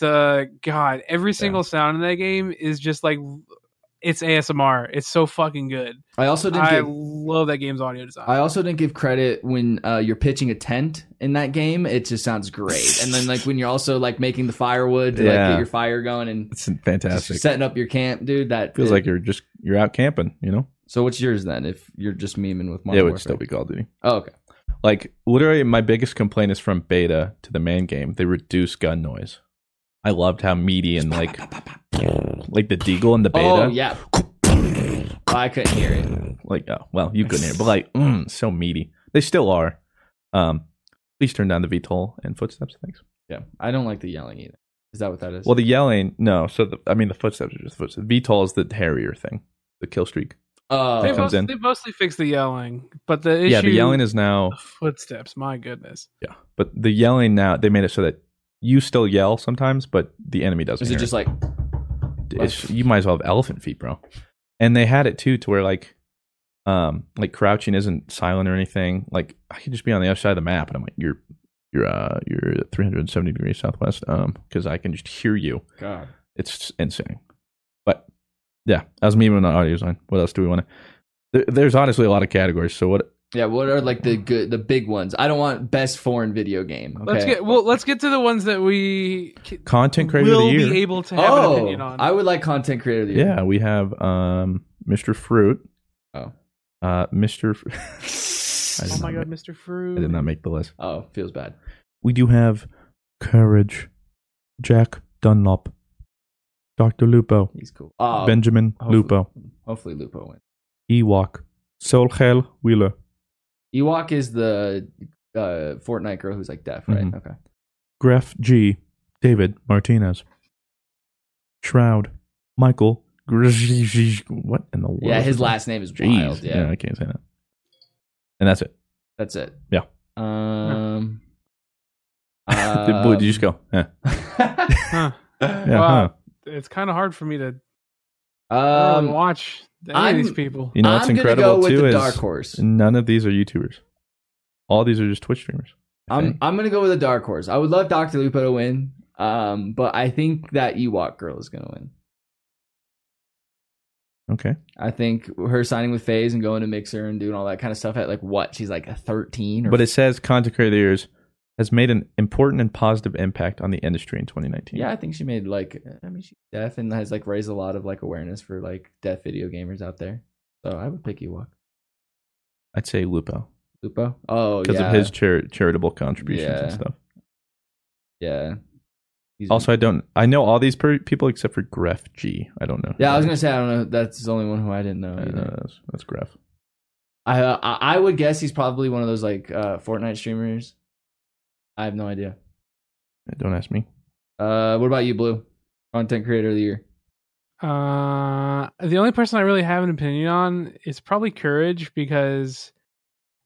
Speaker 3: the god, every single sound in that game is just like it's ASMR. It's so fucking good.
Speaker 2: I also didn't.
Speaker 3: I
Speaker 2: give-
Speaker 3: love that game's audio design.
Speaker 2: I also didn't give credit when uh, you're pitching a tent in that game. It just sounds great. And then like when you're also like making the firewood to like
Speaker 1: Yeah.
Speaker 2: get your fire going and
Speaker 1: It's
Speaker 2: just
Speaker 1: fantastic.
Speaker 2: setting up your camp, dude. That
Speaker 1: Feels like you're just you're out camping. You know,
Speaker 2: So what's yours then? If you're just memeing with Modern
Speaker 1: it would
Speaker 2: Warfare?
Speaker 1: still be Call of Duty.
Speaker 2: Oh, okay.
Speaker 1: Like literally, my biggest complaint is from beta to the main game. They reduce gun noise. I loved how meaty and like like the deagle in the beta.
Speaker 2: Oh yeah. I couldn't hear it.
Speaker 1: Like oh well, you couldn't hear, but
Speaker 2: [LAUGHS]
Speaker 1: like mm, so meaty. They still are. Um, please turn down the VTOL and footsteps. Thanks.
Speaker 2: Yeah, I don't like the yelling either. Is that what that is?
Speaker 1: Well, the yelling, no. So the, I mean, the footsteps are just footsteps. VTOL is the hairier thing, the kill streak.
Speaker 2: oh,
Speaker 3: they,
Speaker 1: comes
Speaker 3: most,
Speaker 1: in.
Speaker 3: they mostly fix the yelling, but the issue
Speaker 1: yeah, the yelling is now.
Speaker 3: footsteps. My goodness.
Speaker 1: Yeah, but the yelling now they made it so that you still yell sometimes, but the enemy doesn't.
Speaker 2: is it
Speaker 1: hear
Speaker 2: just like
Speaker 1: It's- you might as well have elephant feet, bro? And they had it too to where like, um, like crouching isn't silent or anything. Like I could just be on the other side of the map, and I'm like, you're, you're, uh, you're 370 degrees southwest, um, because I can just hear you.
Speaker 2: God?
Speaker 1: It's insane. But yeah, that was me on the audio design. What else do we want to? There, there's honestly a lot of categories. So what?
Speaker 2: Yeah, what are like the good, the big ones? I don't want best foreign video game. Okay.
Speaker 3: Let's get well. Let's get to the ones that we c-
Speaker 1: Content creator
Speaker 3: will
Speaker 1: of the year.
Speaker 3: be able to have an
Speaker 2: oh,
Speaker 3: opinion on.
Speaker 2: I would like content creator. Of the year.
Speaker 1: Yeah, we have um, Mr. Fruit.
Speaker 2: Oh.
Speaker 1: Uh, Mr. Fr-
Speaker 2: [LAUGHS]
Speaker 1: I
Speaker 3: oh
Speaker 1: did
Speaker 3: my
Speaker 1: not
Speaker 3: god, Mr. Fruit.
Speaker 1: I did not make the list.
Speaker 2: Oh, feels bad.
Speaker 1: We do have Courage, Jack Dunlop, Dr. Lupo,
Speaker 2: He's cool. Uh,
Speaker 1: Benjamin
Speaker 2: hopefully-
Speaker 1: Lupo,
Speaker 2: Hopefully Lupo wins.
Speaker 1: Ewok, Solhel Wheeler,
Speaker 2: Ewok is the uh, Fortnite girl who's like deaf, right?
Speaker 1: Mhm.
Speaker 2: Okay.
Speaker 1: Gref G, David Martinez, Shroud, Michael What in the world?
Speaker 2: Yeah, his
Speaker 1: is
Speaker 2: last name is
Speaker 1: that? Jeez.
Speaker 2: Wild. Yeah.
Speaker 1: I can't say that. And that's it.
Speaker 2: that's it.
Speaker 1: Yeah.
Speaker 2: Um.
Speaker 1: [LAUGHS] Did, boy, did you just go? eh.
Speaker 3: Huh.
Speaker 2: um,
Speaker 1: [LAUGHS] Yeah,
Speaker 3: Wow.
Speaker 1: huh.
Speaker 3: Uh, It's kind of hard for me to really
Speaker 2: [LAUGHS] um.
Speaker 3: watch any
Speaker 2: I'm-
Speaker 3: of these people.
Speaker 1: You know what's
Speaker 2: I'm gonna
Speaker 1: incredible
Speaker 2: go with
Speaker 1: too
Speaker 2: the
Speaker 1: is
Speaker 2: dark horse.
Speaker 1: none of these are YouTubers. All these are just Twitch streamers. I
Speaker 2: I'm
Speaker 1: think.
Speaker 2: I'm gonna go with a dark horse. I would love Doctor Lupo to win, um, but I think that Ewok girl is gonna win.
Speaker 1: Um, okay.
Speaker 2: I think her signing with Phase and going to Mixer and doing all that kind of stuff at like what she's like a thirteen or
Speaker 1: But it says content creators has made an important and positive impact on the industry in 2019.
Speaker 2: yeah, I think she made like I mean she's deaf and has like raised a lot of like awareness for like deaf video gamers out there. So I would pick Ewok
Speaker 1: I'd say Lupo
Speaker 2: Lupo. Oh,
Speaker 1: because
Speaker 2: yeah,
Speaker 1: of his chari- charitable contributions and
Speaker 2: Yeah.
Speaker 1: stuff.
Speaker 2: yeah. He's-
Speaker 1: Also, I don't. I know all these per- people except for Gref G. I don't know. who
Speaker 2: yeah, I was
Speaker 1: that
Speaker 2: gonna
Speaker 1: is.
Speaker 2: say I don't know. That's the only one who I didn't know.
Speaker 1: I don't know
Speaker 2: Either.
Speaker 1: who that is. that's Gref.
Speaker 2: I, uh, I I would guess he's probably one of those like uh, Fortnite streamers. I have no idea.
Speaker 1: Don't ask me.
Speaker 2: Uh, what about you, Blue? Content creator of the [LAUGHS] year.
Speaker 3: Uh, the only person I really have an opinion on is probably Courage because,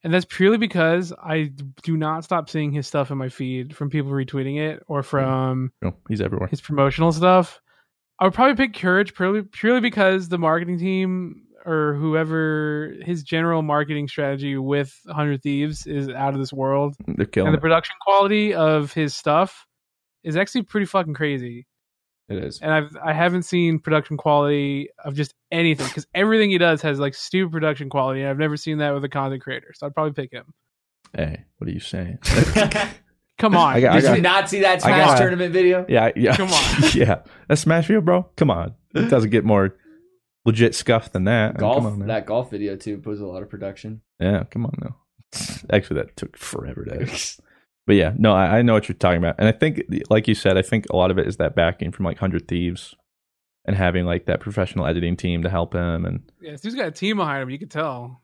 Speaker 3: and that's purely because I do not stop seeing his stuff in my feed from people retweeting it
Speaker 1: Hmm.
Speaker 3: or from
Speaker 1: No, he's everywhere.
Speaker 3: his promotional stuff. I would probably pick Courage purely purely because the marketing team or whoever his general marketing strategy with 100 Thieves is out of this world
Speaker 1: They're
Speaker 3: and
Speaker 1: killing
Speaker 3: the
Speaker 1: it.
Speaker 3: production quality of his stuff is actually pretty fucking crazy.
Speaker 2: It is.
Speaker 3: And I've I haven't seen production quality of just anything because everything he does has like stupid production quality, and I've never seen that with a content creator. So I'd probably pick him.
Speaker 1: Hey, what are you
Speaker 3: [LAUGHS]
Speaker 1: saying?
Speaker 3: Come
Speaker 1: [LAUGHS]
Speaker 3: on,
Speaker 1: I got- I
Speaker 2: Did
Speaker 1: got-
Speaker 2: you not see that
Speaker 1: I
Speaker 2: Smash
Speaker 1: got-
Speaker 2: tournament video?
Speaker 1: yeah, yeah.
Speaker 3: Come on.
Speaker 1: [LAUGHS] yeah. That's Smash Video, bro. Come on. It doesn't get more legit scuff than that.
Speaker 2: Golf.
Speaker 1: Come on, man.
Speaker 2: that golf video too was a lot of production.
Speaker 1: Yeah, come on now. [LAUGHS] Actually, that took forever
Speaker 2: [LAUGHS]
Speaker 1: to. But yeah, no, I, I know what you're talking about, and I think, like you said, I think a lot of it is that backing from like Hundred Thieves, and having like that professional editing team to help him, and
Speaker 3: yeah, dude's got a team behind him. You can tell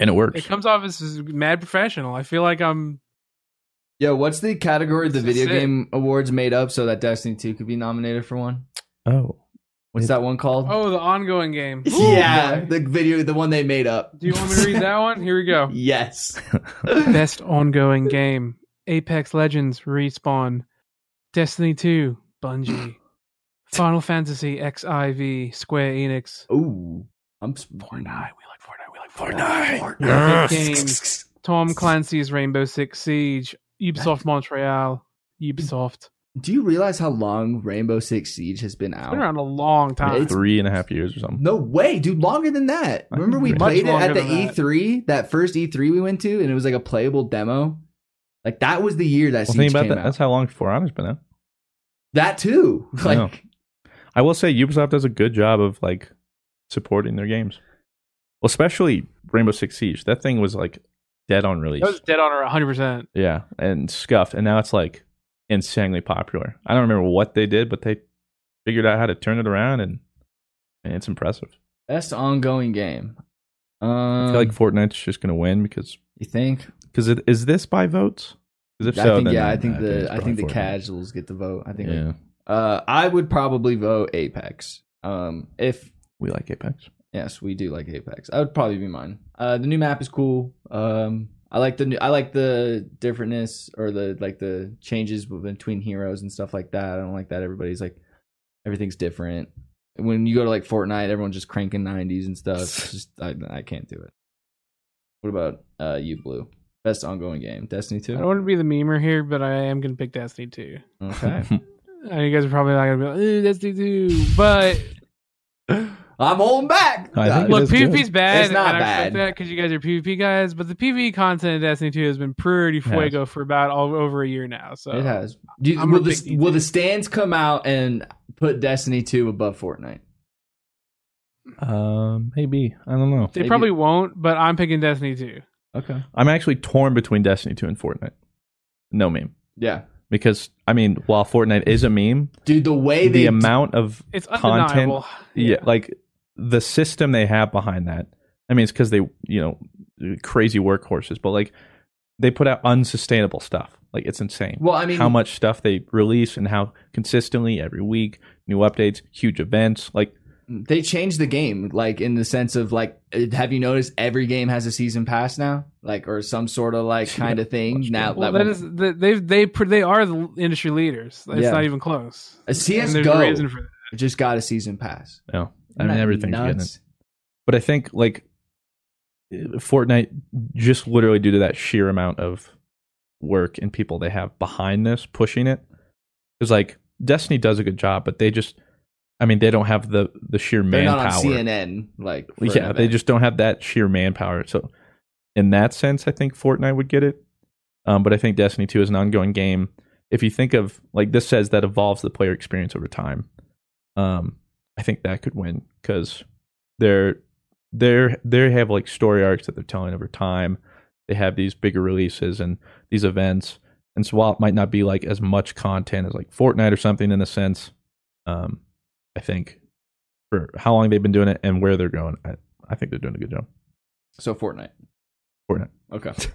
Speaker 1: and it works.
Speaker 3: it comes off as as mad professional. I feel like I'm
Speaker 2: Yeah. What's the category the
Speaker 3: This
Speaker 2: video
Speaker 3: is it.
Speaker 2: game awards made up so that Destiny Two could be nominated for one?
Speaker 1: oh,
Speaker 2: What's that one called? [LAUGHS]
Speaker 3: oh the ongoing game.
Speaker 2: yeah,
Speaker 3: Ooh, boy.
Speaker 2: the video, the one they made up.
Speaker 3: Do you want me to read that one? Here we go.
Speaker 2: [LAUGHS] Yes.
Speaker 3: Best ongoing game: Apex Legends Respawn, Destiny 2
Speaker 2: [LAUGHS]
Speaker 3: Bungie, Final Fantasy XIV Square Enix,
Speaker 2: Ooh, I'm s-
Speaker 3: Fortnite. We like Fortnite. We like Fortnite.
Speaker 1: Fortnite.
Speaker 3: Epic Games. Tom Clancy's Rainbow Six Siege, Ubisoft Montreal,
Speaker 2: [LAUGHS]
Speaker 3: Ubisoft.
Speaker 2: Do you realize how long Rainbow Six Siege has been out?
Speaker 3: Been around a long time.
Speaker 2: It's-
Speaker 1: Three and a half years or something.
Speaker 2: No way, dude. Longer than that.
Speaker 1: I
Speaker 2: Remember we
Speaker 1: agree.
Speaker 2: played it
Speaker 3: Much
Speaker 2: at the
Speaker 3: longer than that.
Speaker 2: E3, that first E3 we went to, and it was like a playable demo. Like that was the year that
Speaker 1: Well,
Speaker 2: Siege
Speaker 1: think about
Speaker 2: came
Speaker 1: that.
Speaker 2: out.
Speaker 1: That's how long Four Honor's been out. [LAUGHS]
Speaker 2: that too.
Speaker 1: I know.
Speaker 2: [LAUGHS] Like
Speaker 1: I will say Ubisoft does a good job of like supporting their games, well, especially Rainbow Six Siege. That thing was like dead on release.
Speaker 3: That was dead on her 100%.
Speaker 1: Yeah, and scuffed, and now it's like insanely popular. I don't remember what they did, but they figured out how to turn it around, and, and it's impressive.
Speaker 2: best ongoing game. Um,
Speaker 1: I feel like Fortnite's just going to win because
Speaker 2: you think?
Speaker 1: because it, is this by votes? 'Cause if
Speaker 2: I
Speaker 1: so,
Speaker 2: think
Speaker 1: then
Speaker 2: yeah. I
Speaker 1: I'm
Speaker 2: think
Speaker 1: happy it's
Speaker 2: the I
Speaker 1: probably
Speaker 2: think
Speaker 1: Fortnite.
Speaker 2: the casuals get the vote. I think.
Speaker 1: yeah,
Speaker 2: Uh, I would probably vote Apex. Um, if
Speaker 1: we like Apex.
Speaker 2: Yes, we do like Apex. That would probably be mine. Uh, the new map is cool. Um, I like the new, I like the differentness or the like the changes between heroes and stuff like that. I don't like that everybody's like everything's different. When you go to like Fortnite, everyone's just cranking nineties and stuff. It's just I, I can't do it. What about uh you, Blue? Best ongoing game, Destiny
Speaker 3: I
Speaker 2: Two.
Speaker 3: don't want to be the memer here, but I am going to pick Destiny 2.
Speaker 2: Okay,
Speaker 1: [LAUGHS]
Speaker 3: I know you guys are probably not going to be like, "Ooh, Destiny 2. But
Speaker 2: I'm holding back.
Speaker 1: I think It
Speaker 3: look,
Speaker 1: is good.
Speaker 3: PvP's bad.
Speaker 2: It's not
Speaker 3: and I respect
Speaker 2: bad.
Speaker 3: that because you guys are PvP guys. But the PvE content in Destiny 2 has been pretty fuego for about all, over a year now. So
Speaker 2: it has. Do you,
Speaker 3: I'm
Speaker 2: will
Speaker 3: a big
Speaker 2: the
Speaker 3: DJ.
Speaker 2: will the stands come out and put Destiny Two above Fortnite?
Speaker 1: Um, maybe I don't know.
Speaker 3: they
Speaker 2: Maybe-
Speaker 3: probably won't, but I'm picking Destiny 2.
Speaker 2: Okay.
Speaker 1: I'm actually torn between Destiny Two and Fortnite. No meme,
Speaker 2: Yeah.
Speaker 1: because I mean, while Fortnite is a meme,
Speaker 2: Dude, the way they
Speaker 1: the amount of
Speaker 3: It's
Speaker 1: Content-
Speaker 3: undeniable.
Speaker 1: yeah, like the system they have behind that. I mean, it's because they, you know, crazy workhorses, but like they put out unsustainable stuff. Like it's insane.
Speaker 2: Well, I mean,
Speaker 1: how much stuff they release and how consistently every week, new updates, huge events. Like
Speaker 2: they changed the game, like in the sense of like, uh, have you noticed every game has a season pass now, like or some sort
Speaker 1: [LAUGHS]
Speaker 2: of like kind of thing
Speaker 1: That's
Speaker 2: now?
Speaker 1: true.
Speaker 3: Well,
Speaker 2: that
Speaker 3: that is they they they pr- they are the industry leaders. It's
Speaker 2: Yeah.
Speaker 3: not even close.
Speaker 2: a
Speaker 3: And there's a
Speaker 2: CS:GO
Speaker 3: reason for that.
Speaker 2: just got a season pass.
Speaker 1: no, I
Speaker 2: Isn't
Speaker 1: mean
Speaker 2: that
Speaker 1: everything's getting it.
Speaker 2: nuts.
Speaker 1: But I think like Fortnite just literally due to that sheer amount of work and people they have behind this pushing it is like Destiny does a good job, but they just I mean they don't have the the sheer
Speaker 2: They're not on
Speaker 1: manpower.
Speaker 2: CNN, like for an
Speaker 1: yeah, they
Speaker 2: event.
Speaker 1: just don't have that sheer manpower. So in that sense, I think Fortnite would get it. Um, but I think Destiny 2 is an ongoing game. If you think of like this says that evolves the player experience over time. Um, I think that could win because they're they're they have like story arcs that they're telling over time. They have these bigger releases and these events. And so while it might not be like as much content as like Fortnite or something in a sense, um, I think for how long they've been doing it and where they're going, I, I think they're doing a good job.
Speaker 2: so Fortnite.
Speaker 1: Fortnite. [LAUGHS]
Speaker 2: Okay, So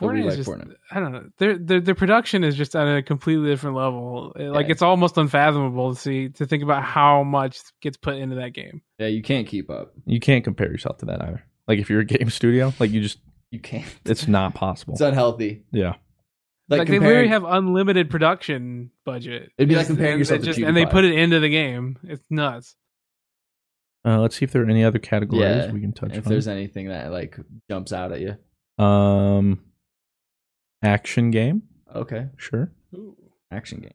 Speaker 2: we
Speaker 3: Fortnite
Speaker 2: like
Speaker 3: is just
Speaker 2: Fortnite.
Speaker 3: I don't know. Their, their their production is just at a completely different level. It- Like
Speaker 2: Yeah.
Speaker 3: it's almost unfathomable to see to think about how much gets put into that game.
Speaker 2: Yeah, you can't keep up.
Speaker 1: You can't compare yourself to that either. Like if you're a game [LAUGHS] studio, like you just
Speaker 2: You can't.
Speaker 1: [LAUGHS] it's not possible.
Speaker 2: [LAUGHS] It's unhealthy.
Speaker 1: yeah.
Speaker 3: Like,
Speaker 2: Like,
Speaker 3: they literally
Speaker 2: comparing-
Speaker 3: have unlimited production budget.
Speaker 2: It'd be like
Speaker 3: Just-
Speaker 2: comparing
Speaker 3: and
Speaker 2: yourself
Speaker 3: they
Speaker 2: to
Speaker 3: just, and they
Speaker 2: PewDiePie.
Speaker 3: put it into the game. It's nuts.
Speaker 1: Uh, let's see if there are any other categories
Speaker 2: Yeah,
Speaker 1: we can touch
Speaker 2: if
Speaker 1: on.
Speaker 2: there's anything that like jumps out at you.
Speaker 1: um action game,
Speaker 2: Okay,
Speaker 1: sure.
Speaker 2: action game.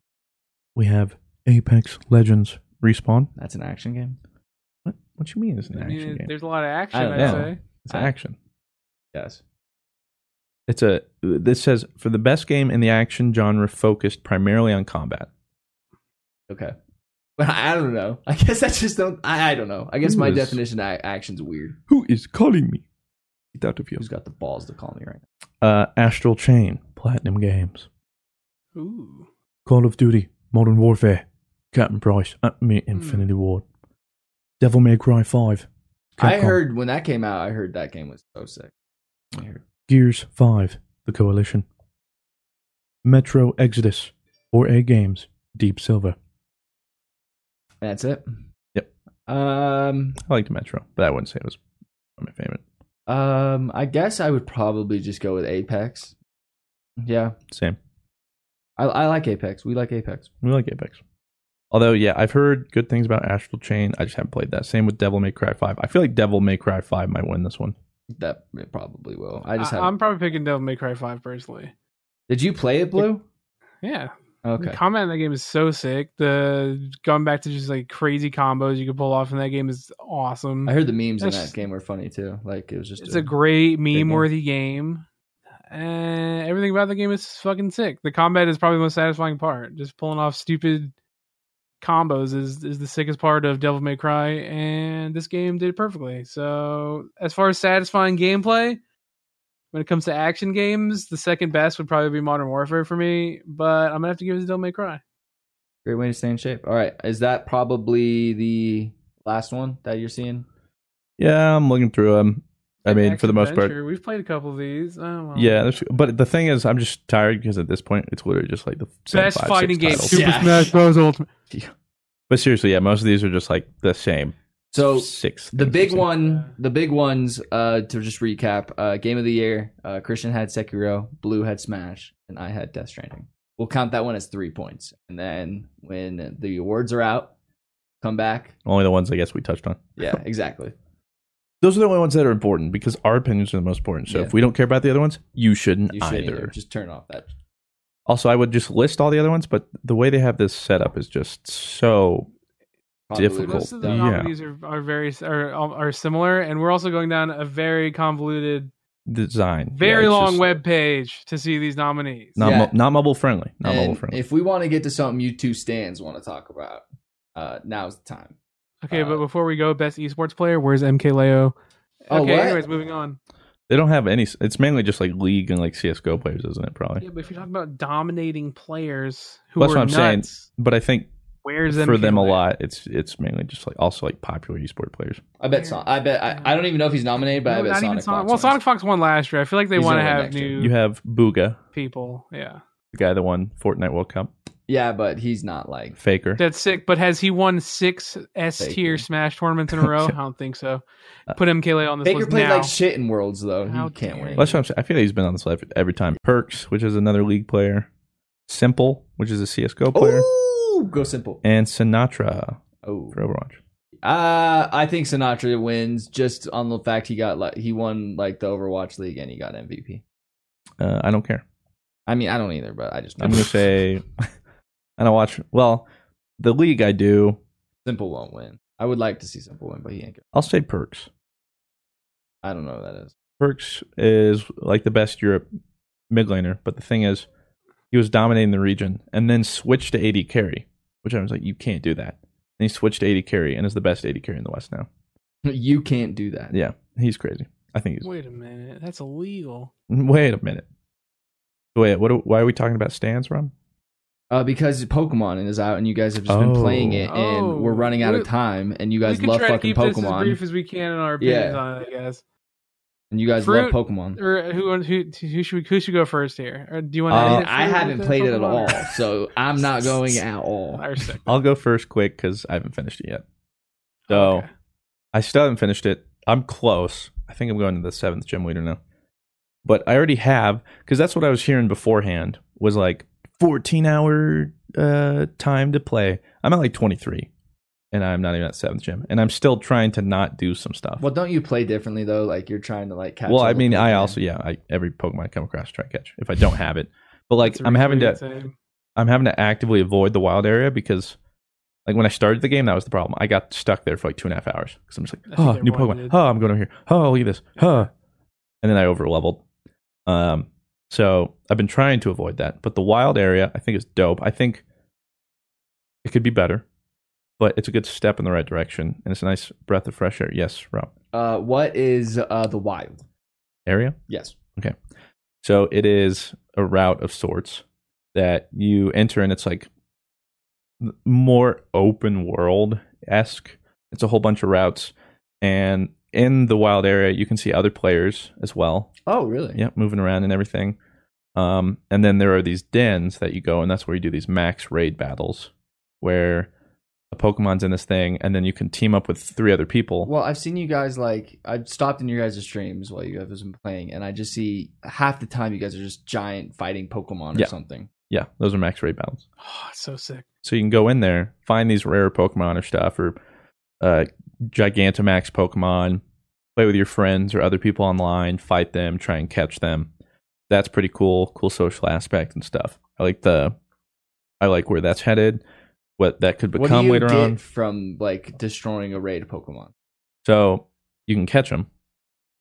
Speaker 1: We have Apex Legends Respawn.
Speaker 2: That's an action game.
Speaker 1: What what you mean it's an
Speaker 3: I
Speaker 1: action
Speaker 3: mean,
Speaker 1: game?
Speaker 3: there's a lot of action.
Speaker 2: I don't
Speaker 3: I'd
Speaker 1: know.
Speaker 3: say.
Speaker 1: It's action.
Speaker 2: Yes.
Speaker 1: It's a this says for the best game in the action genre focused primarily on combat.
Speaker 2: Okay. But I I don't know. [LAUGHS] I guess I just don't. I, I don't know. I guess
Speaker 1: Who
Speaker 2: my
Speaker 1: is-
Speaker 2: definition of action's weird.
Speaker 1: Who is calling me? Get out of here.
Speaker 2: Who's got the balls to call me right now?
Speaker 1: Uh Astral Chain, Platinum Games.
Speaker 3: Ooh.
Speaker 1: Call of Duty, Modern Warfare, Captain Price, uh, I
Speaker 2: Hmm.
Speaker 1: mean, Infinity Ward, Devil May Cry 5,
Speaker 2: I
Speaker 1: Capcom,
Speaker 2: heard when that came out. I heard that game was so sick. I heard-
Speaker 1: Gears 5, The Coalition, Metro Exodus, 4A Games, Deep Silver.
Speaker 2: That's it.
Speaker 1: Yep.
Speaker 2: Um.
Speaker 1: I liked Metro, but I wouldn't say it was one of my favorite.
Speaker 2: Um. I guess I would probably just go with Apex. Yeah.
Speaker 1: Same.
Speaker 2: I I like Apex. We like Apex.
Speaker 1: We like Apex. Although, yeah, I've heard good things about Astral Chain. I just haven't played that. Same with Devil May Cry 5. I feel like Devil May Cry 5 might win this one.
Speaker 2: That it probably will. I
Speaker 3: I
Speaker 2: just have.
Speaker 3: am probably picking Devil May Cry Five personally.
Speaker 2: Did you play it, Blue?
Speaker 3: Yeah. The
Speaker 2: Okay.
Speaker 3: combat in that game is so sick. The going back to just like crazy combos you can pull off in that game is awesome.
Speaker 2: I heard the memes in
Speaker 3: It's-
Speaker 2: that game were funny too. Like it was just.
Speaker 3: It's a great
Speaker 2: game.
Speaker 3: meme worthy game. And everything about the game is fucking sick. The combat is probably the most satisfying part. Just pulling off stupid combos is, is the sickest part of Devil May Cry, and this game did it perfectly. So, as far as satisfying gameplay, when it comes to action games, the second best would probably be Modern Warfare for me, but I'm gonna have to give it to Devil May Cry.
Speaker 2: Great way to stay in shape. All right. Is that probably the last one that you're seeing?
Speaker 1: Yeah, I'm looking through them. I mean, for the most part,
Speaker 3: Action-adventure, We've played a couple of these. Oh, well.
Speaker 1: Yeah, there's, but the thing is, I'm just tired because at this point, it's literally just like the same
Speaker 3: Best
Speaker 1: five, six
Speaker 3: fighting game,
Speaker 1: titles.
Speaker 3: Super
Speaker 2: Yeah.
Speaker 3: Smash Bros. Ultimate.
Speaker 1: But seriously, yeah, most of these are just like the same.
Speaker 2: So
Speaker 1: six.
Speaker 2: the
Speaker 1: things
Speaker 2: big
Speaker 1: I've seen.
Speaker 2: one, the big ones. Uh, to just recap, uh, game of the year. Uh, Christian had Sekiro, Blue had Smash, and I had Death Stranding. We'll count that one as three points. And then when the awards are out, come back.
Speaker 1: Only the ones I guess we touched on. [LAUGHS]
Speaker 2: Yeah, exactly.
Speaker 1: Those are the only ones that are important because our opinions are the most important. So
Speaker 2: Yeah.
Speaker 1: if we don't care about the other ones, you shouldn't,
Speaker 2: You should
Speaker 1: either.
Speaker 2: either. just turn off that.
Speaker 1: Also, I would just list all the other ones, but the way they have this set up is just so. Difficult.
Speaker 3: Most of the
Speaker 1: Yeah.
Speaker 3: nominees are, are very are, are similar, and we're also going down a very convoluted,
Speaker 1: Design
Speaker 3: very
Speaker 1: Yeah, it's
Speaker 3: long
Speaker 1: just
Speaker 3: web page to see these nominees.
Speaker 1: Not,
Speaker 2: Yeah.
Speaker 1: mo- not mobile friendly. Not mobile
Speaker 2: And
Speaker 1: friendly.
Speaker 2: if we want to get to something you two stands want to talk about, uh, now's the time.
Speaker 3: okay,
Speaker 2: uh,
Speaker 3: but before we go, best esports player, where's MKLeo?
Speaker 2: Oh,
Speaker 3: okay,
Speaker 2: what?
Speaker 3: anyways, moving on.
Speaker 1: they don't have any. s- It's mainly just like League and like CS:GO players, isn't it? Probably.
Speaker 3: Yeah, but if you're talking about dominating players who
Speaker 1: That's
Speaker 3: are
Speaker 1: what I'm saying.
Speaker 3: nuts,
Speaker 1: But I think
Speaker 3: wears them
Speaker 1: for them a
Speaker 3: away.
Speaker 1: lot. It's it's mainly just like also like popular esport players.
Speaker 2: I bet. Son- I bet. I, I don't even know if he's nominated, but
Speaker 3: No,
Speaker 2: I bet
Speaker 3: not
Speaker 2: Sonic.
Speaker 3: even Sonic.
Speaker 2: Fox
Speaker 3: Well,
Speaker 2: wins.
Speaker 3: Sonic Fox won last year. I feel like they
Speaker 2: He's
Speaker 3: want to
Speaker 2: gonna win
Speaker 3: have
Speaker 2: next
Speaker 3: new
Speaker 2: year.
Speaker 1: You have Booga,
Speaker 3: people. Yeah,
Speaker 1: the guy that won Fortnite World Cup,
Speaker 2: Yeah, but he's not like.
Speaker 1: Faker.
Speaker 3: that's sick. But has he won six S tier
Speaker 2: Baker.
Speaker 3: Smash tournaments in a
Speaker 1: [LAUGHS]
Speaker 3: row? I don't think so. Put MKLA on this
Speaker 2: Baker
Speaker 3: list
Speaker 2: played
Speaker 3: now.
Speaker 2: like shit in Worlds though. He
Speaker 3: How
Speaker 2: can't
Speaker 3: dare
Speaker 2: win.
Speaker 3: you.
Speaker 1: Well, that's what I'm saying. I feel like he's been on this live every time. Perks, which is another league player, Simple, which is a CS:GO player,
Speaker 2: Ooh, go simple.
Speaker 1: and Sinatra
Speaker 2: Oh,
Speaker 1: for Overwatch.
Speaker 2: uh, I think Sinatra wins just on the fact he got like he won like the Overwatch League and he got MVP.
Speaker 1: Uh, I don't care.
Speaker 2: I mean, I don't either, but I just know.
Speaker 1: I'm
Speaker 2: [LAUGHS]
Speaker 1: gonna say [LAUGHS] I don't watch. Well, the league I do.
Speaker 2: Simple won't win. I would like to see Simple win, but he ain't. Gonna.
Speaker 1: I'll say Perks.
Speaker 2: I don't know who that is. [LAUGHS]
Speaker 1: Perks is like the best Europe mid laner, but the thing is, he was dominating the region and then switched to AD carry, which I was like, you can't do that. And he switched to AD carry and is the best AD carry in the West now.
Speaker 2: You can't do that.
Speaker 1: Yeah, he's crazy. I think he's.
Speaker 3: Wait a minute, that's illegal.
Speaker 1: Wait a minute. Wait, what? do- Why are we talking about stands, Ron?
Speaker 2: Uh, because Pokemon is out and you guys have just been
Speaker 1: Oh.
Speaker 2: playing it and
Speaker 3: Oh.
Speaker 2: we're running out
Speaker 3: We-
Speaker 2: of time and you
Speaker 3: You
Speaker 2: guys
Speaker 3: we can
Speaker 2: love
Speaker 3: try to
Speaker 2: fucking
Speaker 3: keep this as
Speaker 2: Pokemon
Speaker 3: brief as we can in our
Speaker 2: Yeah.
Speaker 3: opinions on it, I guess.
Speaker 2: and you guys
Speaker 3: Fruit-
Speaker 2: love Pokemon.
Speaker 3: Or uh, who who who should we, who should go first here? Or do you want?
Speaker 1: Uh,
Speaker 2: I,
Speaker 3: to
Speaker 2: mean, I haven't played it at all, so I'm
Speaker 3: [LAUGHS]
Speaker 2: not going at all.
Speaker 3: I respect.
Speaker 1: I'll go first, quick, because I haven't finished it yet. So
Speaker 3: Okay.
Speaker 1: I still haven't finished it. I'm close. I think I'm going to the seventh gym leader now. But I already have because that's what I was hearing beforehand was like 14 hour uh, time to play. I'm at like 23, and I'm not even at seventh gym, and I'm still trying to not do some stuff.
Speaker 2: Well, don't you play differently though? Like you're trying to like catch.
Speaker 1: well,
Speaker 2: all
Speaker 1: I
Speaker 2: the
Speaker 1: mean, I
Speaker 2: Pokemon.
Speaker 1: also yeah, I, every Pokemon I come across try to catch if I don't have it. But like
Speaker 3: That's
Speaker 1: I'm having to
Speaker 3: reasonably insane.
Speaker 1: I'm having to actively avoid the wild area because, like, when I started the game, that was the problem. I got stuck there for like two and a half hours because I'm just
Speaker 3: I
Speaker 1: like,
Speaker 3: think
Speaker 1: oh, new
Speaker 3: everyone
Speaker 1: Pokemon.
Speaker 3: did.
Speaker 1: Oh, I'm going over here. Oh, look at this. Huh. And then I over leveled. Um, so I've been trying to avoid that. But the wild area, I think, is dope. I think it could be better, but it's a good step in the right direction. And it's a nice breath of fresh air. Yes, Rob.
Speaker 2: Uh, what is uh the wild?
Speaker 1: Area?
Speaker 2: Yes.
Speaker 1: So it is a route of sorts that you enter, and it's like more open world esque. It's a whole bunch of routes, and in the wild area, you can see other players as well.
Speaker 2: Oh, really?
Speaker 1: Yeah, moving around and everything. Um, and then there are these dens that you go, and that's where you do these max raid battles, where a Pokemon's in this thing, and then you can team up with three other people.
Speaker 2: Well, I've seen you guys like I've stopped in your guys' streams while you guys have been playing, and I just see half the time you guys are just giant fighting Pokemon or
Speaker 1: Yeah.
Speaker 2: something.
Speaker 1: yeah, those are max raid battles.
Speaker 3: Oh, it's so sick.
Speaker 1: So you can go in there, find these rare Pokemon or stuff, or uh, Gigantamax Pokemon, play with your friends or other people online, fight them, try and catch them. That's pretty cool, cool social aspect and stuff. I like the, I like where that's headed, what that could
Speaker 2: what do
Speaker 1: become
Speaker 2: you
Speaker 1: later
Speaker 2: get
Speaker 1: on.
Speaker 2: from like destroying a raid Pokemon?
Speaker 1: So you can catch them,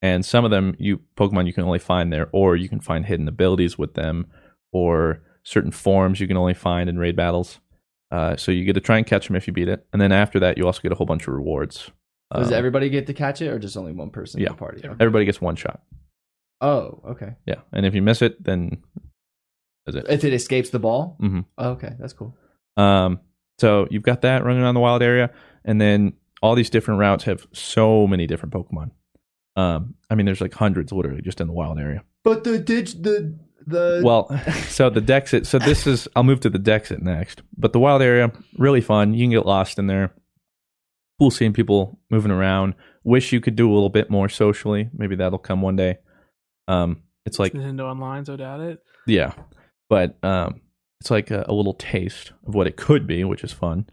Speaker 1: and some of them you Pokemon you can only find there, or you can find hidden abilities with them, or certain forms you can only find in raid battles. Uh, so you get to try and catch them if you beat it, and then after that you also get a whole bunch of rewards.
Speaker 2: Does
Speaker 1: Um,
Speaker 2: everybody get to catch it, or just only one person
Speaker 1: yeah.
Speaker 2: in the party?
Speaker 3: Everybody.
Speaker 1: everybody gets one shot.
Speaker 2: Oh, okay.
Speaker 1: Yeah, and if you miss it, then
Speaker 2: If it escapes the ball,
Speaker 1: Mhm.
Speaker 2: oh, okay, that's cool.
Speaker 1: Um, so you've got that running around the wild area, and then all these different routes have so many different Pokemon. Um, I mean, there's like hundreds literally just in the wild area.
Speaker 2: But the dig the the [LAUGHS]
Speaker 1: Well, so the Dexit. So this is. I'll move to the Dexit next. But the wild area, really fun. You can get lost in there. Cool seeing people moving around. Wish you could do a little bit more socially. Maybe that'll come one day. Um, it's like
Speaker 3: Nintendo Online, so doubt it.
Speaker 1: yeah, but um, it's like a, a little taste of what it could be, which is fun.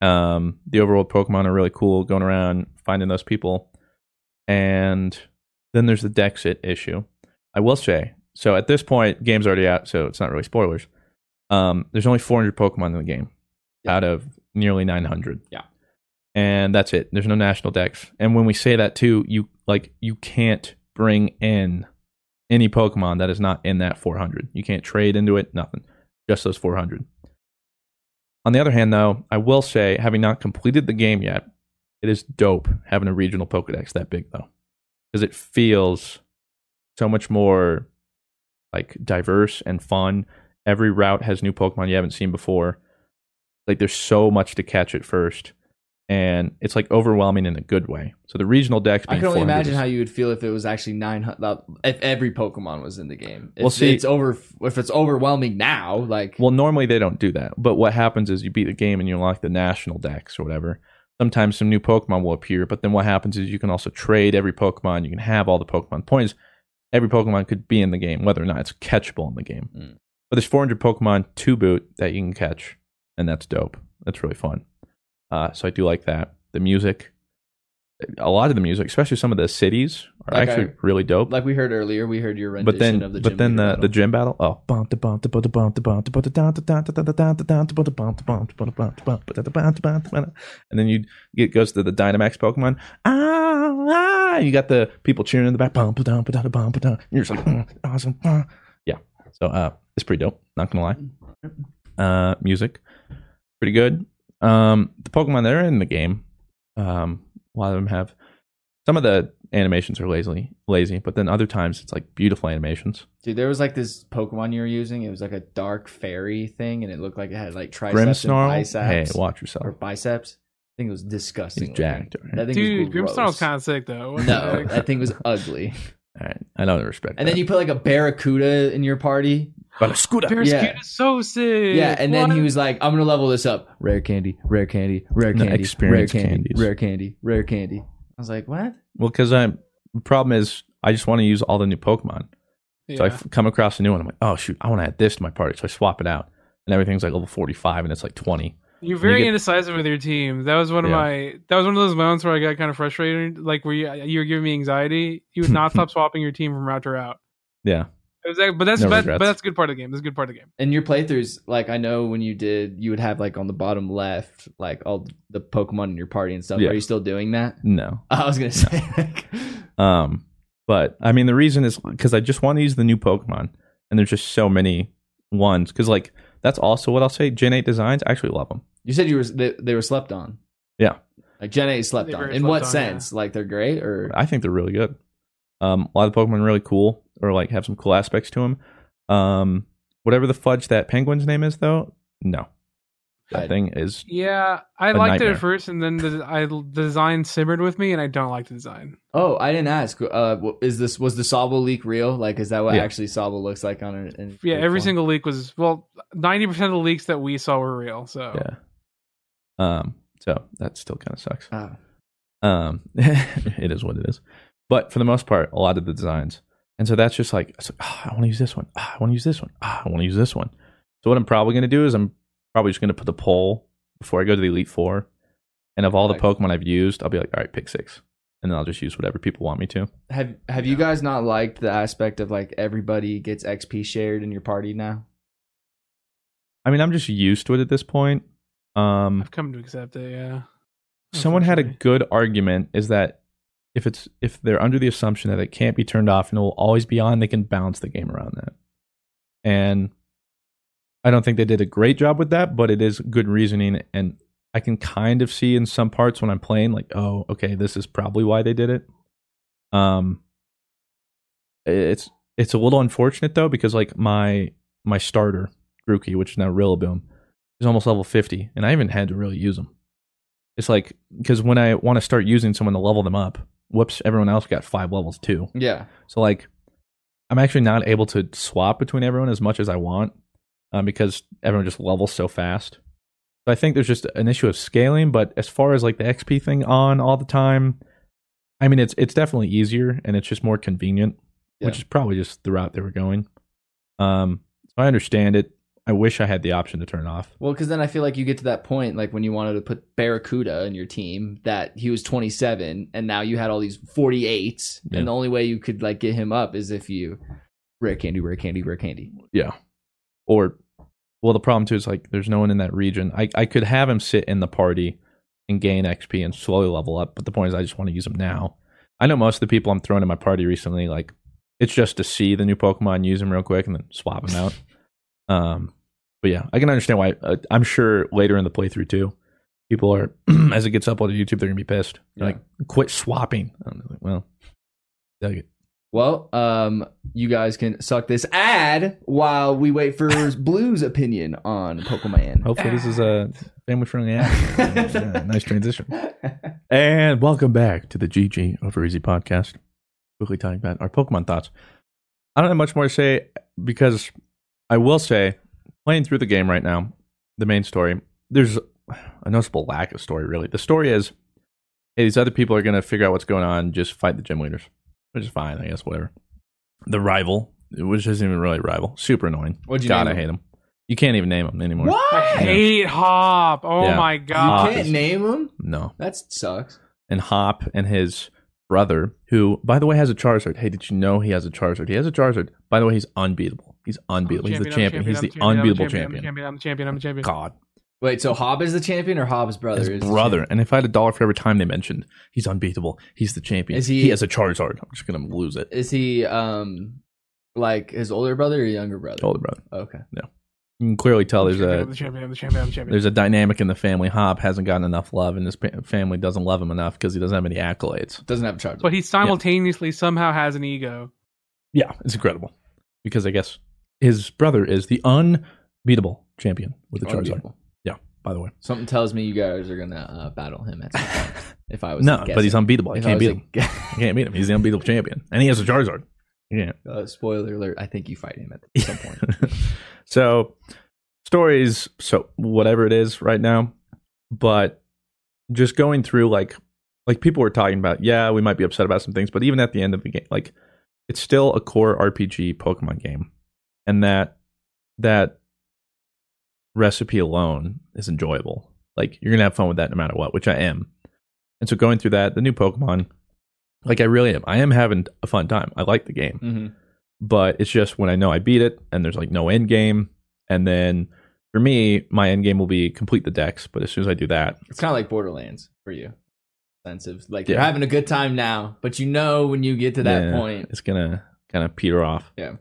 Speaker 1: Um, the overworld Pokemon are really cool, going around finding those people, and then there's the Dexit issue. I will say, so at this point, game's already out, so it's not really spoilers. Um, there's only 400 Pokemon in the game
Speaker 2: Yeah.
Speaker 1: out of nearly 900.
Speaker 2: Yeah.
Speaker 1: and that's it. There's no national Dex, and when we say that too, you like you can't bring in any Pokemon that is not in that 400. You can't trade into it, nothing. Just those 400. On the other hand, though, I will say, having not completed the game yet, it is dope having a regional Pokedex that big, though, because it feels so much more like diverse and fun. Every route has new Pokemon you haven't seen before. Like there's so much to catch at first, and it's like overwhelming in a good way. So the regional decks.
Speaker 2: I
Speaker 1: being
Speaker 2: can only
Speaker 1: formed are
Speaker 2: imagine
Speaker 1: just-
Speaker 2: how you would feel if it was actually nine hundred. If every Pokemon was in the game, if
Speaker 1: Well, see-
Speaker 2: it's over. If it's overwhelming now, like
Speaker 1: Well, normally they don't do that. But what happens is you beat the game and you unlock the national decks or whatever. Sometimes some new Pokemon will appear, but then what happens is you can also trade every Pokemon. You can have all the Pokemon points. Every Pokemon could be in the game, whether or not it's catchable in the game.
Speaker 2: Mm.
Speaker 1: But there's 400 Pokemon to boot that you can catch, and that's dope. That's really fun. Uh, so I do like that. The music, a lot of the music, especially some of the cities, are
Speaker 2: Like I-
Speaker 1: actually really dope
Speaker 2: like we heard earlier, we heard your
Speaker 1: but
Speaker 2: rendition
Speaker 1: then,
Speaker 2: of the.
Speaker 1: but
Speaker 2: gym
Speaker 1: then the,
Speaker 2: leader
Speaker 1: the
Speaker 2: battle.
Speaker 1: gym battle. Oh, bump the bump the bump the bump the bump the bump the bump the bump the bump the bump the bump the bump the bump the bump the bump the bump the bump the bump the bump the bump. Oh. And then you it goes to the Dynamax Pokemon. Ah, ah! You got the people cheering in the back. Bump the bump the bump the You're just like mm, awesome. ah. Yeah. So uh, it's pretty dope. Not gonna lie. Uh, music, pretty good. Um, the Pokemon that are in the game, um, a lot of them have some of the animations are lazily lazy, but then other times it's like beautiful animations.
Speaker 2: Dude, there was like this Pokemon you were using. It was like a dark fairy thing, and it looked like it had like triceps and
Speaker 1: Grimmsnarl, hey,
Speaker 2: biceps
Speaker 1: watch
Speaker 2: or
Speaker 1: yourself.
Speaker 2: biceps. I think it was disgusting.
Speaker 1: He's jacked. All right.
Speaker 2: That thing
Speaker 3: Dude,
Speaker 2: was gross.
Speaker 3: Grimmsnarl's kind of sick though. What the
Speaker 2: No,
Speaker 3: heck?
Speaker 2: that thing was ugly.
Speaker 1: All right. I don't respect.
Speaker 2: And then you put like a barracuda in your party.
Speaker 1: but a scooter.
Speaker 3: Bear's
Speaker 2: Yeah.
Speaker 3: cute is so sick.
Speaker 2: Yeah, and then
Speaker 3: What?
Speaker 2: he was like, "I'm gonna level this up. Rare candy, rare candy, rare
Speaker 1: No,
Speaker 2: candy, rare
Speaker 1: experience
Speaker 2: candy,
Speaker 1: candies.
Speaker 2: rare candy, rare candy." I was like, "What?"
Speaker 1: Well, because I the problem is I just want to use all the new Pokemon.
Speaker 3: yeah.
Speaker 1: So I f- come across a new one. I'm like, oh shoot, I want to add this to my party. So I swap it out, and everything's like level 45, and it's like 20.
Speaker 3: You're very
Speaker 1: get-
Speaker 3: indecisive with your team. That was one of
Speaker 1: Yeah.
Speaker 3: my. That was one of those moments where I got kind of frustrated. Like where you, you were giving me anxiety. You
Speaker 1: [LAUGHS]
Speaker 3: would not stop swapping your team from route to route.
Speaker 1: Yeah.
Speaker 3: It was like- but that's
Speaker 1: No
Speaker 3: but,
Speaker 1: regrets.
Speaker 3: but that's a good part of the game. That's a good part of the game.
Speaker 2: In your playthroughs, like I know when you did, you would have like on the bottom left, like all the Pokemon in your party and stuff.
Speaker 1: Yeah.
Speaker 2: Are you still doing that? [LAUGHS]
Speaker 1: No.
Speaker 2: I was gonna say.
Speaker 1: Um, but I mean, the reason is because I just want to use the new Pokemon, and there's just so many ones. Because like that's also what I'll say. Gen 8 designs, I actually love them.
Speaker 2: you said you were they, they were slept on.
Speaker 1: Yeah.
Speaker 2: Like Gen A slept
Speaker 3: They
Speaker 2: on.
Speaker 3: were
Speaker 2: In
Speaker 3: slept
Speaker 2: what
Speaker 3: on,
Speaker 2: sense? Like they're great or
Speaker 1: I think they're really good. Um, a lot of the Pokemon are really cool, or like have some cool aspects to them. Um, whatever the fudge that penguin's name is, though, no, that
Speaker 2: I-
Speaker 1: thing is.
Speaker 3: Yeah, I
Speaker 1: A
Speaker 3: liked it
Speaker 1: nightmare.
Speaker 3: at first, and then the, I the design simmered with me, and I don't like the design.
Speaker 2: Oh, I didn't ask. Uh, wh- is this was the Sobble leak real? Like, is that what
Speaker 1: Yeah.
Speaker 2: actually Sobble looks like on it? in-
Speaker 3: Yeah, every
Speaker 2: form?
Speaker 3: single leak was well, ninety percent of the leaks that we saw were real. So
Speaker 1: Yeah. Um, so that still kind of sucks.
Speaker 2: Oh.
Speaker 1: Um, [LAUGHS] it is what it is. But for the most part, a lot of the designs. And so that's just like, it's like, "Ah, I want to use this one. Ah, I want to use this one. Ah, I want to use this one. So what I'm probably going to do is I'm probably just going to put the poll before I go to the Elite Four. And of all the
Speaker 2: Like-
Speaker 1: Pokemon I've used, I'll be like, all right, pick six. And then I'll just use whatever people want me to.
Speaker 2: Have Have you guys not liked the aspect of like everybody gets XP shared in your party now?
Speaker 1: I mean, I'm just used to it at this point. Um,
Speaker 3: I've come to accept it. Yeah.
Speaker 1: someone had a
Speaker 3: Unfortunately.
Speaker 1: good argument is that if it's if they're under the assumption that it can't be turned off and it will always be on, they can bounce the game around that. And I don't think they did a great job with that, but it is good reasoning and I can kind of see in some parts when I'm playing like, oh, okay, this is probably why they did it. Um it's it's a little unfortunate though because like my my starter, Grookey, which is now Rillaboom, is almost level 50 and I haven't had to really use him. It's like because when I want to start using someone to level them up, whoops, everyone else got five levels too.
Speaker 2: Yeah,
Speaker 1: So like, I'm actually not able to swap between everyone as much as I want um, because everyone just levels so fast. So I think there's just an issue of scaling. But as far as like the XP thing on all the time, I mean it's it's definitely easier and it's just more convenient, which
Speaker 2: Yeah.
Speaker 1: is probably just the route they were going. Um, so I understand it. I wish I had the option to turn it off.
Speaker 2: Well, because then I feel like you get to that point, like when you wanted to put Barracuda in your team, that he was 27, and now you had all these 48s,
Speaker 1: Yeah.
Speaker 2: and the only way you could like get him up is if you rare candy, rare candy, rare candy.
Speaker 1: or well the problem too is like there's no one in that region i i could have him sit in the party and gain xp and slowly level up but the point is i just want to use him now i know most of the people i'm throwing in my party recently like it's just to see the new pokemon use them real quick and then swap them out um but yeah i can understand why uh, i'm sure later in the playthrough too people are [CLEARS THROAT] as it gets uploaded to youtube they're gonna be pissed They're
Speaker 2: Yeah.
Speaker 1: like quit swapping I'm like, well dug it
Speaker 2: Well, um, you guys can suck this ad while we wait [LAUGHS] for Blue's opinion on Pokemon.
Speaker 1: Hopefully, this is a family friendly app. Yeah, nice transition.
Speaker 2: Oh. [LAUGHS]
Speaker 1: And welcome back to the GG Over Easy podcast. Quickly talking about our Pokemon thoughts. I don't have much more to say because I will say, playing through the game right now, the main story, there's a noticeable lack of story, really. The story is hey, these other people are going to figure out what's going on, just fight the gym leaders, which is fine, I guess, whatever. The rival, which isn't even really a rival, super annoying.
Speaker 2: What'd you
Speaker 1: God,
Speaker 2: name
Speaker 1: I
Speaker 2: him?
Speaker 1: hate him. You can't even name him anymore.
Speaker 2: What?
Speaker 3: I
Speaker 2: You
Speaker 3: hate Hop. Oh
Speaker 1: Yeah.
Speaker 3: my
Speaker 1: Hop
Speaker 3: god.
Speaker 2: can't
Speaker 1: is-
Speaker 2: name him?
Speaker 1: No.
Speaker 2: That sucks.
Speaker 1: and Hop and his brother, who by the way has a Charizard. Hey, did you know he has a Charzard? He has a Charizard. By the way, he's unbeatable. He's unbeatable. he's the Oh, champion. He's the unbeatable champion.
Speaker 3: I'm the champion. I'm the champion.
Speaker 1: God,
Speaker 2: Wait, so Hob is the champion or Hob's brother
Speaker 1: his
Speaker 2: is the
Speaker 1: brother. And if I had a dollar for every time they mentioned he's unbeatable, he's the champion.
Speaker 2: Is he-
Speaker 1: has a Charizard. I'm just gonna lose it.
Speaker 2: champion? Is he um like his older brother or younger brother?
Speaker 1: Older brother.
Speaker 2: Okay.
Speaker 1: You can clearly tell there's
Speaker 3: champion, I'm
Speaker 1: a
Speaker 3: the champion. I'm the champion. I'm the champion.
Speaker 1: uh, there's a dynamic in the family. Hop hasn't gotten enough love, and his pa- family doesn't love him enough because he doesn't have any accolades.
Speaker 2: Doesn't have a charge.
Speaker 3: But he simultaneously somehow has an ego.
Speaker 1: Yeah, it's incredible because I guess his brother is the unbeatable champion with the Charizard.
Speaker 2: Unbeatable.
Speaker 1: By the way.
Speaker 2: Something tells me you guys are gonna uh, battle him at
Speaker 1: [LAUGHS]
Speaker 2: some point. if I was
Speaker 1: No,
Speaker 2: guessing.
Speaker 1: but he's unbeatable. I
Speaker 2: If
Speaker 1: can't
Speaker 2: was
Speaker 1: beat
Speaker 2: a
Speaker 1: him.
Speaker 2: guess-
Speaker 1: I can't beat him. He's the unbeatable champion, and he has a Charizard. Yeah.
Speaker 2: [LAUGHS] Uh, spoiler alert! I think you fight him
Speaker 1: [LAUGHS]
Speaker 2: at some point.
Speaker 1: so stories. So whatever it is right now, but just going through like like people were talking about. Yeah, we might be upset about some things, but even at the end of the game, like it's still a core RPG Pokemon game, and that that recipe alone is enjoyable. Like you're gonna have fun with that no matter what, which I am. And so going through that, the new Pokemon, like I really am. I am having a fun time. I like the game
Speaker 2: mm-hmm.
Speaker 1: but it's just when I know I beat it and there's like no end game. And then for me, my end game will be complete the decks. But as soon as I do that,
Speaker 2: It's kind of like Borderlands for you. Sense of like you're
Speaker 1: Yeah.
Speaker 2: having a good time now, but you know when you get to that
Speaker 1: yeah,
Speaker 2: point,
Speaker 1: it's gonna kind of peter off.
Speaker 2: Yeah.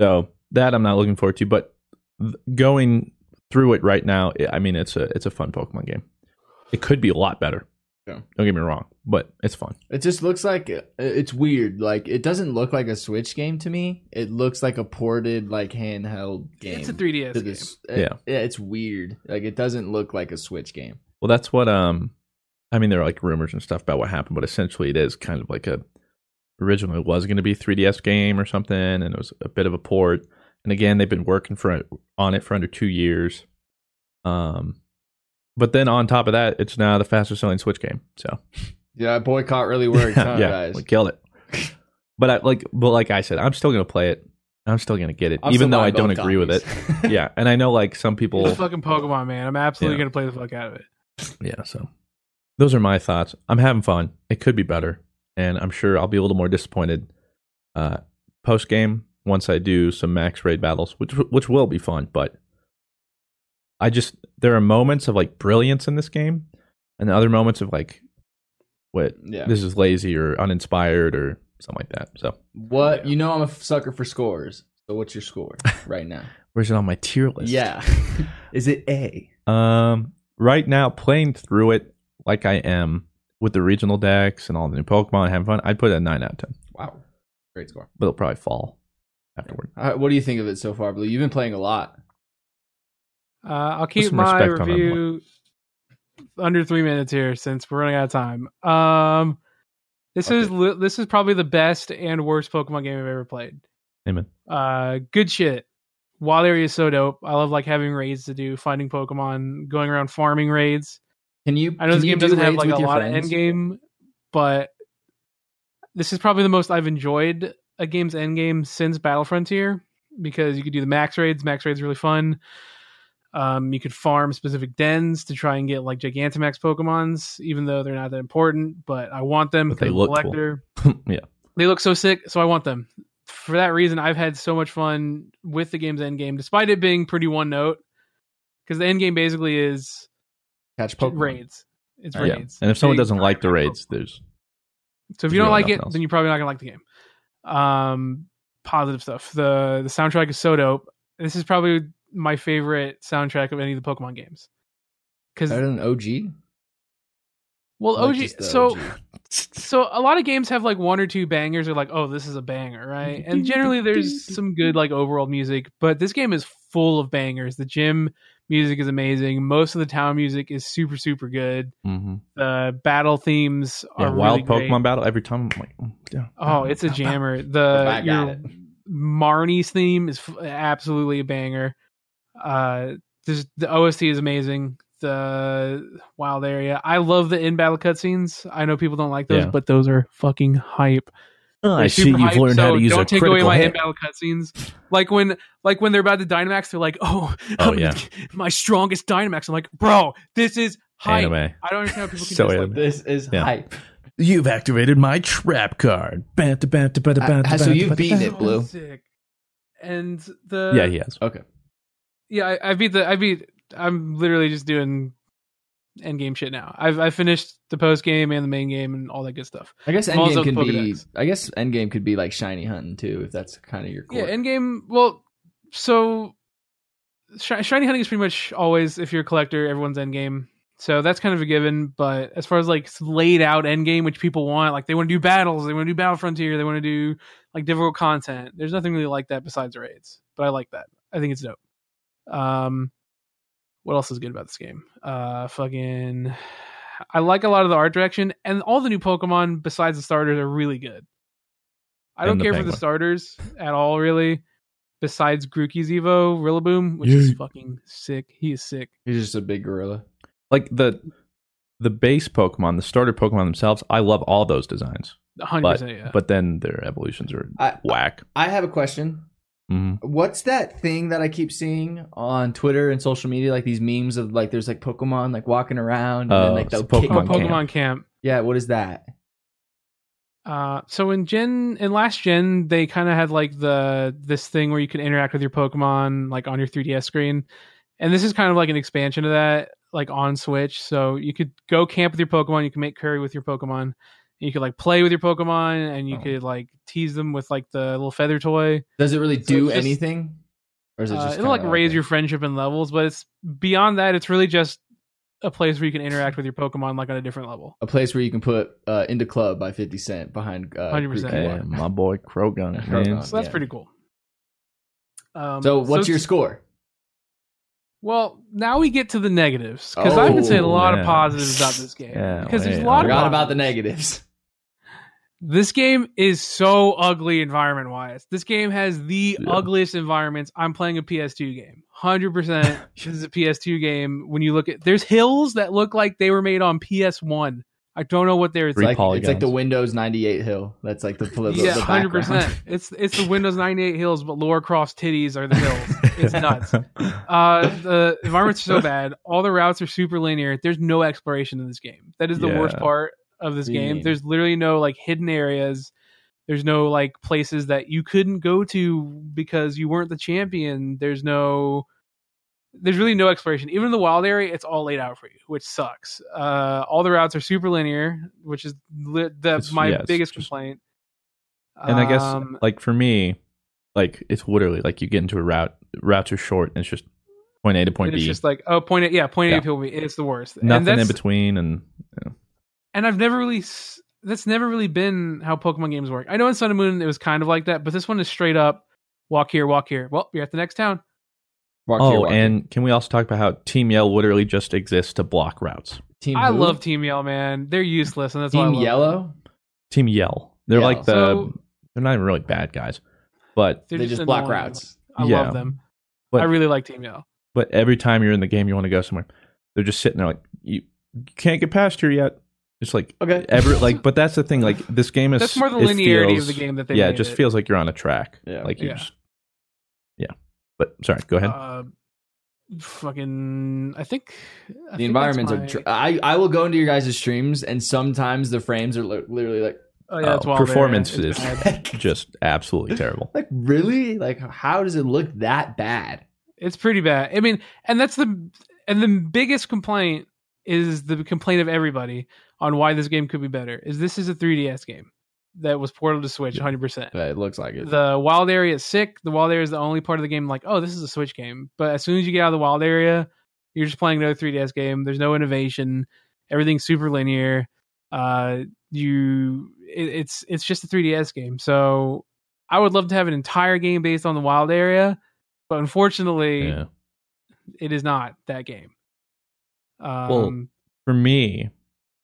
Speaker 1: So that I'm not looking forward to, but th- going through it right now, i I mean, it's a it's a fun Pokemon game. It could be a lot better.
Speaker 2: Yeah.
Speaker 1: Don't get me wrong, but it's fun.
Speaker 2: it just looks like uh, it's weird. Like it doesn't look like a Switch game to me. It looks like a ported like handheld game.
Speaker 3: It's a 3DS
Speaker 2: to
Speaker 3: game.
Speaker 2: this. uh,
Speaker 1: Yeah.
Speaker 2: yeah, it's weird. Like it doesn't look like a Switch game.
Speaker 1: Well, that's what um, I mean, there are like rumors and stuff about what happened, but essentially, it is kind of like a originally was going to be a 3DS game or something, and it was a bit of a port. And again, they've been working for on it for under two years. Um, but then on top of that, it's now the fastest selling Switch game. So
Speaker 2: Yeah, boycott really works, huh,
Speaker 1: [LAUGHS] yeah,
Speaker 2: guys?
Speaker 1: we killed it. [LAUGHS] but I like, but like I said, I'm still going to play it. I'm still going to get it, even though I don't agree with it. [LAUGHS]
Speaker 3: [LAUGHS]
Speaker 2: it.
Speaker 1: Yeah, and I know like some [LAUGHS] people.
Speaker 3: It's fucking Pokemon, man. I'm absolutely
Speaker 1: Yeah.
Speaker 3: gonna play the fuck out of it.
Speaker 1: yeah so those are my thoughts i'm having fun it could be better and i'm sure i'll be a little more disappointed uh post game once i do some max raid battles which which will be fun but i just there are moments of like brilliance in this game and other moments of like what
Speaker 2: yeah.
Speaker 1: this is lazy or uninspired or something like that so
Speaker 2: What you know, I'm a sucker for scores. So what's
Speaker 1: [LAUGHS]
Speaker 2: your score right now?
Speaker 1: where's it on my tier list
Speaker 3: [LAUGHS]
Speaker 2: yeah, is it A?
Speaker 1: Um, right now, playing through it like I am with the regional decks and all the new Pokemon, having fun, I'd put it a nine out of ten,
Speaker 2: Wow, great score.
Speaker 1: but it'll probably fall afterward.
Speaker 2: All right, what do you think of it so far, Blue? You've been playing a lot.
Speaker 3: Uh, I'll keep
Speaker 1: some
Speaker 3: my
Speaker 1: respect on that
Speaker 3: review under three minutes here since we're running out of time. Um, this
Speaker 2: Fuck
Speaker 3: is
Speaker 2: it.
Speaker 3: li- this is probably the best and worst Pokemon game I've ever played.
Speaker 1: Amen. [LAUGHS]
Speaker 3: Uh, good shit. Wild area is so dope. I love like having raids to do, finding Pokemon, going around farming raids.
Speaker 2: Can you?
Speaker 3: I know
Speaker 2: can
Speaker 3: this
Speaker 2: you
Speaker 3: game
Speaker 2: do
Speaker 3: doesn't have
Speaker 2: raids
Speaker 3: like
Speaker 2: with
Speaker 3: a
Speaker 2: your
Speaker 3: lot of
Speaker 2: friends?
Speaker 3: end game, but this is probably the most I've enjoyed a game's end game since Battle Frontier because you could do the max raids. Max raids are really fun. Um, you could farm specific dens to try and get like Gigantamax Pokemons, even though they're not that important. But I want them.
Speaker 1: But
Speaker 3: for
Speaker 1: they
Speaker 3: the
Speaker 1: look cool. yeah,
Speaker 3: they look so sick, so I want them. For that reason, I've had so much fun with the game's end game, despite it being pretty one note. Because the end game basically is
Speaker 2: Catch Pokemon.
Speaker 3: raids. It's
Speaker 1: yeah.
Speaker 3: raids.
Speaker 1: And if someone
Speaker 3: Big
Speaker 1: doesn't like the
Speaker 3: Pokemon.
Speaker 1: raids, there's
Speaker 3: so if
Speaker 1: there's
Speaker 3: you don't
Speaker 1: really
Speaker 3: like it,
Speaker 1: nothing else.
Speaker 3: then you're probably not gonna like the game. Um, positive stuff. The the soundtrack is so dope. This is probably my favorite soundtrack of any of the Pokemon games. Because
Speaker 2: Better than OG.
Speaker 3: Well,
Speaker 2: Like,
Speaker 3: OG.
Speaker 2: just the
Speaker 3: so
Speaker 2: OG.
Speaker 3: so a lot of games have like one or two bangers or like oh this is a banger right and generally there's some good like overall music but this game is full of bangers the gym music is amazing most of the town music is super super good
Speaker 1: Mm-hmm.
Speaker 3: the battle themes are
Speaker 1: Yeah, wild
Speaker 3: really great.
Speaker 1: Pokemon battle every time. I'm like, mm, yeah.
Speaker 4: [LAUGHS]
Speaker 3: oh it's a jammer
Speaker 2: I
Speaker 3: the
Speaker 2: got
Speaker 3: your
Speaker 2: it.
Speaker 3: marnie's theme is f- absolutely a banger uh this, the ost is amazing the wild area i love the in-battle cutscenes i know people don't like those
Speaker 1: Yeah.
Speaker 3: but those are fucking hype
Speaker 4: Oh, I
Speaker 3: They're
Speaker 4: see
Speaker 3: super
Speaker 4: you've
Speaker 3: hyped,
Speaker 4: learned how
Speaker 3: so
Speaker 4: to use
Speaker 3: don't
Speaker 4: a
Speaker 3: take
Speaker 4: critical
Speaker 3: away my
Speaker 4: hit.
Speaker 3: in-battle cutscenes. Like when, like when they're about to Dynamax, they're like, "Oh,
Speaker 4: Oh,
Speaker 3: I'm-
Speaker 4: yeah.
Speaker 3: [LAUGHS] my strongest Dynamax." I'm like, "Bro, this is hype."
Speaker 4: Anime.
Speaker 3: I don't understand how people can
Speaker 1: So
Speaker 3: just
Speaker 1: anime.
Speaker 3: like
Speaker 2: This is
Speaker 4: Yeah.
Speaker 2: hype.
Speaker 4: You've activated my trap card. Bam, da, bam, da, ba, da, bam, da,
Speaker 2: Uh, so
Speaker 4: bam,
Speaker 2: you've
Speaker 4: da, ba, da,
Speaker 2: beaten
Speaker 4: bam.
Speaker 2: it. Blue.
Speaker 3: Sick. And the
Speaker 1: yeah, he has.
Speaker 2: Okay.
Speaker 3: yeah, I, I beat the I beat. I'm literally just doing end game shit now. I've I finished the post game and the main game and all that good stuff.
Speaker 2: I guess
Speaker 3: Balls
Speaker 2: endgame
Speaker 3: of
Speaker 2: could be.
Speaker 3: Pokedex.
Speaker 2: I guess endgame could be like shiny hunting too, if that's kind of your core.
Speaker 3: Yeah, end game. Well, so shi- shiny hunting is pretty much always if you're a collector, everyone's end game. So that's kind of a given. But as far as like laid out end game, which people want, like they want to do battles, they want to do Battle Frontier, they want to do like difficult content. There's nothing really like that besides raids. But I like that. I think it's dope. Um, what else is good about this game? Uh, fucking. I like a lot of the art direction, and all the new Pokemon besides the starters are really good. I
Speaker 1: And
Speaker 3: don't
Speaker 1: the
Speaker 3: care for the
Speaker 1: Penguin.
Speaker 3: starters at all, really. Besides Grookey's Evo Rillaboom, which is fucking sick. He is sick.
Speaker 2: He's just a big gorilla.
Speaker 1: Like the the base Pokemon, the starter Pokemon themselves. I love all those designs,
Speaker 3: 100%.
Speaker 1: but
Speaker 3: yeah.
Speaker 1: but then their evolutions are
Speaker 2: I
Speaker 1: whack.
Speaker 2: I have a question.
Speaker 1: Mm-hmm.
Speaker 2: What's that thing that I keep seeing on Twitter and social media? Like these memes of like there's like Pokemon like walking around and
Speaker 1: Oh,
Speaker 2: then like
Speaker 1: it's
Speaker 2: they'll
Speaker 1: Pokemon
Speaker 2: kick
Speaker 3: oh,
Speaker 1: Camp.
Speaker 2: them.
Speaker 3: Pokemon Camp.
Speaker 2: Yeah, what is that?
Speaker 3: Uh, so in Gen in last Gen, they kind of had like the this thing where you could interact with your Pokemon like on your 3DS screen, and this is kind of like an expansion of that, like on Switch. So you could go camp with your Pokemon, you can make curry with your Pokemon, and you could like play with your Pokemon, and you
Speaker 1: Oh.
Speaker 3: could like tease them with like the little feather toy.
Speaker 2: Does it really
Speaker 3: So
Speaker 2: do
Speaker 3: it's just-
Speaker 2: anything? Or is it
Speaker 3: Uh,
Speaker 2: just
Speaker 3: it'll
Speaker 2: kinda
Speaker 3: like raise
Speaker 2: okay?
Speaker 3: your friendship and levels, but it's beyond that. It's really just a place where you can interact with your Pokemon like on a different level.
Speaker 2: a place where you can put uh, "Into Club" by Fifty Cent behind. Uh,
Speaker 3: 100%.
Speaker 2: Groupie
Speaker 1: Hey,
Speaker 2: One.
Speaker 1: my boy Krogon. man.
Speaker 2: Krogon.
Speaker 3: So that's
Speaker 2: Yeah.
Speaker 3: pretty cool. Um,
Speaker 2: So, what's
Speaker 3: your
Speaker 2: your score?
Speaker 3: Well, now we get to the negatives because I've been saying a
Speaker 2: Oh,
Speaker 3: lot
Speaker 1: yeah.
Speaker 3: of positives about this game
Speaker 1: Yeah,
Speaker 3: because there's a
Speaker 1: yeah.
Speaker 3: lot of
Speaker 2: Forgot about the
Speaker 3: positives.
Speaker 2: negatives.
Speaker 3: This game is so ugly environment wise. This game has the
Speaker 1: Yeah.
Speaker 3: ugliest environments. I'm playing a PS2 game, hundred
Speaker 2: [LAUGHS]
Speaker 3: percent. This is a PS2 game. When you look at there's hills that look like they were made on PS1. I don't know what they're
Speaker 1: Three
Speaker 2: like,
Speaker 1: polygons.
Speaker 2: It's like the Windows 98 hill. That's like the flip.
Speaker 3: yeah,
Speaker 2: the
Speaker 3: hundred
Speaker 2: background.
Speaker 3: percent.
Speaker 2: [LAUGHS]
Speaker 3: It's it's the Windows ninety eight hills, but Laura Croft's titties are the hills. It's nuts.
Speaker 1: [LAUGHS]
Speaker 3: Uh, the environments are so bad. All the routes are super linear. There's no exploration in this game. That is the worst
Speaker 1: Yeah.
Speaker 3: part of this game.
Speaker 2: Mm.
Speaker 3: There's literally no like hidden areas. There's no like places that you couldn't go to because you weren't the champion. There's no there's really no exploration. Even in the wild area, it's all laid out for you, which sucks. Uh, all the routes are super linear, which is li- that's
Speaker 1: It's-
Speaker 3: my
Speaker 1: yeah, it's
Speaker 3: biggest
Speaker 1: just-
Speaker 3: complaint.
Speaker 1: and I guess
Speaker 3: Um,
Speaker 1: like for me, like it's literally like you get into a route, routes are short, and it's just point A to point
Speaker 3: and it's
Speaker 1: B,
Speaker 3: just like oh point A, yeah point A
Speaker 1: Yeah.
Speaker 3: to point B. It's the worst. And
Speaker 1: nothing in
Speaker 3: that's-
Speaker 1: between, and
Speaker 3: and I've never really s- that's never really been how Pokemon games work. I know in Sun and Moon it was kind of like that, but this one is straight up walk here, walk here. Well, you're at the next town.
Speaker 2: Walk here,
Speaker 1: oh,
Speaker 2: walk
Speaker 1: and
Speaker 2: here.
Speaker 1: can we also talk about how Team Yell literally just exists to block routes?
Speaker 2: Team
Speaker 3: I
Speaker 2: who?
Speaker 3: love Team Yell, man. They're useless, and that's why I
Speaker 2: Team
Speaker 3: love them.
Speaker 2: Yellow.
Speaker 1: Team Yell, they're
Speaker 2: Yell.
Speaker 1: like the
Speaker 3: So-
Speaker 1: they're not even really bad guys, but
Speaker 3: They're
Speaker 2: they just block
Speaker 3: annoying.
Speaker 2: routes.
Speaker 3: I
Speaker 1: Yeah.
Speaker 3: love them.
Speaker 1: But-
Speaker 3: I really like Team Yell.
Speaker 1: but every time you're in the game, you want to go somewhere. They're just sitting there like you, you can't get past here yet. It's like
Speaker 2: Okay.
Speaker 3: [LAUGHS]
Speaker 1: ever like, but that's the thing. Like this game is
Speaker 3: That's more the
Speaker 1: it
Speaker 3: linearity
Speaker 1: feels-
Speaker 3: of the game that they
Speaker 1: yeah,
Speaker 3: made
Speaker 1: it just
Speaker 3: it.
Speaker 1: feels like you're on a track.
Speaker 2: Yeah.
Speaker 1: Like you
Speaker 3: Yeah.
Speaker 1: just Yeah. But sorry, go ahead.
Speaker 3: Uh, fucking, I think I think that's
Speaker 2: the environments
Speaker 3: my-
Speaker 2: are. Tr- I I will go into your guys' streams, and sometimes the frames are li- literally like, [LAUGHS]
Speaker 3: oh, yeah,
Speaker 1: Oh,
Speaker 3: it's wild
Speaker 1: performance
Speaker 3: area. It's
Speaker 1: is-
Speaker 3: bad.
Speaker 1: just absolutely terrible.
Speaker 2: like really, like how does it look that bad?
Speaker 3: It's pretty bad. I mean, and that's the and the biggest complaint is the complaint of everybody on why this game could be better is this is a 3DS game that was ported to Switch 100%.
Speaker 2: But it looks like it.
Speaker 3: The wild area is sick. The wild area is the only part of the game like, oh, this is a Switch game. But as soon as you get out of the wild area, you're just playing another 3DS game. There's no innovation. Everything's super linear. Uh, you, it, it's it's just a 3DS game. So I would love to have an entire game based on the wild area, but unfortunately,
Speaker 1: Yeah.
Speaker 3: it is not that game. Um,
Speaker 1: Well, For me,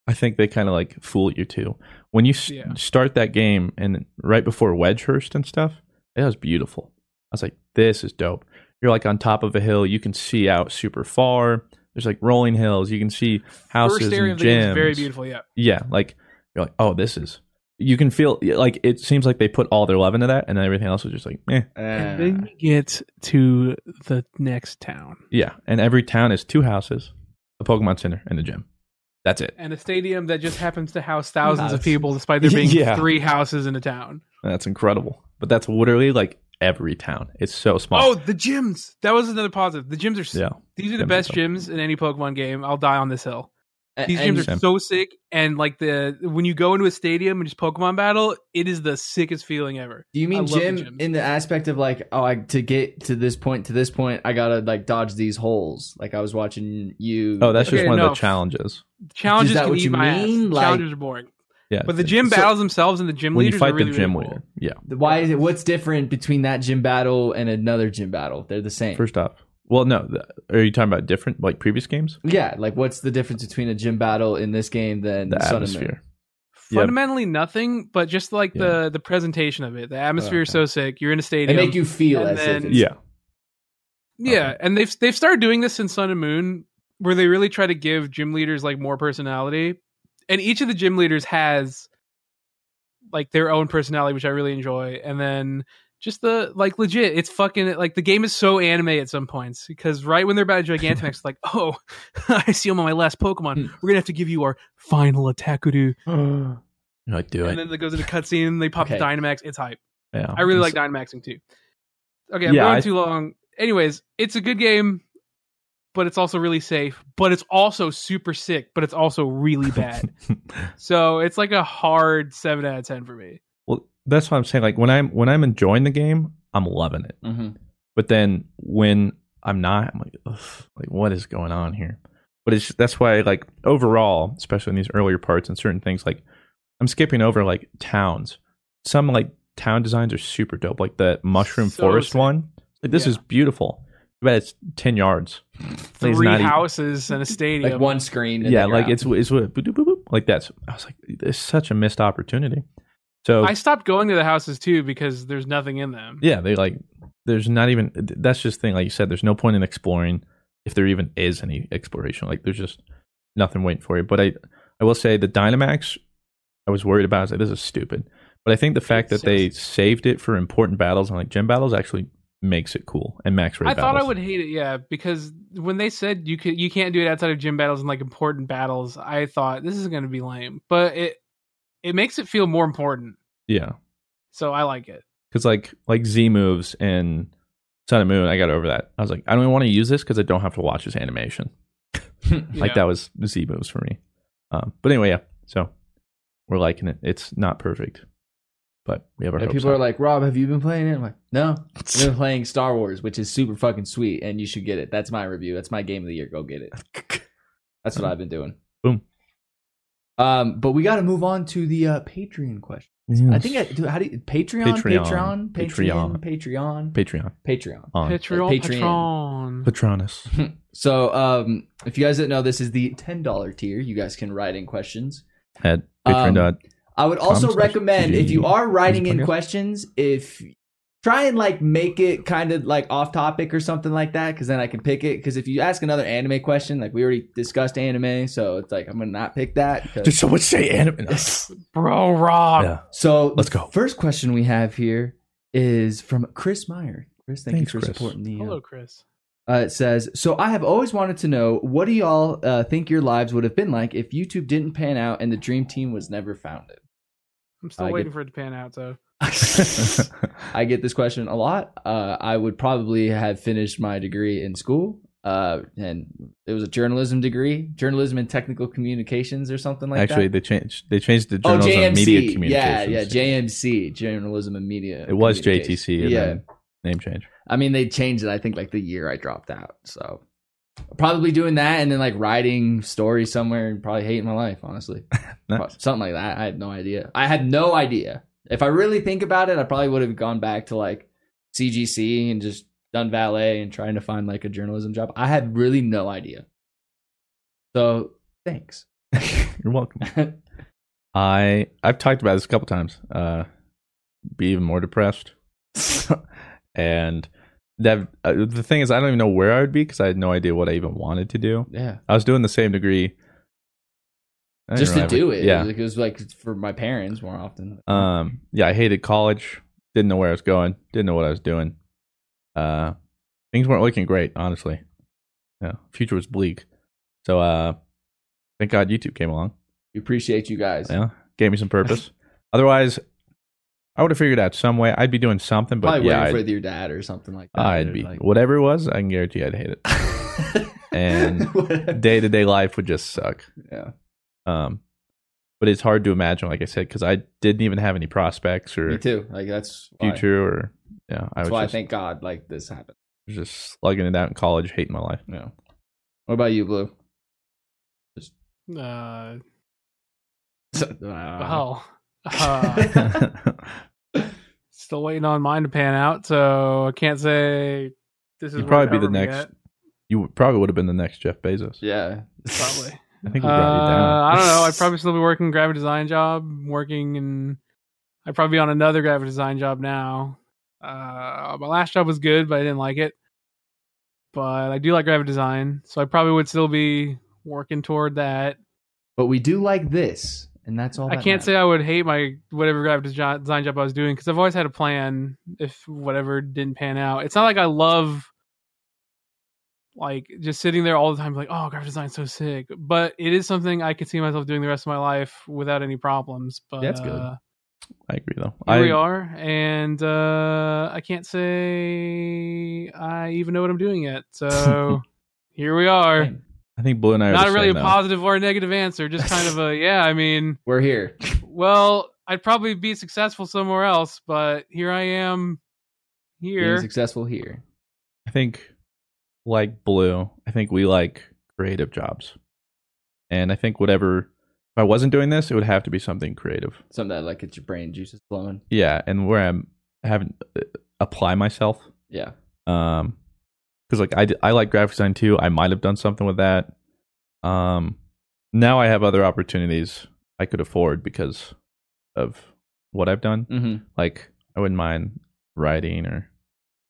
Speaker 1: I think they kind of like fool you too. When you s-
Speaker 3: Yeah.
Speaker 1: start that game and right before Wedgehurst and stuff, it was beautiful. I was like, this is dope. You're like on top of a hill. You can see out super far. There's like rolling hills. You can see houses
Speaker 3: first area
Speaker 1: and
Speaker 3: of the game is
Speaker 1: gyms.
Speaker 3: very beautiful. Yeah,
Speaker 1: yeah like you're like oh this is you can feel like it seems like they put all their love into that and then everything else was just like eh.
Speaker 3: and then you get to the next town
Speaker 1: yeah and every town is two houses a pokemon center and a gym that's it
Speaker 3: and a stadium that just happens to house thousands of
Speaker 2: Houses.
Speaker 3: people, despite there [LAUGHS] being
Speaker 1: Yeah.
Speaker 3: three houses in a town.
Speaker 1: And that's incredible but that's literally like every town it's so small
Speaker 3: Oh, the gyms! That was another positive. The gyms are s
Speaker 1: yeah
Speaker 3: these are the
Speaker 1: Gyms are
Speaker 3: best
Speaker 1: dope.
Speaker 3: gyms in any Pokemon game. I'll die on this hill.
Speaker 2: A-
Speaker 3: These
Speaker 2: and-
Speaker 3: gyms are
Speaker 1: Same.
Speaker 3: so sick, and like the when you go into a stadium and just Pokemon battle, it is the sickest feeling ever.
Speaker 2: Do you
Speaker 3: I
Speaker 2: mean
Speaker 3: love the
Speaker 2: gym
Speaker 3: gyms.
Speaker 2: in the aspect of like, oh, I, to get to this point to this point, I gotta like dodge these holes. Like I was watching you.
Speaker 1: oh that's just
Speaker 3: Okay,
Speaker 1: one of
Speaker 3: no.
Speaker 1: the challenges
Speaker 3: Challenges
Speaker 2: that
Speaker 3: can
Speaker 2: what
Speaker 3: eat
Speaker 2: you
Speaker 3: my
Speaker 2: mean?
Speaker 3: ass.
Speaker 2: Like-
Speaker 3: Challenges are boring,
Speaker 1: yeah
Speaker 3: but the gym
Speaker 1: So
Speaker 3: battles themselves and the gym
Speaker 1: when
Speaker 3: leaders
Speaker 1: you fight
Speaker 3: are really,
Speaker 1: the gym
Speaker 3: really cool.
Speaker 1: leader yeah
Speaker 2: why is it? What's different between that gym battle and another gym battle? They're the same.
Speaker 1: first off well no th- are you talking about different like previous games
Speaker 2: yeah, like what's the difference between a gym battle in this game than
Speaker 1: the
Speaker 2: Sun and Moon?
Speaker 1: atmosphere Yeah.
Speaker 3: fundamentally nothing, but just like the the presentation of it. The atmosphere is so sick. You're in a
Speaker 2: They
Speaker 3: stadium.
Speaker 2: make you feel
Speaker 3: And
Speaker 2: as
Speaker 3: then-
Speaker 2: if it's,
Speaker 3: [GASPS]
Speaker 1: yeah
Speaker 3: yeah, and they've they've started doing this in Sun and Moon, where they really try to give gym leaders like more personality, and each of the gym leaders has like their own personality, which I really enjoy. And then just the like legit, it's fucking like the game is so anime at some points because right when they're about to Gigantamax, it's like oh, [LAUGHS] I see him on my last Pokemon. We're gonna have to give you our final Attackuru,
Speaker 2: Mm-hmm.
Speaker 1: You're like do
Speaker 3: and
Speaker 1: it
Speaker 3: then it goes into cutscene. and They pop
Speaker 2: Okay.
Speaker 3: Dynamax. It's hype.
Speaker 1: yeah
Speaker 3: I really
Speaker 1: And
Speaker 3: like Dynamaxing too. Okay, I'm
Speaker 1: Yeah,
Speaker 3: going
Speaker 1: I-
Speaker 3: too long. Anyways, it's a good game, but it's also really safe. But it's also super sick. But it's
Speaker 1: [LAUGHS]
Speaker 3: also really bad. so it's like a hard seven out of ten for me.
Speaker 1: Well, that's what I'm saying. Like when I'm when I'm enjoying the game, I'm loving it.
Speaker 2: Mhm.
Speaker 1: But then when I'm not, I'm like, Ugh, like what is going on here? But it's that's why like overall, especially in these earlier parts and certain things, like I'm skipping over like towns. Some like town designs are super dope, like the mushroom
Speaker 3: So
Speaker 1: forest
Speaker 3: sick.
Speaker 1: one. Like, this
Speaker 3: Yeah.
Speaker 1: is beautiful. But it's ten yards. Like, it's
Speaker 3: Three
Speaker 1: not even- [LAUGHS]
Speaker 3: houses and a stadium.
Speaker 2: like one screen. And
Speaker 1: yeah,
Speaker 2: then you're
Speaker 1: like
Speaker 2: out.
Speaker 1: it's it's what boop, boop, boop, boop. like that's. I was like, it's such a missed opportunity. So
Speaker 3: I stopped going to the houses too because there's nothing in them.
Speaker 1: yeah they like there's not even that's just the thing like you said there's no point in exploring if there even is any exploration like there's just nothing waiting for you but i i will say the dynamax i was worried about I was like this is stupid but i think the fact that they saved it for important battles and like gym battles actually makes it cool and max rate
Speaker 3: I thought I
Speaker 1: battles.
Speaker 3: would hate it, yeah, because when they said you could you can't do it outside of gym battles and like important battles, I thought this is going to be lame. But it it makes it feel more important,
Speaker 1: yeah
Speaker 3: so I like it.
Speaker 1: because like like z moves and sun and moon i got over that i was like i don't even want to use this because i don't have to watch this animation Like [LAUGHS]
Speaker 3: Yeah.
Speaker 1: that was Z moves for me. Um, but anyway, yeah. So we're liking it. It's not perfect, but we have our
Speaker 2: And
Speaker 1: hopes
Speaker 2: people are
Speaker 1: up.
Speaker 2: like, Rob, have you been playing it? I'm like,
Speaker 1: [LAUGHS]
Speaker 2: no, I've been playing Star Wars, which is super fucking sweet, and you should get it. That's my review. That's my game of the year. Go get it.
Speaker 1: [LAUGHS]
Speaker 2: That's what I've been doing.
Speaker 1: Boom.
Speaker 2: Um, but we got to move on to the uh, Patreon question. I think I, dude, how do you, Patreon,
Speaker 1: Patreon.
Speaker 2: Patreon, Patreon, Patreon, Patreon,
Speaker 1: Patreon
Speaker 2: Patreon.
Speaker 1: on
Speaker 3: Patreon.
Speaker 2: Patreon.
Speaker 3: Patron.
Speaker 1: Patronus.
Speaker 2: So, um, if you guys didn't know, this is the ten dollar tier. You guys can write in questions.
Speaker 1: [LAUGHS] At
Speaker 2: Um,
Speaker 1: Patreon. dot
Speaker 2: I would also
Speaker 1: Comments?
Speaker 2: recommend if you are writing in
Speaker 1: Podcast?
Speaker 2: questions, if try and like make it kind of like off topic or something like that, because then I can pick it. Because if you ask another anime question, like we already discussed anime, so it's like I'm gonna not pick that. 'cause-
Speaker 1: Did someone say
Speaker 2: [LAUGHS]
Speaker 1: anime?
Speaker 3: Bro, Rob.
Speaker 1: yeah.
Speaker 2: so
Speaker 1: Let's
Speaker 2: the [LAUGHS]
Speaker 1: go.
Speaker 2: First question we have here is from Chris Meyer. Chris, thank
Speaker 1: Thanks,
Speaker 2: you for
Speaker 1: Chris.
Speaker 2: supporting the. uh,
Speaker 3: Hello, Chris.
Speaker 2: Uh, it says, "So I have always wanted to know what do y'all uh, think your lives would have been like if YouTube didn't pan out and the Dream Team was never founded."
Speaker 3: I'm still
Speaker 2: I
Speaker 3: waiting
Speaker 2: get-
Speaker 3: for it to pan
Speaker 1: [LAUGHS]
Speaker 3: out, though.
Speaker 1: Uh-huh.
Speaker 2: I get this question a lot. Uh, I would probably have finished my degree in school, uh, and it was a journalism degree, journalism and technical communications, or something like
Speaker 1: Actually,
Speaker 2: that.
Speaker 1: they
Speaker 2: Oh,
Speaker 1: changed. They changed the journalism and media
Speaker 2: yeah,
Speaker 1: communications.
Speaker 2: yeah, JMC, journalism and media.
Speaker 1: It was
Speaker 2: communications.
Speaker 1: JTC. And
Speaker 2: yeah,
Speaker 1: then Name change.
Speaker 2: I mean they changed it. I think like the year I dropped out. So Probably doing that and then like writing stories somewhere and probably hating my life, honestly. Pro-
Speaker 1: [LAUGHS] Nice.
Speaker 2: Something like that. I have no idea. I had no idea. If I really think about it, I probably would have gone back to like CGC and just done valet and trying to find like a journalism job. I had really no idea. So thanks. [LAUGHS]
Speaker 1: You're welcome. I I've talked about this a couple times. Uh, be even more depressed, [LAUGHS] and that uh, the thing is, I don't even know where I would be because I had no idea what I even wanted to do.
Speaker 2: yeah.
Speaker 1: I was doing the same degree, I didn't
Speaker 2: Just
Speaker 1: really
Speaker 2: to
Speaker 1: have
Speaker 2: do
Speaker 1: a-
Speaker 2: it.
Speaker 1: Yeah,
Speaker 2: It was like for my parents more often.
Speaker 1: um, yeah. I hated college. Didn't know where I was going. Didn't know what I was doing. Uh, things weren't looking great, honestly. Yeah, future was bleak. So, uh, thank God YouTube came along.
Speaker 2: we appreciate you guys.
Speaker 1: Yeah, gave me some purpose. [LAUGHS] Otherwise, I would have figured out some way. I'd be doing something, but
Speaker 2: Probably
Speaker 1: yeah,
Speaker 2: waiting
Speaker 1: I'd,
Speaker 2: for your dad or something like that.
Speaker 1: I'd
Speaker 2: or,
Speaker 1: be
Speaker 2: like-
Speaker 1: whatever it was. I can guarantee I'd hate
Speaker 2: [LAUGHS]
Speaker 1: it. [LAUGHS] And
Speaker 2: Whatever.
Speaker 1: Day to day life would just suck.
Speaker 2: Yeah.
Speaker 1: Um, but it's hard to imagine, like I said, because I didn't even have any prospects
Speaker 2: me
Speaker 1: or
Speaker 2: too. Like that's why-
Speaker 1: future or yeah. I
Speaker 2: That's
Speaker 1: was
Speaker 2: why
Speaker 1: just,
Speaker 2: I thank God like this happened.
Speaker 1: was just slugging it out in college, hating my
Speaker 2: [LAUGHS]
Speaker 1: life.
Speaker 2: Yeah. What about you, Blue? [LAUGHS]
Speaker 3: Uh,
Speaker 2: wow.
Speaker 3: well,
Speaker 1: [LAUGHS]
Speaker 3: uh, still waiting on mine to pan out, so I can't say this is.
Speaker 1: You'd probably
Speaker 3: where it
Speaker 1: be the
Speaker 3: covered me
Speaker 1: next.
Speaker 3: at,
Speaker 1: You would- probably would have been the next Jeff Bezos.
Speaker 2: Yeah.
Speaker 3: probably.
Speaker 1: I think we
Speaker 3: Uh,
Speaker 1: brought you down.
Speaker 3: I don't
Speaker 1: [LAUGHS]
Speaker 3: know. I'd probably still be working graphic design job, working in. I'd probably be on another graphic design job now. Uh, my last job was good, but I didn't like it. But I do like graphic design, so I probably would still be working toward that.
Speaker 2: [LAUGHS] But we do like this, and that's all.
Speaker 3: I can't say I would hate my whatever graphic desi- design job I was doing because I've always had a plan. If whatever didn't pan out, it's not like I love like just sitting there all the time, like oh, graphic design's so sick. But it is something I could see myself doing the rest of my life without any problems. But
Speaker 2: That's good.
Speaker 3: Uh,
Speaker 1: I agree though.
Speaker 3: here
Speaker 1: I,
Speaker 3: we are, and uh, I can't say I even know what I'm doing yet.
Speaker 2: [LAUGHS]
Speaker 3: So here we are.
Speaker 2: Dang.
Speaker 1: I think Blue and I are
Speaker 3: Not
Speaker 1: the
Speaker 3: really a
Speaker 1: same, though.
Speaker 3: positive or a negative answer, just kind of a yeah. I mean.
Speaker 2: we're here.
Speaker 3: Well, I'd probably be successful somewhere else, but here I am
Speaker 2: Being
Speaker 3: here.
Speaker 2: successful here.
Speaker 1: I think like blue, I think we like creative jobs. And I think whatever if I wasn't doing this, it would have to be something creative.
Speaker 2: Something that like gets your brain juices flowing.
Speaker 1: Yeah, and where I'm I haven't uh, apply myself
Speaker 2: Yeah.
Speaker 1: um cuz like I d- I like graphic design too. I might have done something with that. Um now I have other opportunities I could afford because of what I've done.
Speaker 2: hmm
Speaker 1: Like I wouldn't mind writing or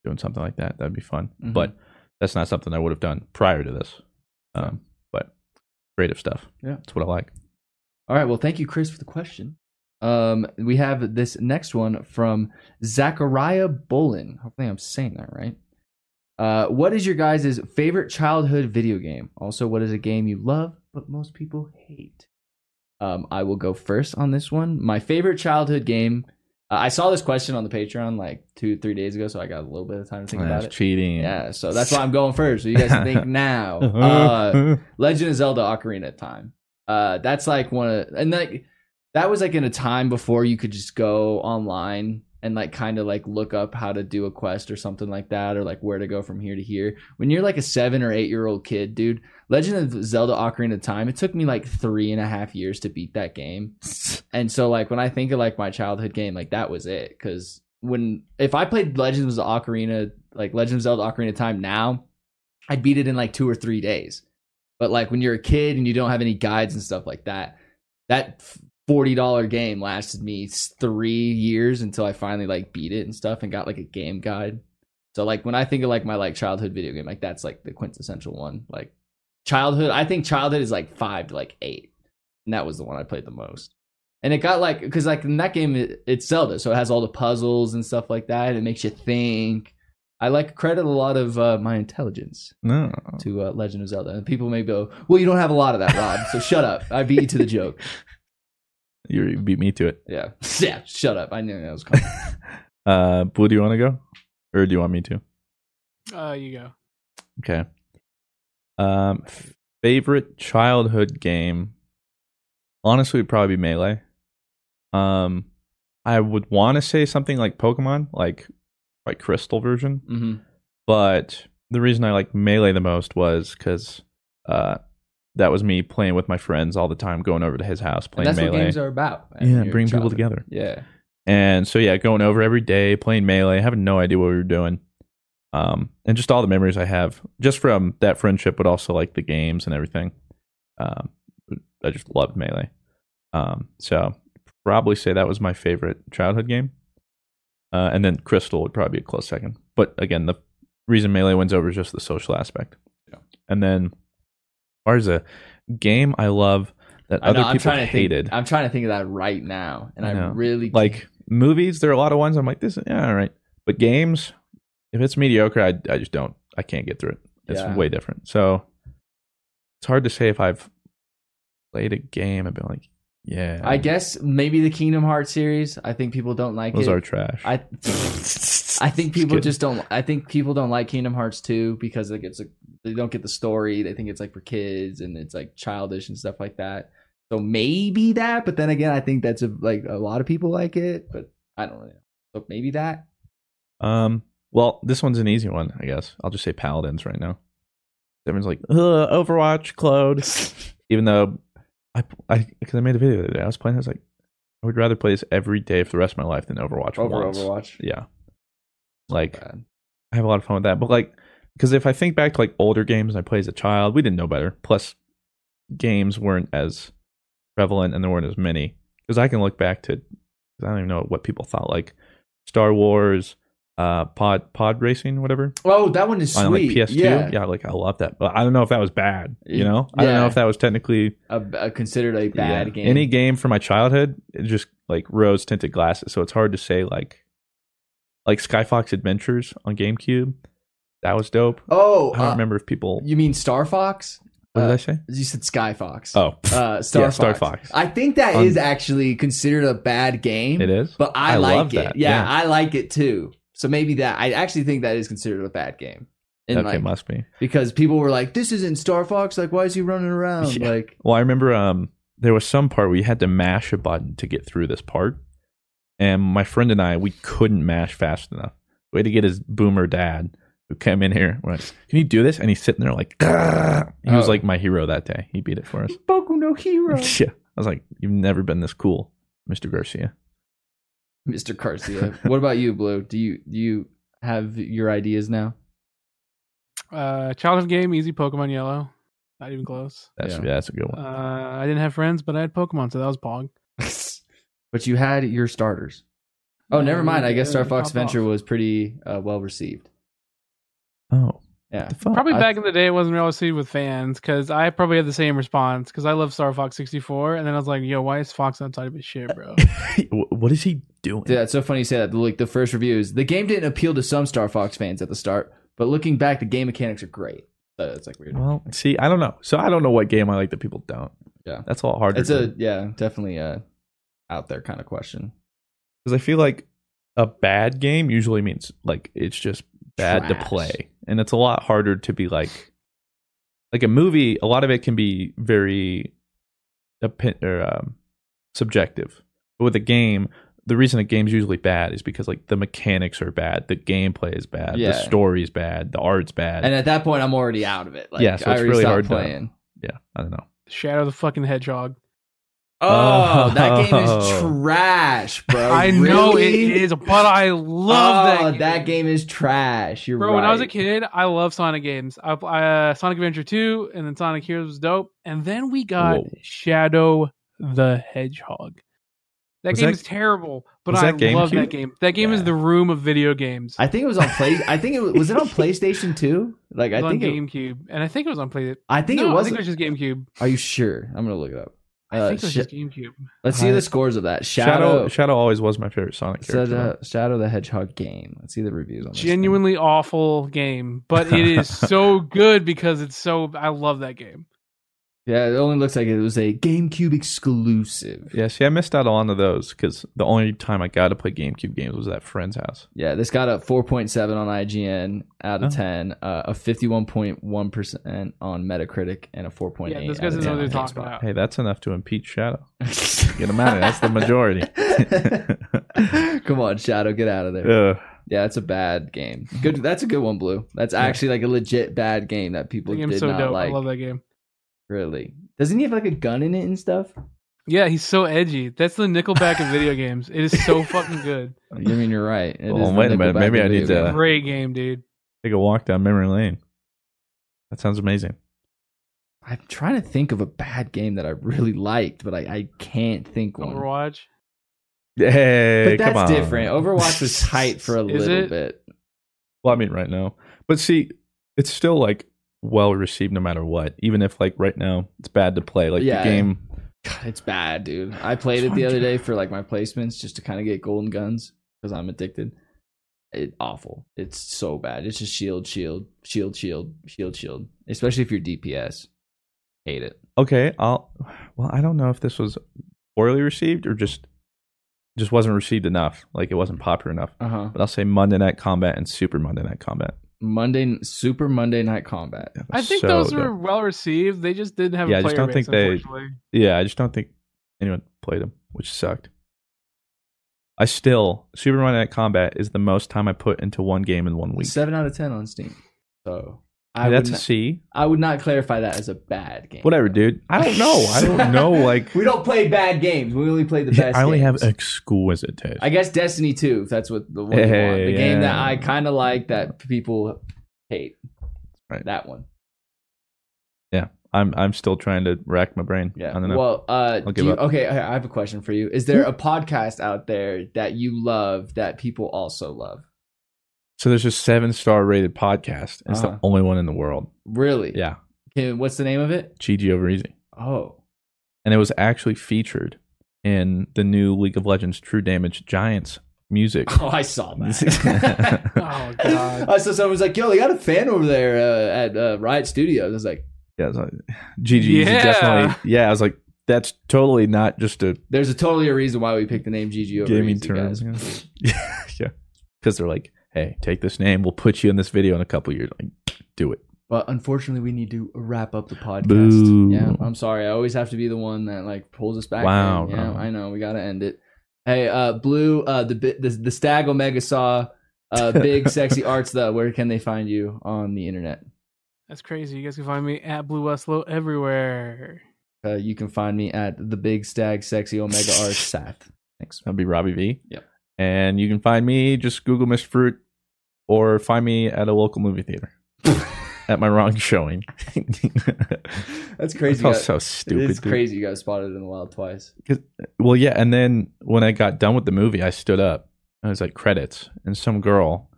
Speaker 1: doing something like that. That'd be fun.
Speaker 2: Mhm.
Speaker 1: But that's not something I would have done prior to this. Um, but creative stuff.
Speaker 2: Yeah.
Speaker 1: That's what I like.
Speaker 2: All right. Well, thank you, Chris, for the question. Um, we have this next one from Zachariah Bolin. Hopefully, I'm saying that right. Uh, what is your guys' favorite childhood video game? Also, what is a game you love but most people hate? Um, I will go first on this one. My favorite childhood game. Uh, I saw this question on the Patreon like two, three days ago, so I got a little bit of time to think
Speaker 1: Ah,
Speaker 2: about
Speaker 1: it's
Speaker 2: it.
Speaker 1: cheating.
Speaker 2: Yeah, so that's why I'm going first. So you guys can
Speaker 1: [LAUGHS]
Speaker 2: think now. Uh, Legend of Zelda Ocarina of Time. Uh, that's like one of and like that was like in a time before you could just go online and like kind of like look up how to do a quest or something like that or like where to go from here to here. When you're like a seven or eight year old kid, dude, Legend of Zelda Ocarina of Time, it took me like three and a half years to beat that game. And so like when I think of like my childhood game, like that was it. Cause when if I played Legend of the Ocarina, like Legend of Zelda Ocarina of Time now, I'd beat it in like two or three days. But like when you're a kid and you don't have any guides and stuff like that, that forty dollar game lasted me s- three years until I finally like beat it and stuff and got like a game guide. So like when I think of like my like childhood video game, like that's like the quintessential one. Like childhood, I think childhood is like five to like eight, and that was the one I played the most. And it got like because like in that game it, it's Zelda, so it has all the puzzles and stuff like that. And it makes you think. I like credit a lot of uh, my intelligence
Speaker 1: no.
Speaker 2: to uh, Legend of Zelda. And people may go, well, you don't have a lot of that, Rob. So shut up. I beat you to
Speaker 1: [LAUGHS]
Speaker 2: the joke.
Speaker 1: You beat me to it. [LAUGHS]
Speaker 2: Yeah. [LAUGHS] Yeah. Shut up. I knew that was coming.
Speaker 1: Uh, Blue, do you want to go? Or do you want me to?
Speaker 3: Uh, you go.
Speaker 1: Okay. Um, f- favorite childhood game. Honestly, would probably be melee. Um, I would
Speaker 2: Mm-hmm.
Speaker 1: want to say something like Pokemon, like like Crystal version,
Speaker 2: hmm
Speaker 1: but the reason I like Melee the most was because uh, that was me playing with my friends all the time, going over to his house
Speaker 2: And
Speaker 1: playing
Speaker 2: that's what
Speaker 1: Melee.
Speaker 2: games are about. man,
Speaker 1: yeah,
Speaker 2: when you're
Speaker 1: bring
Speaker 2: a
Speaker 1: people
Speaker 2: child.
Speaker 1: together.
Speaker 2: Yeah.
Speaker 1: And so yeah, going over every day, playing melee, having no idea what we were doing. Um, and just all the memories I have just from that friendship, but also like the games and everything. Um, I just loved melee. Um, so probably say that was my favorite childhood game. Uh, and then Crystal would probably be a close second. But again, the reason melee wins over is just the social aspect.
Speaker 2: Yeah.
Speaker 1: And then, as a game I love that
Speaker 2: I
Speaker 1: other
Speaker 2: know, I'm
Speaker 1: people
Speaker 2: trying to
Speaker 1: hated
Speaker 2: Think, I'm trying to think of that right now, and
Speaker 1: I
Speaker 2: I,
Speaker 1: know.
Speaker 2: really
Speaker 1: like
Speaker 2: Mm-hmm.
Speaker 1: movies there are a lot of ones i'm like this yeah all right but games if it's mediocre i, I just don't i can't get through it it's
Speaker 2: Yeah.
Speaker 1: way different so it's hard to say if i've played a game and been like yeah
Speaker 2: I guess maybe the Kingdom Hearts series. I think people don't like
Speaker 1: those
Speaker 2: it.
Speaker 1: are trash [LAUGHS]
Speaker 2: I I think people
Speaker 1: kidding.
Speaker 2: just don't. I think people don't like Kingdom Hearts 2 because like it's a, they don't get the story. They think it's like for kids and it's like childish and stuff like that. So maybe that, but then again, I think that's a, like a lot of people like it, but I don't really know. So maybe that.
Speaker 1: um well this one's an easy one i guess i'll just say paladins right now everyone's like Ugh, overwatch cloud even though i i because i made a video the other day i was playing i was like i would rather play this every day for the rest of my life than overwatch
Speaker 2: Over
Speaker 1: once.
Speaker 2: Overwatch.
Speaker 1: yeah like
Speaker 2: Bad.
Speaker 1: I have a lot of fun with that. But like, because if I think back to like older games I played as a child, we didn't know better. Plus, games weren't as prevalent and there weren't as many. Because I can look back to, 'cause I don't even know what people thought like Star Wars, uh, pod pod racing, whatever
Speaker 2: Oh, that one is sweet.
Speaker 1: on like PS2.
Speaker 2: Yeah,
Speaker 1: like I love that. But I don't know if that was bad. You
Speaker 2: Yeah.
Speaker 1: know, I don't know if that was technically
Speaker 2: A, a considered a bad
Speaker 1: yeah.
Speaker 2: game.
Speaker 1: Any game from my childhood, it just like rose tinted glasses. So it's hard to say like. Like Sky Fox Adventures on GameCube, that was dope.
Speaker 2: Oh,
Speaker 1: I don't
Speaker 2: uh,
Speaker 1: remember if people.
Speaker 2: you mean Star Fox?
Speaker 1: What did
Speaker 2: uh,
Speaker 1: I say?
Speaker 2: You said Sky Fox.
Speaker 1: Oh,
Speaker 2: uh, Star,
Speaker 1: Yeah,
Speaker 2: Fox.
Speaker 1: Star Fox.
Speaker 2: I think that is
Speaker 1: On-
Speaker 2: actually considered a bad game.
Speaker 1: it is.
Speaker 2: but I,
Speaker 1: I
Speaker 2: like
Speaker 1: love
Speaker 2: it.
Speaker 1: that,
Speaker 2: Yeah,
Speaker 1: yeah.
Speaker 2: I like it too. So maybe that I actually think that is considered a bad game, and
Speaker 1: okay,
Speaker 2: like
Speaker 1: must be.
Speaker 2: because people were like, "This isn't Star Fox. Like, why is he running
Speaker 1: [LAUGHS]
Speaker 2: around?"
Speaker 1: Yeah.
Speaker 2: Like,
Speaker 1: Well, I remember um, there was some part where you had to mash a button to get through this part, and my friend and I we couldn't mash fast enough. We had to get his boomer dad who came in here. We're like, Can you do this? And he's sitting there like, "Grr." he was
Speaker 2: Oh.
Speaker 1: like my hero that day. He beat it
Speaker 2: [LAUGHS]
Speaker 1: for us.
Speaker 2: Boku
Speaker 1: [LAUGHS]
Speaker 2: no Hero,
Speaker 1: yeah, I was like, you've never been this cool, Mister Garcia.
Speaker 2: Mr. Garcia. what about you, Blue? Do you do you have your
Speaker 1: [LAUGHS]
Speaker 2: ideas now?
Speaker 3: Uh, childhood game, easy Pokemon Yellow. Not even close.
Speaker 1: That's yeah.
Speaker 2: Yeah.
Speaker 1: that's a good
Speaker 3: Uh,
Speaker 1: one.
Speaker 3: I didn't have friends, but I had Pokemon, so that was Pog.
Speaker 2: but you had your starters. Oh, never mind. I guess Star
Speaker 3: Yeah,
Speaker 2: Fox
Speaker 3: pop off.
Speaker 2: Venture was pretty uh, well received.
Speaker 1: Oh,
Speaker 2: Yeah.
Speaker 1: the fuck?
Speaker 3: Probably
Speaker 2: I-
Speaker 3: back in the day, it wasn't real received with fans because I probably had the same response because I love Star Fox 64, and then I was like, "Yo, why is Fox outside of his
Speaker 2: [LAUGHS]
Speaker 3: shit, bro?"
Speaker 1: [LAUGHS] Wh- what is he doing?
Speaker 2: Yeah, it's so funny you say that. Like the first reviews, the game didn't appeal to some Star Fox fans at the start, but looking back, the game mechanics are great. So it's like weird.
Speaker 1: Well, see, I don't know. So I don't know what game I like that people don't.
Speaker 2: Yeah.
Speaker 1: that's a lot harder.
Speaker 2: It's a yeah, definitely a out there kind of question.
Speaker 1: because I feel like a bad game usually means like it's just bad to
Speaker 2: Trash.
Speaker 1: play, and it's a lot harder to be like like a movie. A lot of it can be very opin- or, um, subjective, but with a game. The reason a game's usually bad is because like the mechanics are bad, the gameplay is bad,
Speaker 2: Yeah.
Speaker 1: the story's bad, the art's bad.
Speaker 2: And uh, at that point, I'm already out of it. Like,
Speaker 1: Yeah, so
Speaker 2: I
Speaker 1: it's
Speaker 2: already
Speaker 1: really
Speaker 2: stopped
Speaker 1: hard to-
Speaker 2: playing.
Speaker 1: yeah, I don't know.
Speaker 3: Shadow the fucking Hedgehog.
Speaker 2: Oh, that game
Speaker 3: [LAUGHS]
Speaker 2: is
Speaker 1: Oh.
Speaker 2: trash, bro.
Speaker 3: I know
Speaker 2: Oh,
Speaker 3: it
Speaker 2: Really?
Speaker 3: is, but I love
Speaker 2: oh,
Speaker 3: that.
Speaker 2: that game is trash. You're
Speaker 3: Bro,
Speaker 2: right.
Speaker 3: when I was a kid, I loved Sonic games. I, I, uh, Sonic Adventure 2 and then Sonic Heroes was dope. And then we got
Speaker 1: Whoa.
Speaker 3: Shadow the Hedgehog. That
Speaker 1: Was
Speaker 3: game
Speaker 1: that-
Speaker 3: is terrible, but
Speaker 1: was
Speaker 3: I
Speaker 1: that GameCube?
Speaker 3: love that game. That game is
Speaker 2: Yeah.
Speaker 3: the room of video games.
Speaker 2: I think it was on
Speaker 3: [LAUGHS]
Speaker 2: play. I think it was, was it on PlayStation 2? Like
Speaker 3: it
Speaker 2: I
Speaker 3: was on
Speaker 2: think it,
Speaker 3: GameCube. and I think it was on Play.
Speaker 2: I think
Speaker 3: no,
Speaker 2: it was. uh,
Speaker 3: I think it was just GameCube.
Speaker 2: Are you sure? I'm gonna look it up.
Speaker 3: I
Speaker 2: Uh,
Speaker 3: think it was
Speaker 2: sh-
Speaker 3: just GameCube.
Speaker 2: Let's see the scores of that.
Speaker 1: Shadow
Speaker 2: Shadow
Speaker 1: Shadow always was my favorite Sonic
Speaker 2: Shadow,
Speaker 1: character.
Speaker 2: Shadow, the Hedgehog game. Let's see the reviews on this. thing.
Speaker 3: Genuinely awful game, but it
Speaker 2: [LAUGHS]
Speaker 3: is so good because it's so. I love that game.
Speaker 2: Yeah, it only looks like it was a GameCube exclusive.
Speaker 1: Yeah, see, I missed out on one of those because the only time I got to play GameCube games was at friend's house.
Speaker 2: Yeah, this got a 4.7 on IGN out of
Speaker 1: Oh.
Speaker 2: 10, uh, a 51.1% on Metacritic, and a 4.8.
Speaker 3: Yeah, those
Speaker 2: out
Speaker 3: guys
Speaker 2: of
Speaker 3: know what they're
Speaker 2: 10 on
Speaker 3: talking about.
Speaker 1: Hey, that's enough to impeach Shadow.
Speaker 2: [LAUGHS]
Speaker 1: Get him out of here. That's the majority.
Speaker 2: Xbox. Come on, Shadow, get out of there.
Speaker 1: Ugh.
Speaker 2: Yeah, that's a bad game. Good. That's a good one, Blue. That's actually like a legit bad game that people
Speaker 3: That game's
Speaker 2: did
Speaker 3: so
Speaker 2: not
Speaker 3: dope.
Speaker 2: like.
Speaker 3: I love that game.
Speaker 2: Really? Doesn't he have like a gun in it and stuff?
Speaker 3: Yeah, he's so edgy. That's the Nickelback of
Speaker 1: [LAUGHS]
Speaker 3: video games. It is so fucking good.
Speaker 2: I mean, you're right. It
Speaker 1: Well,
Speaker 2: is
Speaker 1: wait a
Speaker 2: the
Speaker 1: minute.
Speaker 2: Nickelback
Speaker 1: Maybe I
Speaker 2: video
Speaker 1: need to-
Speaker 2: game.
Speaker 3: Great game, dude.
Speaker 1: Take a walk down memory lane. That sounds amazing.
Speaker 2: I'm trying to think of a bad game that I really liked, but I, I can't think one.
Speaker 3: Overwatch.
Speaker 1: Hey,
Speaker 2: but that's different. Overwatch was tight for a
Speaker 3: [LAUGHS] Is
Speaker 2: little
Speaker 3: it?
Speaker 2: bit.
Speaker 1: [LAUGHS] Well, I mean, right now. But see, it's still like well received no matter what. Even if like right now it's bad to play. Like
Speaker 2: Yeah.
Speaker 1: the game.
Speaker 2: God, it's bad, dude. I played it the other day for like my placements just to kind of get golden guns because I'm addicted. It awful. It's so bad. It's just shield, shield, shield, shield, shield, shield. Especially if you're DPS. Hate it.
Speaker 1: Okay, I'll. Well, I don't know if this was poorly received or just just wasn't received enough. Like it wasn't popular enough.
Speaker 2: Uh
Speaker 3: Uh-huh.
Speaker 2: huh.
Speaker 1: But I'll say Monday Night Combat and Super Monday Night Combat.
Speaker 2: Monday, Super Monday Night Combat.
Speaker 3: I think
Speaker 1: So
Speaker 3: those
Speaker 1: dope.
Speaker 3: were well received. They just didn't have
Speaker 1: Yeah,
Speaker 3: a
Speaker 1: I
Speaker 3: player
Speaker 1: just don't
Speaker 3: base,
Speaker 1: think they-
Speaker 3: unfortunately.
Speaker 1: Yeah, I just don't think anyone played them, which sucked. I still Super Monday Night Combat is the most time I put into one game in one week.
Speaker 2: Seven out of ten on Steam. So I
Speaker 1: Hey,
Speaker 2: would,
Speaker 1: that's a
Speaker 2: not,
Speaker 1: C.
Speaker 2: I would not clarify that as a bad game.
Speaker 1: Whatever, dude. I don't know. I
Speaker 2: [LAUGHS]
Speaker 1: don't know. Like [LAUGHS]
Speaker 2: we don't play bad games. We only play the
Speaker 4: Yeah,
Speaker 2: best.
Speaker 4: I only have
Speaker 2: games.
Speaker 4: exquisite taste.
Speaker 2: I guess Destiny 2, if that's what the one you
Speaker 1: Hey,
Speaker 2: want. The game that
Speaker 1: yeah.
Speaker 2: I kind of like that people hate.
Speaker 1: Right.
Speaker 2: That one.
Speaker 1: I'm I'm still trying to rack my brain. I
Speaker 2: Yeah.
Speaker 1: don't know.
Speaker 2: Well, uh,
Speaker 1: I'll
Speaker 2: do
Speaker 1: give
Speaker 2: you,
Speaker 1: up.
Speaker 2: okay, I I have a question for you. Is there a podcast out there that you love that people also love?
Speaker 1: so there's this seven star rated podcast. It's
Speaker 2: Uh-huh.
Speaker 1: the only one in the world.
Speaker 2: Really?
Speaker 1: Yeah,
Speaker 2: Can, what's the name of it?
Speaker 1: GG over easy,
Speaker 2: Oh. [LAUGHS]
Speaker 1: and it was actually featured in the new League of Legends True Damage Giants music.
Speaker 2: Oh, I saw that.
Speaker 3: Oh,
Speaker 2: [LAUGHS]
Speaker 3: God.
Speaker 2: I saw someone was like, yo, they got a fan over there uh, at uh, Riot Studios. I was like,
Speaker 1: [LAUGHS] Yeah, it's like, GG easy
Speaker 3: Yeah.
Speaker 1: definitely. Yeah, I was like, that's totally not just a
Speaker 2: there's a totally a reason why we picked the name GG over
Speaker 1: gaming
Speaker 2: Easy,
Speaker 1: term.
Speaker 2: guys.
Speaker 1: [LAUGHS] Yeah, yeah, because they're like, hey, take this name. We'll put you in this video in a couple years. Like, do it.
Speaker 2: But unfortunately, we need to wrap up the podcast.
Speaker 1: Boo.
Speaker 2: Yeah, I'm sorry. I always have to be the one that like pulls us back.
Speaker 1: Wow,
Speaker 2: in. Yeah,
Speaker 1: Ron.
Speaker 2: I know. We got to end it. Hey, uh, Blue, uh, the bi- the the Stag Omega saw,
Speaker 1: [LAUGHS]
Speaker 2: uh, big sexy arts. Though, where can they find you on the internet?
Speaker 3: That's crazy. You guys can find me at Blue Westlow everywhere.
Speaker 2: Uh, you can find me at the Big Stag Sexy
Speaker 1: [LAUGHS]
Speaker 2: Omega Arts Sath. Thanks.
Speaker 1: That'd be Robbie V.
Speaker 2: Yep.
Speaker 1: And you can find me, just Google Mr. Fruit or find me at a local movie
Speaker 2: [LAUGHS]
Speaker 1: theater at my wrong showing.
Speaker 2: That's crazy.
Speaker 1: I [LAUGHS] felt
Speaker 2: you got-
Speaker 1: so stupid.
Speaker 2: it's
Speaker 1: dude.
Speaker 2: crazy. You got spotted in the
Speaker 1: [LAUGHS]
Speaker 2: wild twice.
Speaker 1: Well, yeah. And then when I got done with the movie, I stood up. I was like, credits. And some girl,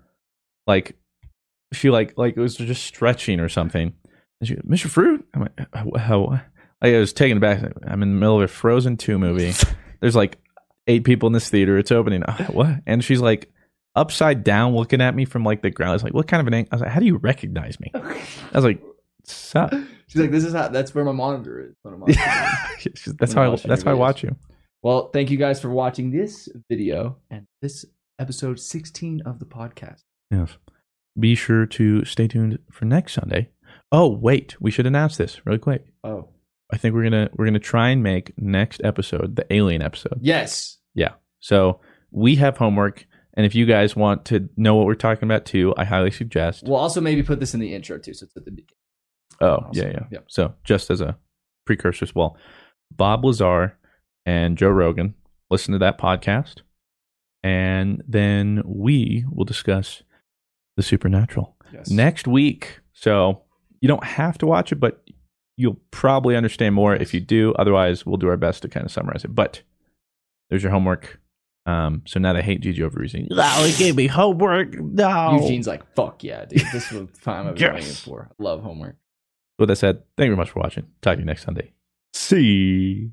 Speaker 1: like, she like like was just stretching or something. And she goes, Mr. Fruit? I'm like, "Uh, how? I was taken aback. I'm in the middle of a Frozen 2
Speaker 2: [LAUGHS]
Speaker 1: movie. There's like eight people in this theater. It's opening. Uh, what? And she's like upside down looking at me from like the ground. I was like, what kind of an ang-" I was like, how do you recognize me? I was like, suck. [LAUGHS]
Speaker 2: She's like, this is how. That's where my monitor is. When I'm on.
Speaker 1: She's- that's how I,
Speaker 2: Watching
Speaker 1: that's how I
Speaker 2: your videos.
Speaker 1: watch you.
Speaker 2: Well, thank you guys for watching this video and this episode 16 of the podcast.
Speaker 1: Yes. Be sure to stay tuned for next Sunday. Oh, wait, we should announce this really quick.
Speaker 2: Oh,
Speaker 1: I think we're gonna we're gonna try and make next episode the alien episode.
Speaker 2: yes.
Speaker 1: So we have homework, and if you guys want to know what we're talking about too, I highly suggest.
Speaker 2: We'll also maybe put this in the intro too, so it's at the beginning.
Speaker 1: oh,
Speaker 2: also,
Speaker 1: yeah, yeah.
Speaker 2: yep.
Speaker 1: So just as a precursor as well, Bob Lazar and Joe Rogan listen to that podcast, and then we will discuss the supernatural.
Speaker 2: Yes.
Speaker 1: next week. So you don't have to watch it, but you'll probably understand more if you do. Otherwise, we'll do our best to kind of summarize it. But there's your homework. Um, so now that I hate Gigi over Eugene. [LAUGHS] No, he gave me homework. No.
Speaker 2: Eugene's like, fuck yeah, dude. This was the time I've been
Speaker 1: Yes.
Speaker 2: waiting for. I love homework.
Speaker 1: With that said, thank you very much for watching. Talk to you next Sunday. See.